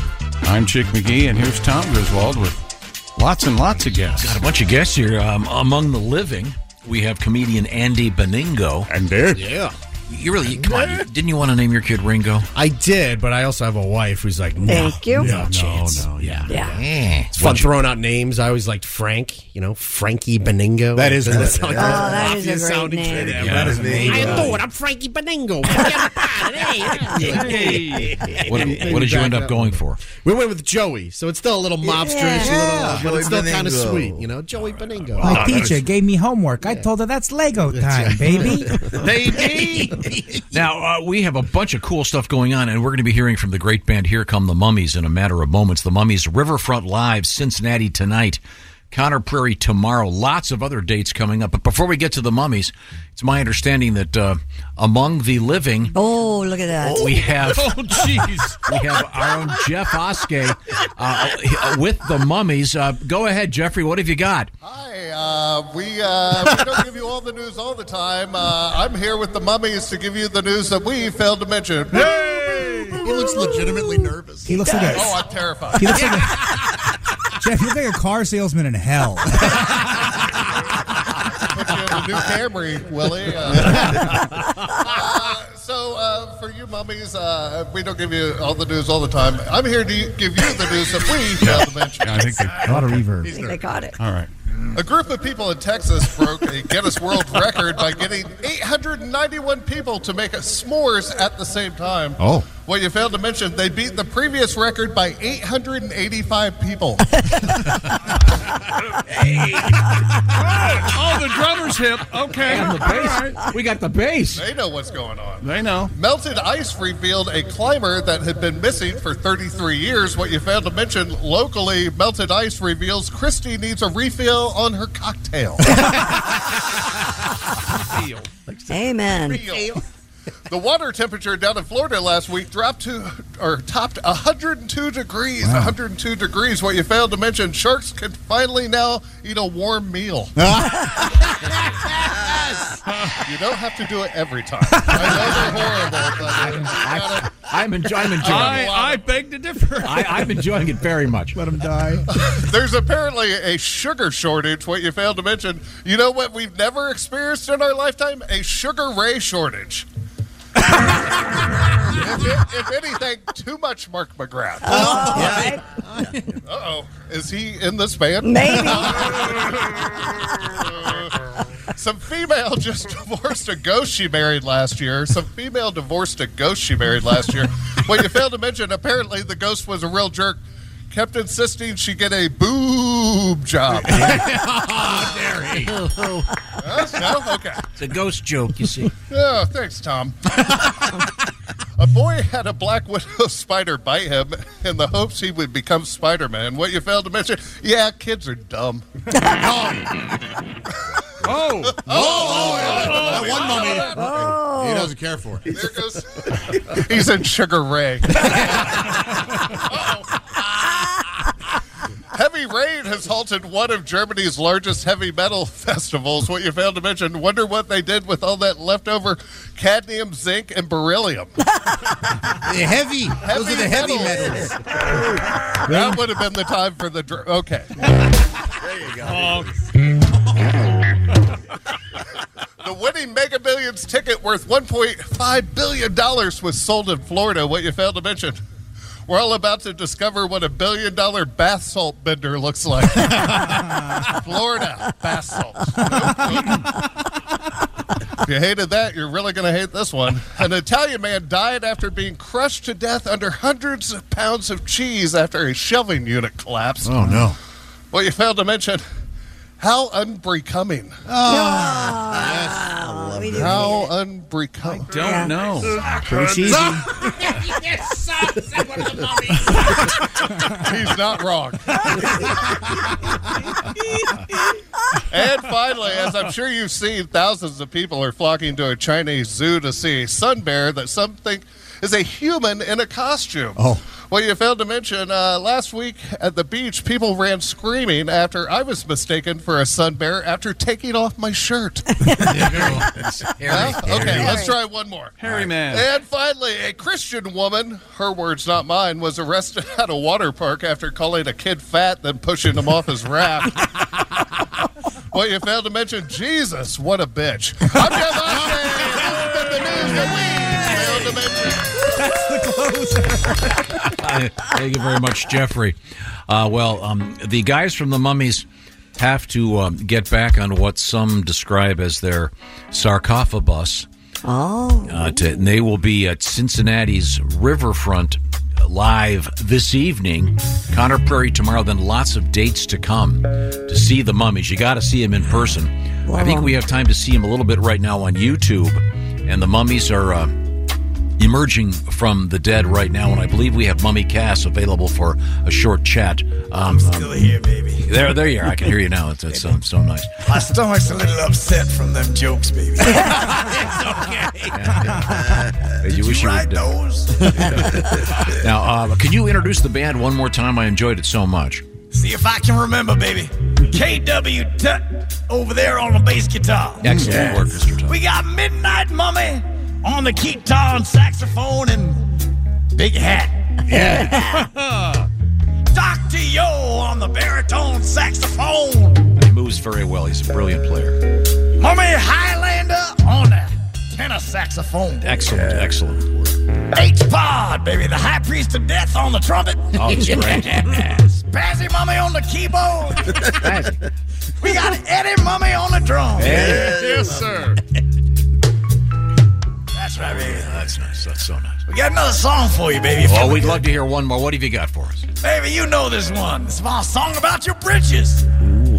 S1: I'm Chick McGee, and here's Tom Griswold with lots and lots of guests.
S3: Got a bunch of guests here. Um, among the living, we have comedian Andy Beningo.
S8: Andy.
S3: Yeah. You really, come on, you- didn't you want to name your kid Ringo?
S5: I did, but I also have a wife who's like, no,
S7: Mm-hmm. Thank you.
S5: No,
S7: No chance.
S5: no, no, yeah.
S7: Yeah.
S5: It's fun throwing out names. I always liked Frank, you know, Frankie Beningo.
S8: That is
S5: Doesn't
S8: a-
S5: that sound like
S8: Oh,
S5: the
S8: that
S7: is a
S5: obvious
S7: great
S5: sounding
S7: name.
S5: thing?
S8: Yeah, that is
S5: I
S8: neat.
S5: adore it. I'm Frankie Beningo. Forget about it. Hey.
S3: What, what did you end up going for?
S5: We went with Joey, so it's still a little mobsterish,
S6: Yeah.
S5: a little, but it's still
S6: Joey
S5: kind of
S6: Beningo. Oh,
S5: sweet, you know. Joey Beningo.
S6: My teacher gave me homework. I told her that's Lego time, baby.
S3: baby. now uh, we have a bunch of cool stuff going on, and we're going to be hearing from the great band Here Come the Mummies in a matter of moments. The Mummies Riverfront Live, Cincinnati tonight. Counter Prairie tomorrow. Lots of other dates coming up. But before we get to the mummies, it's my understanding that uh, among the living,
S7: oh look at that,
S3: we have
S7: Oh, jeez.
S3: we have our own Jeff Oskey uh, with the mummies. Uh, go ahead, Jeffrey. What have you got?
S11: Hey, uh, we, uh, we don't give you all the news all the time. Uh, I'm here with the mummies to give you the news that we failed to mention. Hey! He looks legitimately nervous.
S6: He looks like a-
S11: Oh, I'm terrified.
S6: He looks like Jeff, you look like a car salesman in hell.
S11: Put you in the new Camry, Willie. Uh, uh, so, uh, for you mummies, uh, we don't give you all the news all the time. I'm here to give you the news that we failed to mention.
S6: a lot of reverb.
S11: He's nervous.
S7: got it.
S1: All right.
S11: A group of people in Texas broke a Guinness World Record by getting 891 people to make a s'mores at the same time.
S8: Oh.
S11: Well, you failed to mention they beat the previous record by 885 people.
S1: Oh, the drummer's hip. Okay.
S11: And the bass.
S3: We got the bass.
S11: They know what's going on.
S1: They know.
S11: Melted ice revealed a climber that had been missing for 33 years. What you failed to mention locally, melted ice reveals Christy needs a refill on her cocktail.
S7: Amen.
S11: Real. The water temperature down in Florida last week dropped to or topped 102 degrees. 102 degrees. What you failed to mention, sharks can finally now eat a warm meal. You don't have to do it every time. I know they're horrible. But
S3: I, I'm, enjoy- I'm enjoying it.
S1: I, I beg to differ.
S3: I, I'm enjoying it very much. Let
S6: him die.
S11: There's apparently a sugar shortage, what you failed to mention. You know what we've never experienced in our lifetime? A sugar ray shortage. if, if anything, too much Mark McGrath.
S7: Oh,
S11: Uh oh. Is he in this band?
S7: Maybe.
S11: Uh, Some female just divorced a ghost she married last year. Some female divorced a ghost she married last year. But you failed to mention, apparently, the ghost was a real jerk. Kept insisting she get a boob job. Yes? No? Okay.
S3: It's a ghost joke, you see.
S11: Oh, thanks, Tom. a boy had a black widow spider bite him in the hopes he would become Spider Man. What you failed to mention? Yeah, kids are dumb.
S1: Oh,
S11: oh, oh,
S8: That one mummy.
S15: oh.
S8: He doesn't
S11: care for it. There goes. He's in Sugar Ray. Heavy rain has halted one of Germany's largest heavy metal festivals. What you failed to mention, wonder what they did with all that leftover cadmium, zinc, and beryllium.
S27: heavy.
S11: Those are the heavy metals. that would have been the time for the. Dr- okay. The winning Mega Millions ticket worth $1.5 billion was sold in Florida. What you failed to mention. We're all about to discover what a billion dollar bath salt bender looks like. Florida bath salt. If you hated that, you're really going to hate this one. An Italian man died after being crushed to death under hundreds of pounds of cheese after a shelving unit collapsed.
S8: Oh, no.
S11: Well, you failed to mention how unbecoming.
S8: Ah.
S11: How unbecoming.
S1: Don't know.
S11: Pretty cheesy.
S21: yes, sucks. I'm one of the mummies.
S11: He's not wrong. and finally, as I'm sure you've seen, thousands of people are flocking to a Chinese zoo to see a sun bear that some think is a human in a costume. Oh. Well, you failed to mention uh, last week at the beach, people ran screaming after I was mistaken for a sun bear after taking off my shirt. Huh? okay, let's try one more.
S1: Harry man.
S11: And finally, a Christian woman, her words not mine, was arrested at a water park after calling a kid fat, then pushing him off his raft. well, you failed to mention Jesus. What a bitch. I'm Jeff Osterman. This has been the news that we failed to mention.
S3: Uh, Thank you very much, Jeffrey. Uh, well, um, the guys from the Mummies have to um, get back on what some describe as their sarcophagus.
S7: Oh.
S3: Uh, to, and they will be at Cincinnati's Riverfront uh, live this evening. Connor Prairie tomorrow, then lots of dates to come to see the mummies. You got to see them in person. I think we have time to see them a little bit right now on YouTube. And the mummies are. Uh, emerging from the dead right now, and I believe we have Mummy Cass available for a short chat. Um,
S15: Still here, baby.
S3: there, there you are. I can hear you now. It's, it's um, so nice.
S15: My stomach's a little upset from them jokes, baby.
S3: you wish you write
S15: those?
S3: now, uh, can you introduce the band one more time? I enjoyed it so much.
S15: See if I can remember, baby. KW Tut over there on the bass guitar.
S3: Excellent work, Mr. Tut.
S15: We got Midnight Mummy on the guitar and saxophone and big hat. Yeah. Dr. Yo on the baritone saxophone.
S3: He moves very well. He's a brilliant player.
S15: Mummy
S5: Oh,
S15: Highlander on the tenor saxophone.
S3: Excellent, excellent.
S15: H Pod, baby, the high priest of death on the trumpet.
S3: Oh, that's great.
S15: Spazzy Mummy on the keyboard. we got Eddie Mummy on the drum.
S11: Yes, sir.
S15: That's right, baby.
S3: That's nice. That's so nice.
S15: We got another song for you, baby. if
S3: Oh,
S15: you-
S3: we'd love to hear one more. What have you got for us?
S15: Baby, you know this one. It's my song about your britches. One,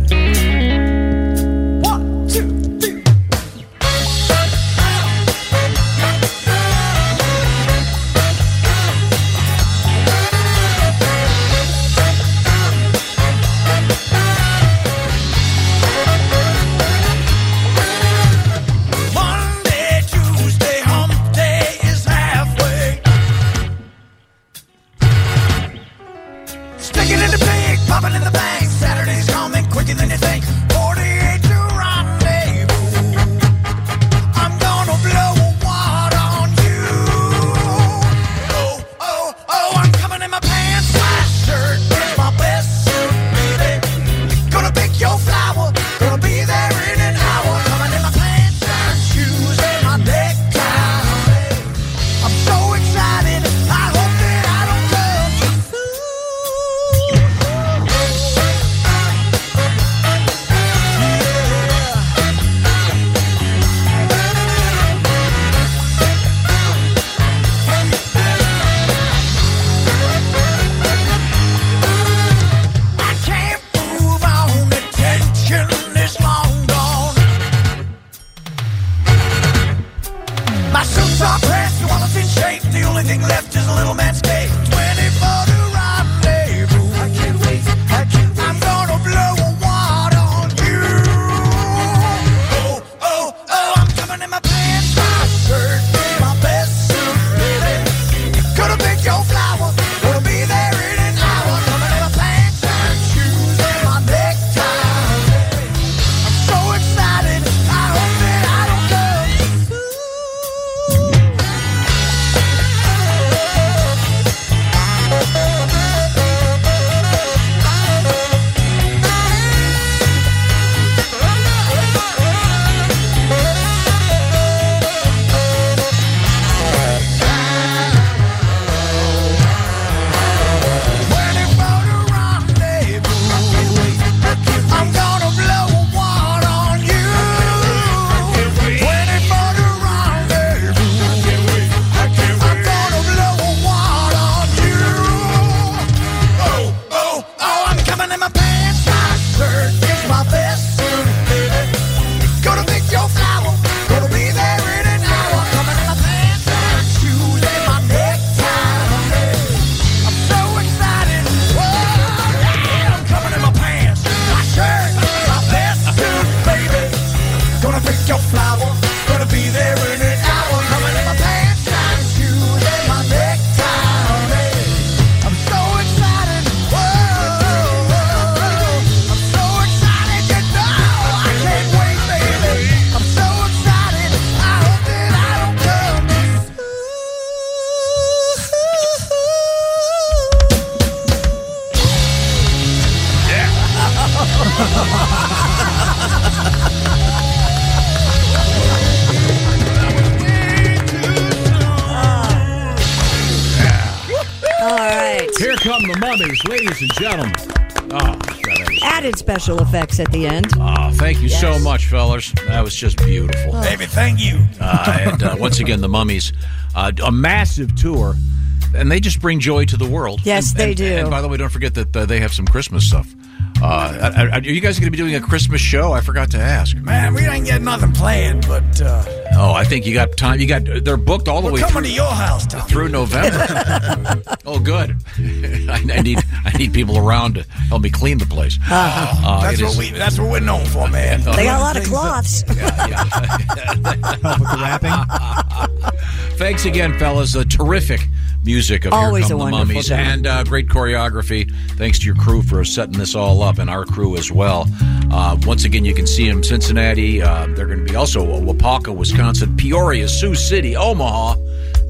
S15: two, three. Monday, Tuesday, hump day is halfway. Sticking in the pig, popping in the bank. Saturday's coming quicker than you think. 48 to rendezvous. I'm gonna blow a wad on you. Oh, oh, oh, I'm coming in my pants. My shirt is my best suit, baby. Gonna pick your flower. Gonna be there in an hour. Coming in my pants, my shoes, and my necktie. I'm so excited. I hope that I don't love you. I can't move on. The tension is long gone. My suits are pressed, the wallet's in shape. The only thing left is a little manscape. 24 to rendezvous. I can't wait. I can't wait. I'm gonna blow a wad on you. Oh, oh, oh, I'm coming in my pants, my shirt, in my best suit, baby. Gonna pick your flower. Gonna be there in an hour. Coming in my pants, my shoes, and my necktie. I'm so excited. I hope that I don't love you. I'm gonna blow a wad on you. Waiting for the rendezvous. I'm gonna blow a wad on you. Oh, oh, oh, I'm coming in my pants. My shirt is my best suit, baby. Gonna pick your flower. Gonna be there in an hour. Coming in my pants, my shoes, and my necktie. I'm so excited. Whoa, yeah, I'm coming in my pants. My shirt, my best suit, baby. Gonna pick your flower. Gonna be there in an hour. Coming in my pants, my shoes, and my necktie. baby. I'm so excited. Whoa, I'm so excited. You know I can't wait, baby. I'm so excited. I hope that I don't come
S7: All right.
S3: Here come the mummies, ladies and gentlemen. Oh,
S7: Added special effects at the end.
S3: oh thank you so
S7: Yes. Oh.
S3: much, fellas. That was just beautiful.
S15: Baby, thank you.
S3: Uh, and uh, once again, the mummies, uh, a massive tour. And they just bring joy to the world.
S7: Yes,
S3: And-
S7: they
S3: and-
S7: do.
S3: And by the way, don't forget that uh, they have some Christmas stuff. Uh, are- are you guys going to be doing a Christmas show? I forgot to ask.
S15: Man, we ain't got nothing planned, but uh,
S3: Oh, I think you got time. You got they're booked all the We're way
S15: coming
S3: through,
S15: to your house,
S3: through November. oh, good. I, I need I need people around to help me clean the place.
S15: Ah,
S3: Uh,
S15: that's
S3: it
S15: what
S3: is-
S15: we that's what we're known for, man.
S3: They got a lot
S7: of cloths.
S3: Help with the wrapping. Thanks again, fellas. A terrific music of
S7: Always
S3: Here Come
S7: a
S3: the
S7: wonderful
S3: Mummies
S7: time.
S3: and uh, great choreography. Thanks to your crew for setting this all up and our crew as well. Uh, once again, you can see them Cincinnati. Uh, they're going to be also uh, Wapaka, Wisconsin, Peoria, Sioux City, Omaha.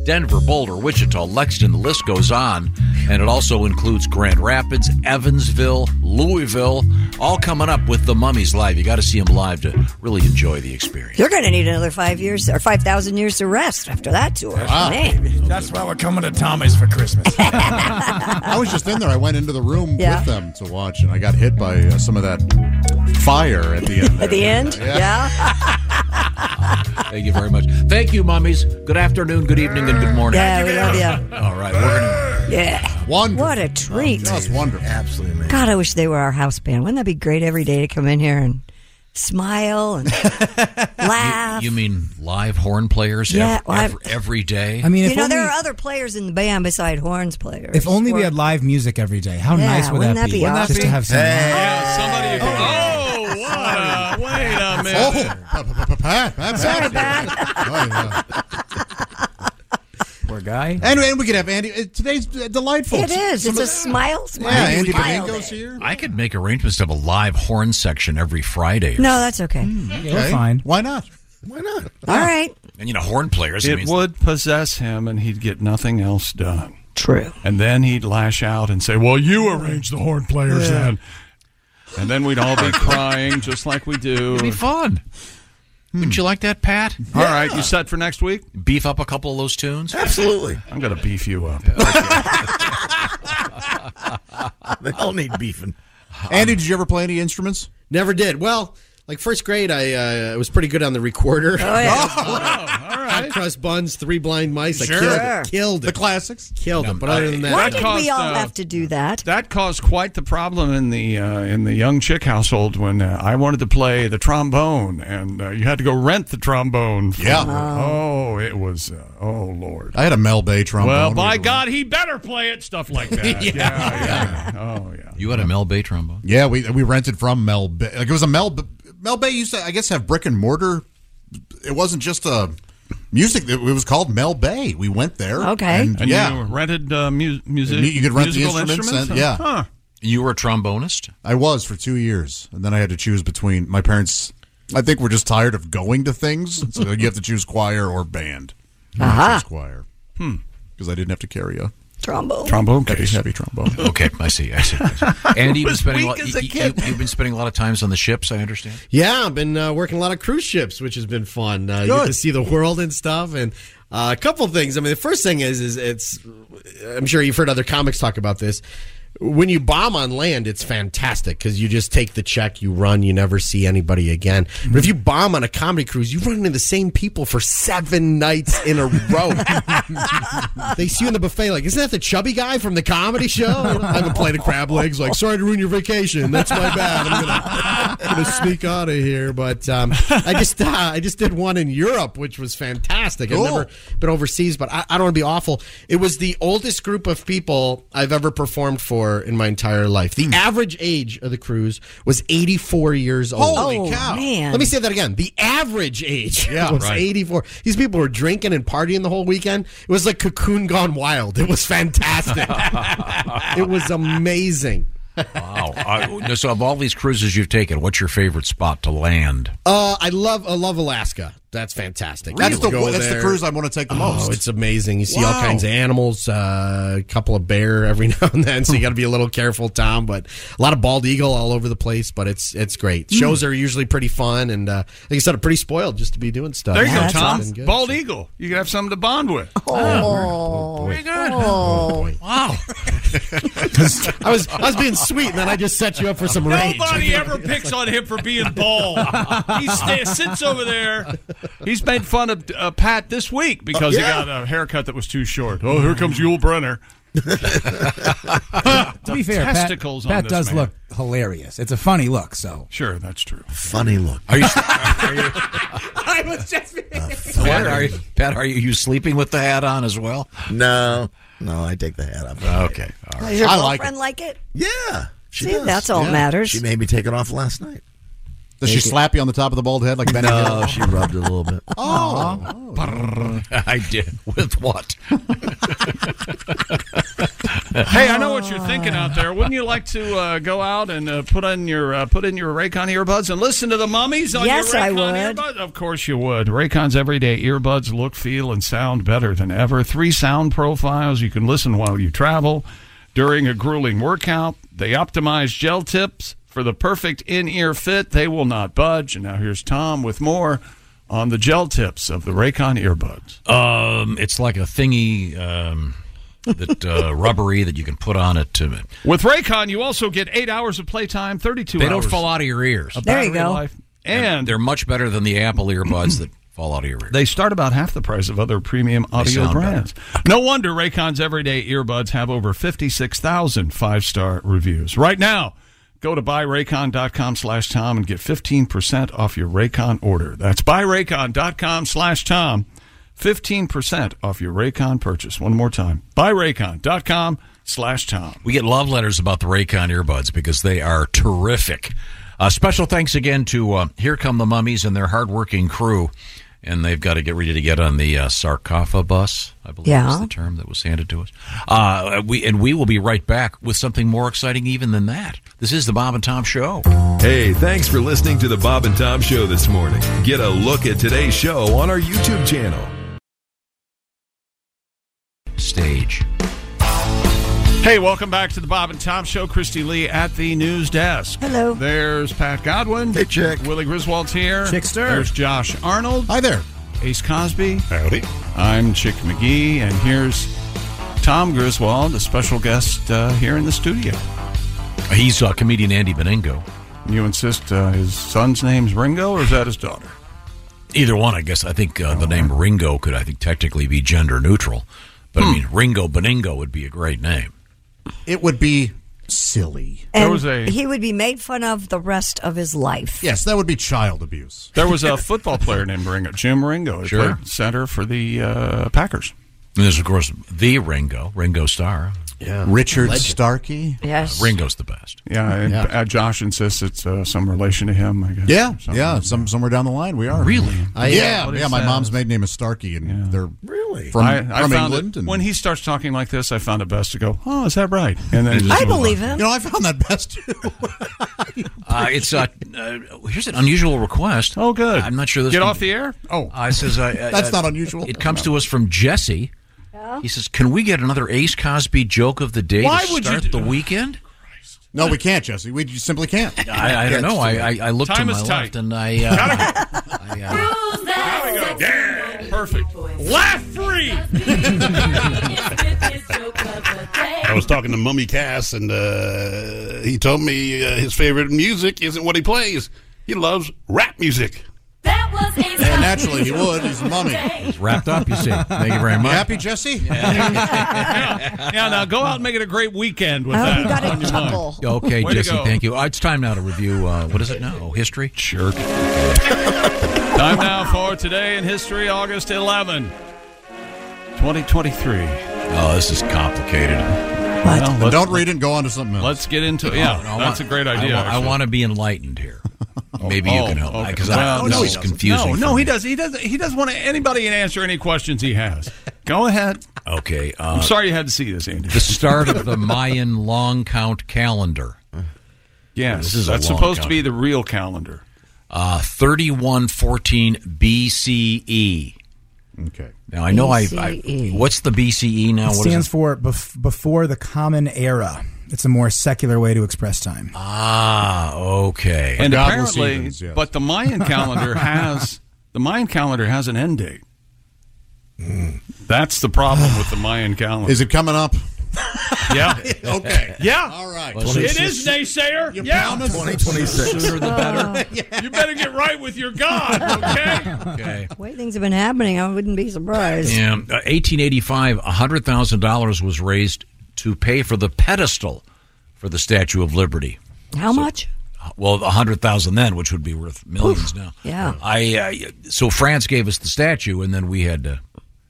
S3: Denver, Boulder, Wichita, Lexington, the list goes on. And it also includes Grand Rapids, Evansville, Louisville, all coming up with the Mummies Live. You got to see them live to really enjoy the experience.
S7: You're going to need another five years or 5,000 years to rest after that tour.
S3: Ah.
S7: Man.
S15: That's why we're coming to Tommy's for Christmas.
S8: I was just in there. I went into the room
S7: Yeah.
S8: with them to watch, and I got hit by uh, some of that fire at the end.
S7: At the end? Yeah.
S3: Thank you very much. Thank you, mummies. Good afternoon, good evening, and good morning.
S7: Yeah, we love ya.
S3: All right, we're gonna.
S7: Yeah. What a treat.
S8: That's wonderful. Absolutely.
S7: God, I wish they were our house band. Wouldn't that be great every day to come in here and smile and laugh?
S3: You mean live horn players?
S7: Yeah,
S3: ev-
S7: well, I've-
S3: ev- every day.
S6: I mean,
S7: you
S6: if
S7: know,
S6: only-
S7: there are other players in the band beside horns players.
S6: If only we
S7: We're-
S6: had live music every day. How
S7: Yeah,
S6: nice would
S7: wouldn't
S6: that
S7: that
S6: be?
S7: be
S6: Just
S7: awesome?
S6: to have some.
S1: Somebody. Oh, what a, wait a minute.
S8: Sorry,
S6: Poor guy.
S8: And, and we could have Andy. uh, Today's delightful.
S7: It is.
S8: Some
S7: It's
S8: of
S7: a
S8: the-
S7: smile, smile,
S8: Yeah, Andy
S7: smile
S8: Domingo's
S7: day.
S8: here.
S3: I could make arrangements to have a live horn section every Friday.
S7: No, that's okay.
S8: Okay.
S6: fine.
S8: Why not?
S7: All right.
S3: And you know, horn players. I
S1: It
S3: mean,
S1: would possess him, and he'd get nothing else done.
S7: True.
S1: And then he'd lash out and say, "Well, you arrange the horn players
S15: Yeah.
S1: then." And then we'd all be crying just like we do. It'd
S3: be fun. Wouldn't you like that, Pat?
S1: All right, you set for next week?
S3: Beef up a couple of those tunes?
S1: Absolutely. I'm going to beef you up.
S9: they all need beefing.
S8: Andy, did you ever play any instruments?
S5: Um, Never did. Well, like first grade, I uh, I was pretty good on the recorder. Oh,
S7: yeah.
S5: Hot cross buns, three blind mice. I
S1: Sure.
S5: killed
S1: Sure.
S5: it. Killed it. The
S8: classics.
S5: Killed it. But other than that, uh,
S7: Why did we all have to do that?
S1: uh, That caused quite the problem in the uh, in the young chick household when uh, I wanted to play the trombone, and uh, you had to go rent the trombone. for-
S8: Yeah.
S7: Um,
S1: Oh, it was. Uh, oh Lord.
S8: I had a Mel Bay trombone.
S1: Well, by God, he better play it. Stuff like that. yeah. yeah. Oh yeah.
S3: You had a Mel Bay trombone.
S8: Yeah, we we rented from Mel Bay. Like it was a Mel B- Mel Bay used to, I guess, have brick and mortar. It wasn't just a music. It was called Mel Bay. We went there. and,
S1: And
S8: yeah,
S1: you rented uh, mu- music.
S8: you could rent the
S1: musical
S8: instruments and- yeah.
S1: Huh.
S3: You were a trombonist?
S8: I was for two years, and then I had to choose between my parents. I think we're just tired of going to things, so you have to choose choir or band. And I
S7: Aha.
S8: chose choir. Hmm. Because I didn't have to carry a
S7: Trombone.
S1: trombone
S8: case, heavy, trombone.
S3: Okay, I see. I see. Andy, you've been,
S5: Was
S3: spending a
S5: weak
S3: lot,
S5: as a
S3: you-
S5: kid.
S3: you- you've been spending a lot of times on the ships, I understand.
S5: Yeah, I've been uh, working a lot of cruise ships, which has been fun. Uh, you
S3: Good.
S5: get to see the world and stuff, and uh, a couple things. I mean, the first thing is, is it's. I'm sure you've heard other comics talk about this. When you bomb on land, it's fantastic because you just take the check, you run, you never see anybody again. But if you bomb on a comedy cruise, you run into the same people for seven nights in a row. they see you in the buffet, like, isn't that the chubby guy from the comedy show? I have a plate of crab legs, like, sorry to ruin your vacation. That's my bad. I'm gonna gonna sneak out of here, but um, I just uh, I just did one in Europe, which was fantastic.
S15: Cool.
S5: I've never been overseas, but I, I don't want to be awful. It was the oldest group of people I've ever performed for in my entire life.
S15: Hmm.
S5: The average age of the cruise was 84 years old.
S15: Holy Oh, cow. man.
S5: Let me say that again. The average age
S15: Yeah,
S5: was
S15: right.
S5: 84. These people were drinking and partying the whole weekend. It was like Cocoon Gone Wild. It was fantastic. it was amazing.
S3: Wow. Uh, so, of all these cruises you've taken, what's your favorite spot to land?
S5: Uh, I love I love Alaska. That's fantastic.
S8: That's
S5: You can
S8: the-
S5: go
S8: that's the
S5: there.
S8: cruise I wanna take the
S5: Oh,
S8: most.
S5: It's amazing. You see all
S8: Wow.
S5: kinds of animals, uh, a couple of bear every now and then. So you got to be a little careful, Tom. But a lot of bald eagle all over the place. But it's it's great.
S1: Mm.
S5: Shows are usually pretty fun, and uh, like I said, I'm pretty spoiled just to be doing stuff.
S1: There you
S5: It's
S1: go,
S5: been
S1: Tom.
S5: good.
S1: Bald eagle. You could have something to bond with.
S8: Oh,
S5: Very
S3: good.
S7: Oh,
S3: wow.
S5: I was I was being sweet, and then I just set you up for some rage.
S1: Nobody ever picks on him for being bald. He sta sits over there. He's made fun of uh, Pat this week because
S8: Oh,
S15: Yeah.
S1: he got a haircut that was too short. Oh, here comes Yul Brenner.
S6: To be fair, Pat,
S1: testicles on
S6: Pat
S1: this
S6: does
S1: man.
S6: look hilarious. It's a funny look. So
S1: sure, that's true.
S9: Funny look.
S3: Are you,
S15: I was just
S3: Pat, are you, Pat, are you, you sleeping with the hat on as well?
S9: No. No, I take the hat off.
S3: Okay.
S9: All
S7: Does your
S9: I like
S7: girlfriend like it?
S9: Yeah. She
S7: See,
S9: does.
S7: that's all that matters.
S9: She made me take it off last night.
S8: Does she slap you on the top of the bald head like Benny?
S9: No,
S8: Hill?
S9: she rubbed it a little bit.
S8: Oh.
S3: I did. With what?
S1: Hey, I know what you're thinking out there. Wouldn't you like to uh, go out and uh, put on your uh, put in your Raycon earbuds and listen to the mummies on
S7: Yes,
S1: your
S7: I
S1: Raycon
S7: would.
S1: earbuds? Of course you would. Raycon's everyday earbuds look, feel, and sound better than ever. Three sound profiles you can listen while you travel, during a grueling workout. They optimize gel tips for the perfect in-ear fit. They will not budge. And now here's Tom with more on the gel tips of the Raycon earbuds.
S3: Um, it's like a thingy um, that uh, rubbery that you can put on it to.
S1: With Raycon, you also get eight hours of playtime, thirty-two.
S3: They
S1: hours
S3: don't fall out of your ears.
S1: of battery life.
S3: and they're much better than the Apple earbuds that fall out of your ears.
S1: They start about half the price of other premium audio
S3: sound
S1: brands. No wonder Raycon's everyday earbuds have over 56,000 five-star reviews. Right now, go to buyraycon.com slash Tom and get 15% off your Raycon order. That's buyraycon.com slash Tom. 15% off your Raycon purchase. One more time. Buyraycon.com slash Tom.
S3: We get love letters about the Raycon earbuds because they are terrific. Uh, special thanks again to uh, Here Come the Mummies and their hardworking crew. And they've got to get ready to get on the uh, sarcophagus, I believe is
S7: Yeah.
S3: the term that was handed to us. Uh, we And we will be right back with something more exciting even than that. This is the Bob and Tom Show.
S13: Hey, thanks for listening to the Bob and Tom Show this morning. Get a look at today's show on our YouTube channel.
S3: Stage.
S1: Hey, welcome back to the Bob and Tom Show. Christy Lee at the news desk. Hello. There's Pat Godwin. Hey, Chick. Willie Griswold's here.
S6: Chickster.
S1: There's Josh Arnold. Hi there. Ace Cosby. Howdy. I'm Chick McGee, and here's Tom Griswold, a special guest uh, here in the studio.
S3: He's uh, comedian Andy Beningo.
S1: You insist uh, his son's name's Ringo, or is that his daughter?
S3: Either one, I guess. I think uh, the name Ringo could, I think, technically be gender neutral. But
S1: Hmm.
S3: I mean, Ringo Beningo would be a great name.
S8: It would be silly.
S7: And he would be made fun of the rest of his life.
S8: Yes, that would be child abuse.
S1: There was a football player named Ringo, Jim Ringo. He
S3: Sure.
S1: played center for the uh, Packers.
S3: And there's, of course, the Ringo, Ringo Starr.
S1: Yeah. Richard Legend.
S8: Starkey?
S7: Yes.
S3: Ringo's the best.
S1: Yeah, and
S8: Yeah.
S1: Uh, Josh insists it's uh, some relation to him, I guess.
S8: Yeah,
S1: or something.
S8: yeah. Some somewhere down the line, we are
S1: Really?
S8: I,
S1: Yeah,
S8: yeah,
S1: what
S8: yeah.
S1: he
S8: my
S1: says.
S8: mom's maiden name is Starkey, and they're really from,
S1: I, I
S8: from
S1: found
S8: England.
S1: It,
S8: and
S1: when he starts talking like this, I found it best to go, oh, is that right? And then just move on.
S8: him. You know, I found that best too.
S3: Uh, it's uh, uh, here's an unusual request. Oh,
S1: good.
S3: I'm not sure this
S1: Get
S3: can-
S1: off the air? Oh.
S3: I says I, I-
S1: That's
S3: I-
S1: not unusual.
S3: It comes to us from Jesse. He says, "Can we get another Ace Cosby joke of the day
S8: Why
S3: to
S8: would you
S3: start
S8: do-
S3: the weekend?"
S8: no, we can't, Jesse. We just simply can't.
S3: I, I don't know. I, I, I looked to
S8: Time
S3: my
S8: is tight.
S3: left and I. Uh,
S1: Yeah, perfect.
S15: Laugh free.
S16: I was talking to Mummy Cass, and uh, he told me uh, his favorite music isn't what he plays. He loves rap music.
S4: That was a
S8: And naturally, he would. He's a mummy.
S3: He's wrapped up, you see. Thank you very much.
S8: Happy, Jesse?
S1: Yeah, now go out and make it a great weekend with
S3: I hope
S1: that.
S3: Oh, you got a
S1: on your mind.
S3: Okay,
S1: Way to
S3: Jesse,
S1: go.
S3: thank you. Uh, it's time now to review. Uh, what is it now? Oh, history?
S1: Sure. Time now for Today in History, August 11, 2023.
S3: Oh, this is complicated.
S1: Well, let's-
S8: don't read it and go on to something else.
S1: Let's get into it. Yeah,
S3: No, no, I
S1: that's
S3: want-
S1: a great idea.
S3: I, wa- I
S1: actually.
S3: want to be enlightened here. Maybe you
S1: Oh,
S3: can help
S1: okay.
S3: because
S1: Well,
S3: this
S1: no,
S3: is
S1: he doesn't.
S3: confusing.
S1: No,
S3: for
S1: no,
S3: me.
S1: he doesn't. He doesn't. He doesn't want anybody to answer any questions he has. Go ahead.
S3: Okay. Uh,
S1: I'm sorry you had to see this, Andy.
S3: The start of the Mayan long count calendar.
S1: Yes,
S3: This is a
S1: that's
S3: long
S1: supposed to
S3: count.
S1: be the real calendar.
S3: Uh, 3114 BCE.
S1: Okay.
S3: E. Now, I know I, I.
S7: E.
S6: BCE.
S3: What's the BCE now?
S6: it
S3: What is
S6: stands for bef- before the Common Era. It's a more secular way to express time.
S3: Ah, okay.
S1: And apparently, but the Mayan calendar has the Mayan calendar has an end date. That's the problem with the Mayan calendar.
S8: Is it coming up?
S1: Yeah.
S8: Okay.
S1: Yeah.
S8: All right.
S1: it is naysayer.
S8: You
S1: yeah.
S8: promised- 2026.
S3: Sooner the better.
S1: You better get right with your God. Okay.
S3: okay.
S7: The way things have been happening, I wouldn't be surprised.
S3: Yeah, uh, 1885, $100,000 was raised to pay for the pedestal for the Statue of Liberty.
S7: How much?
S3: Well, a hundred thousand then, which would be worth millions now.
S7: Yeah.
S3: I uh, so France gave us the statue, and then we had to,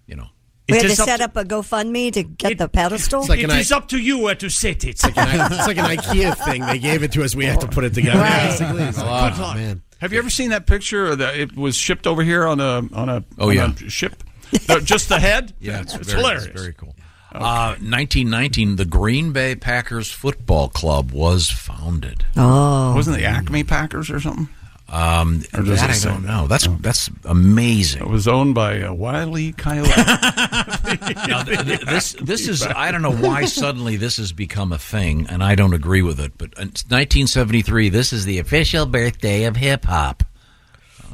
S3: you know,
S7: We
S3: It's
S7: had to
S3: just up
S7: set up a GoFundMe to get the pedestal.
S5: It's like an It is I-
S2: up to you where to sit it. It's
S5: like, an, it's like an IKEA thing. They gave it to us. We have to put it together.
S1: Right.
S5: Basically, it's
S1: Right.
S5: like,
S1: Good
S5: oh,
S1: luck.
S5: man.
S1: Have you ever seen that picture that it was shipped over here on a on a
S3: Oh,
S1: on
S3: yeah.
S1: a ship? No, just the head.
S3: Yeah, it's,
S1: it's
S3: very, it's
S1: hilarious.
S3: very cool. Uh, 1919, the Green Bay Packers Football Club was founded.
S7: Oh,
S1: wasn't the Acme Packers or something?
S3: Um,
S1: Or does
S3: that
S1: it
S3: I
S1: say-
S3: don't know. That's that's amazing. It
S1: was owned by uh, Wiley Coyote.
S3: now, th- th- this this is I don't know why suddenly this has become a thing, and I don't agree with it. But uh, in 1973, this is the official birthday of hip hop.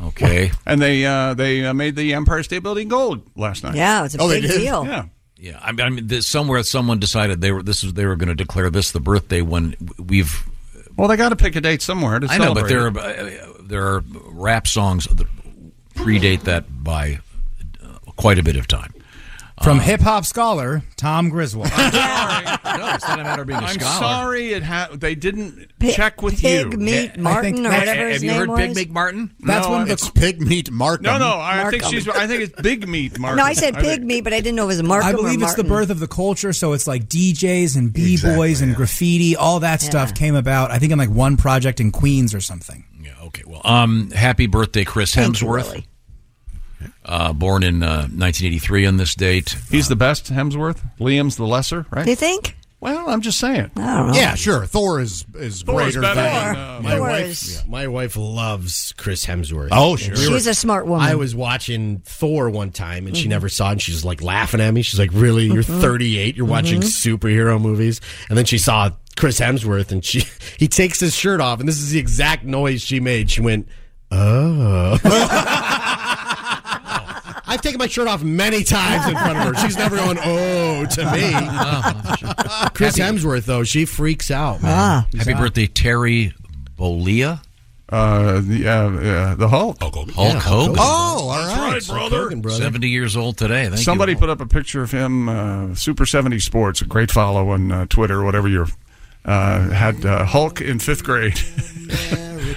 S3: Okay,
S1: and they uh, they uh, made the Empire State Building gold last night.
S7: Yeah, it's a big deal.
S1: Yeah.
S3: Yeah, I mean, I mean this, somewhere someone decided they were this is they were going to declare this the birthday when we've.
S1: Well, they got to pick a date somewhere to
S3: I know, but there
S1: celebrate
S3: are uh, there are rap songs that predate that by uh, quite a bit of time.
S6: From
S3: Uh,
S6: hip hop scholar Tom Griswold.
S3: no, it's not a matter of being a
S1: I'm
S3: scholar.
S1: sorry, it ha- they didn't
S7: Pi-
S1: check with
S7: Pig
S1: you.
S7: Meat Yeah, I Martin think or that's- whatever his
S3: have you heard
S7: name
S3: Big
S7: was?
S3: Meat Martin?
S7: That's
S1: no,
S7: when the-
S1: it's
S8: Pig Meat Markham.
S1: No, no, I think
S7: Markham.
S1: she's. I think it's Big Meat Markham.
S7: No, I said
S1: think-
S7: pig meat, but I didn't know it was Markham
S6: I
S7: or
S6: believe it's the
S7: Martin.
S6: birth of the culture, so it's like DJs and b boys and graffiti. All that stuff came about. I think in like one project in Queens or something.
S3: Um, happy birthday, Chris Hemsworth. uh, born in uh, 1983 on this date. Uh,
S1: He's the best, Hemsworth. Liam's the lesser, right?
S7: Do you think?
S1: Well, I'm just saying.
S7: I don't know.
S8: Yeah, sure. Thor is is
S1: Thor's
S8: greater
S1: better
S8: than
S1: than, uh,
S5: My
S8: my
S1: Thor
S8: wife.
S5: wife, yeah, my wife loves Chris Hemsworth.
S8: Oh, sure.
S5: We
S7: She's a smart woman.
S5: I was watching Thor one time, and she
S7: Mhm.
S5: never saw it. And she's like laughing at me. She's like, "Really? You're
S7: Mhm.
S5: 38. You're watching
S7: Mhm.
S5: superhero movies?" And then she saw Chris Hemsworth, and she he takes his shirt off, and this is the exact noise she made. She went, "Oh." I've taken my shirt off many times in front of her. She's never going, "Oh," to
S8: Oh,
S5: me. Chris Hemsworth, though, she freaks out. Man.
S1: ah.
S3: Happy birthday, Terry Bollea.
S1: Uh, the, uh, uh, the Hulk. Hulk
S3: Hogan.
S1: Yeah, Hulk Hogan. Oh, all That's right. right, brother. Hulk Hogan, brother.
S3: 70 years old today. Thank
S1: Somebody
S3: you.
S1: put up a picture of him, uh, Super 70 Sports, a great follow on uh, Twitter, whatever you're. Uh, had uh, Hulk in fifth grade.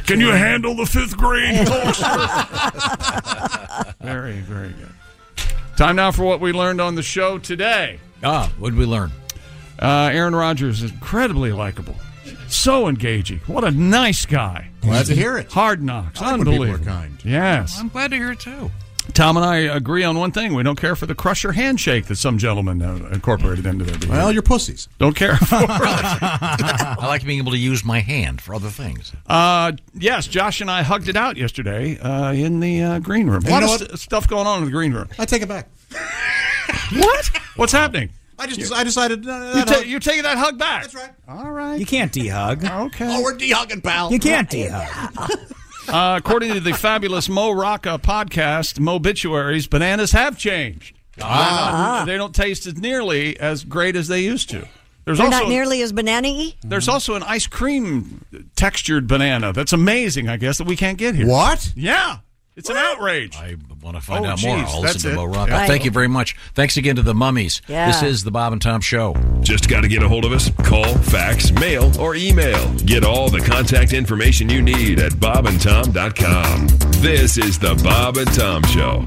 S1: Can you handle the fifth grade, Hulkster? very, very good. Time now for what we learned on the show today.
S3: Ah, what did we learn?
S1: Uh, Aaron Rodgers is incredibly likable, so engaging. What a nice guy.
S8: Glad to hear it.
S1: Hard knocks.
S8: I like when people
S1: Unbelievable.
S8: are kind.
S1: Yes.
S3: I'm glad to hear it, too.
S1: Tom and I agree on one thing. We don't care for the crusher handshake that some gentlemen uh, incorporated into their behavior.
S8: Well, you're pussies.
S1: Don't care.
S3: I like being able to use my hand for other things.
S1: uh, yes, Josh and I hugged it out yesterday uh, in the uh, green room.
S8: And
S1: A lot
S8: you know
S1: of st- stuff going on in the green room.
S8: I take it back.
S1: What? What's happening?
S8: I just I decided uh,
S1: You
S8: that
S1: ta-
S8: hug-
S1: you're taking that hug back. That's
S8: right.
S1: All right.
S6: You can't de-hug.
S1: Okay.
S8: Oh, we're de-hugging, pal.
S6: You can't de-hug.
S1: Uh, according to the fabulous Mo Rocca podcast, Mobituaries, bananas have changed.
S7: Ah.
S1: They're not- they don't taste as nearly as great as they used to. There's
S7: They're
S1: also
S7: not nearly as banana-y. Mm-hmm.
S1: there's also an ice cream textured banana that's amazing. I guess that we can't get here.
S8: What?
S1: Yeah, it's an outrage. I
S3: want to find
S1: oh,
S3: out
S1: geez,
S3: more. I'll
S1: that's
S3: listen
S1: it.
S3: to Mo Rocca.
S1: Yeah.
S3: Thank you very much. Thanks again to the Mummies.
S13: Yeah.
S3: This is the Bob and Tom Show.
S13: Just got to get a hold of us. Call, fax, mail, or email. Get all the contact information you need at bobandtom.com. This is the Bob and Tom Show.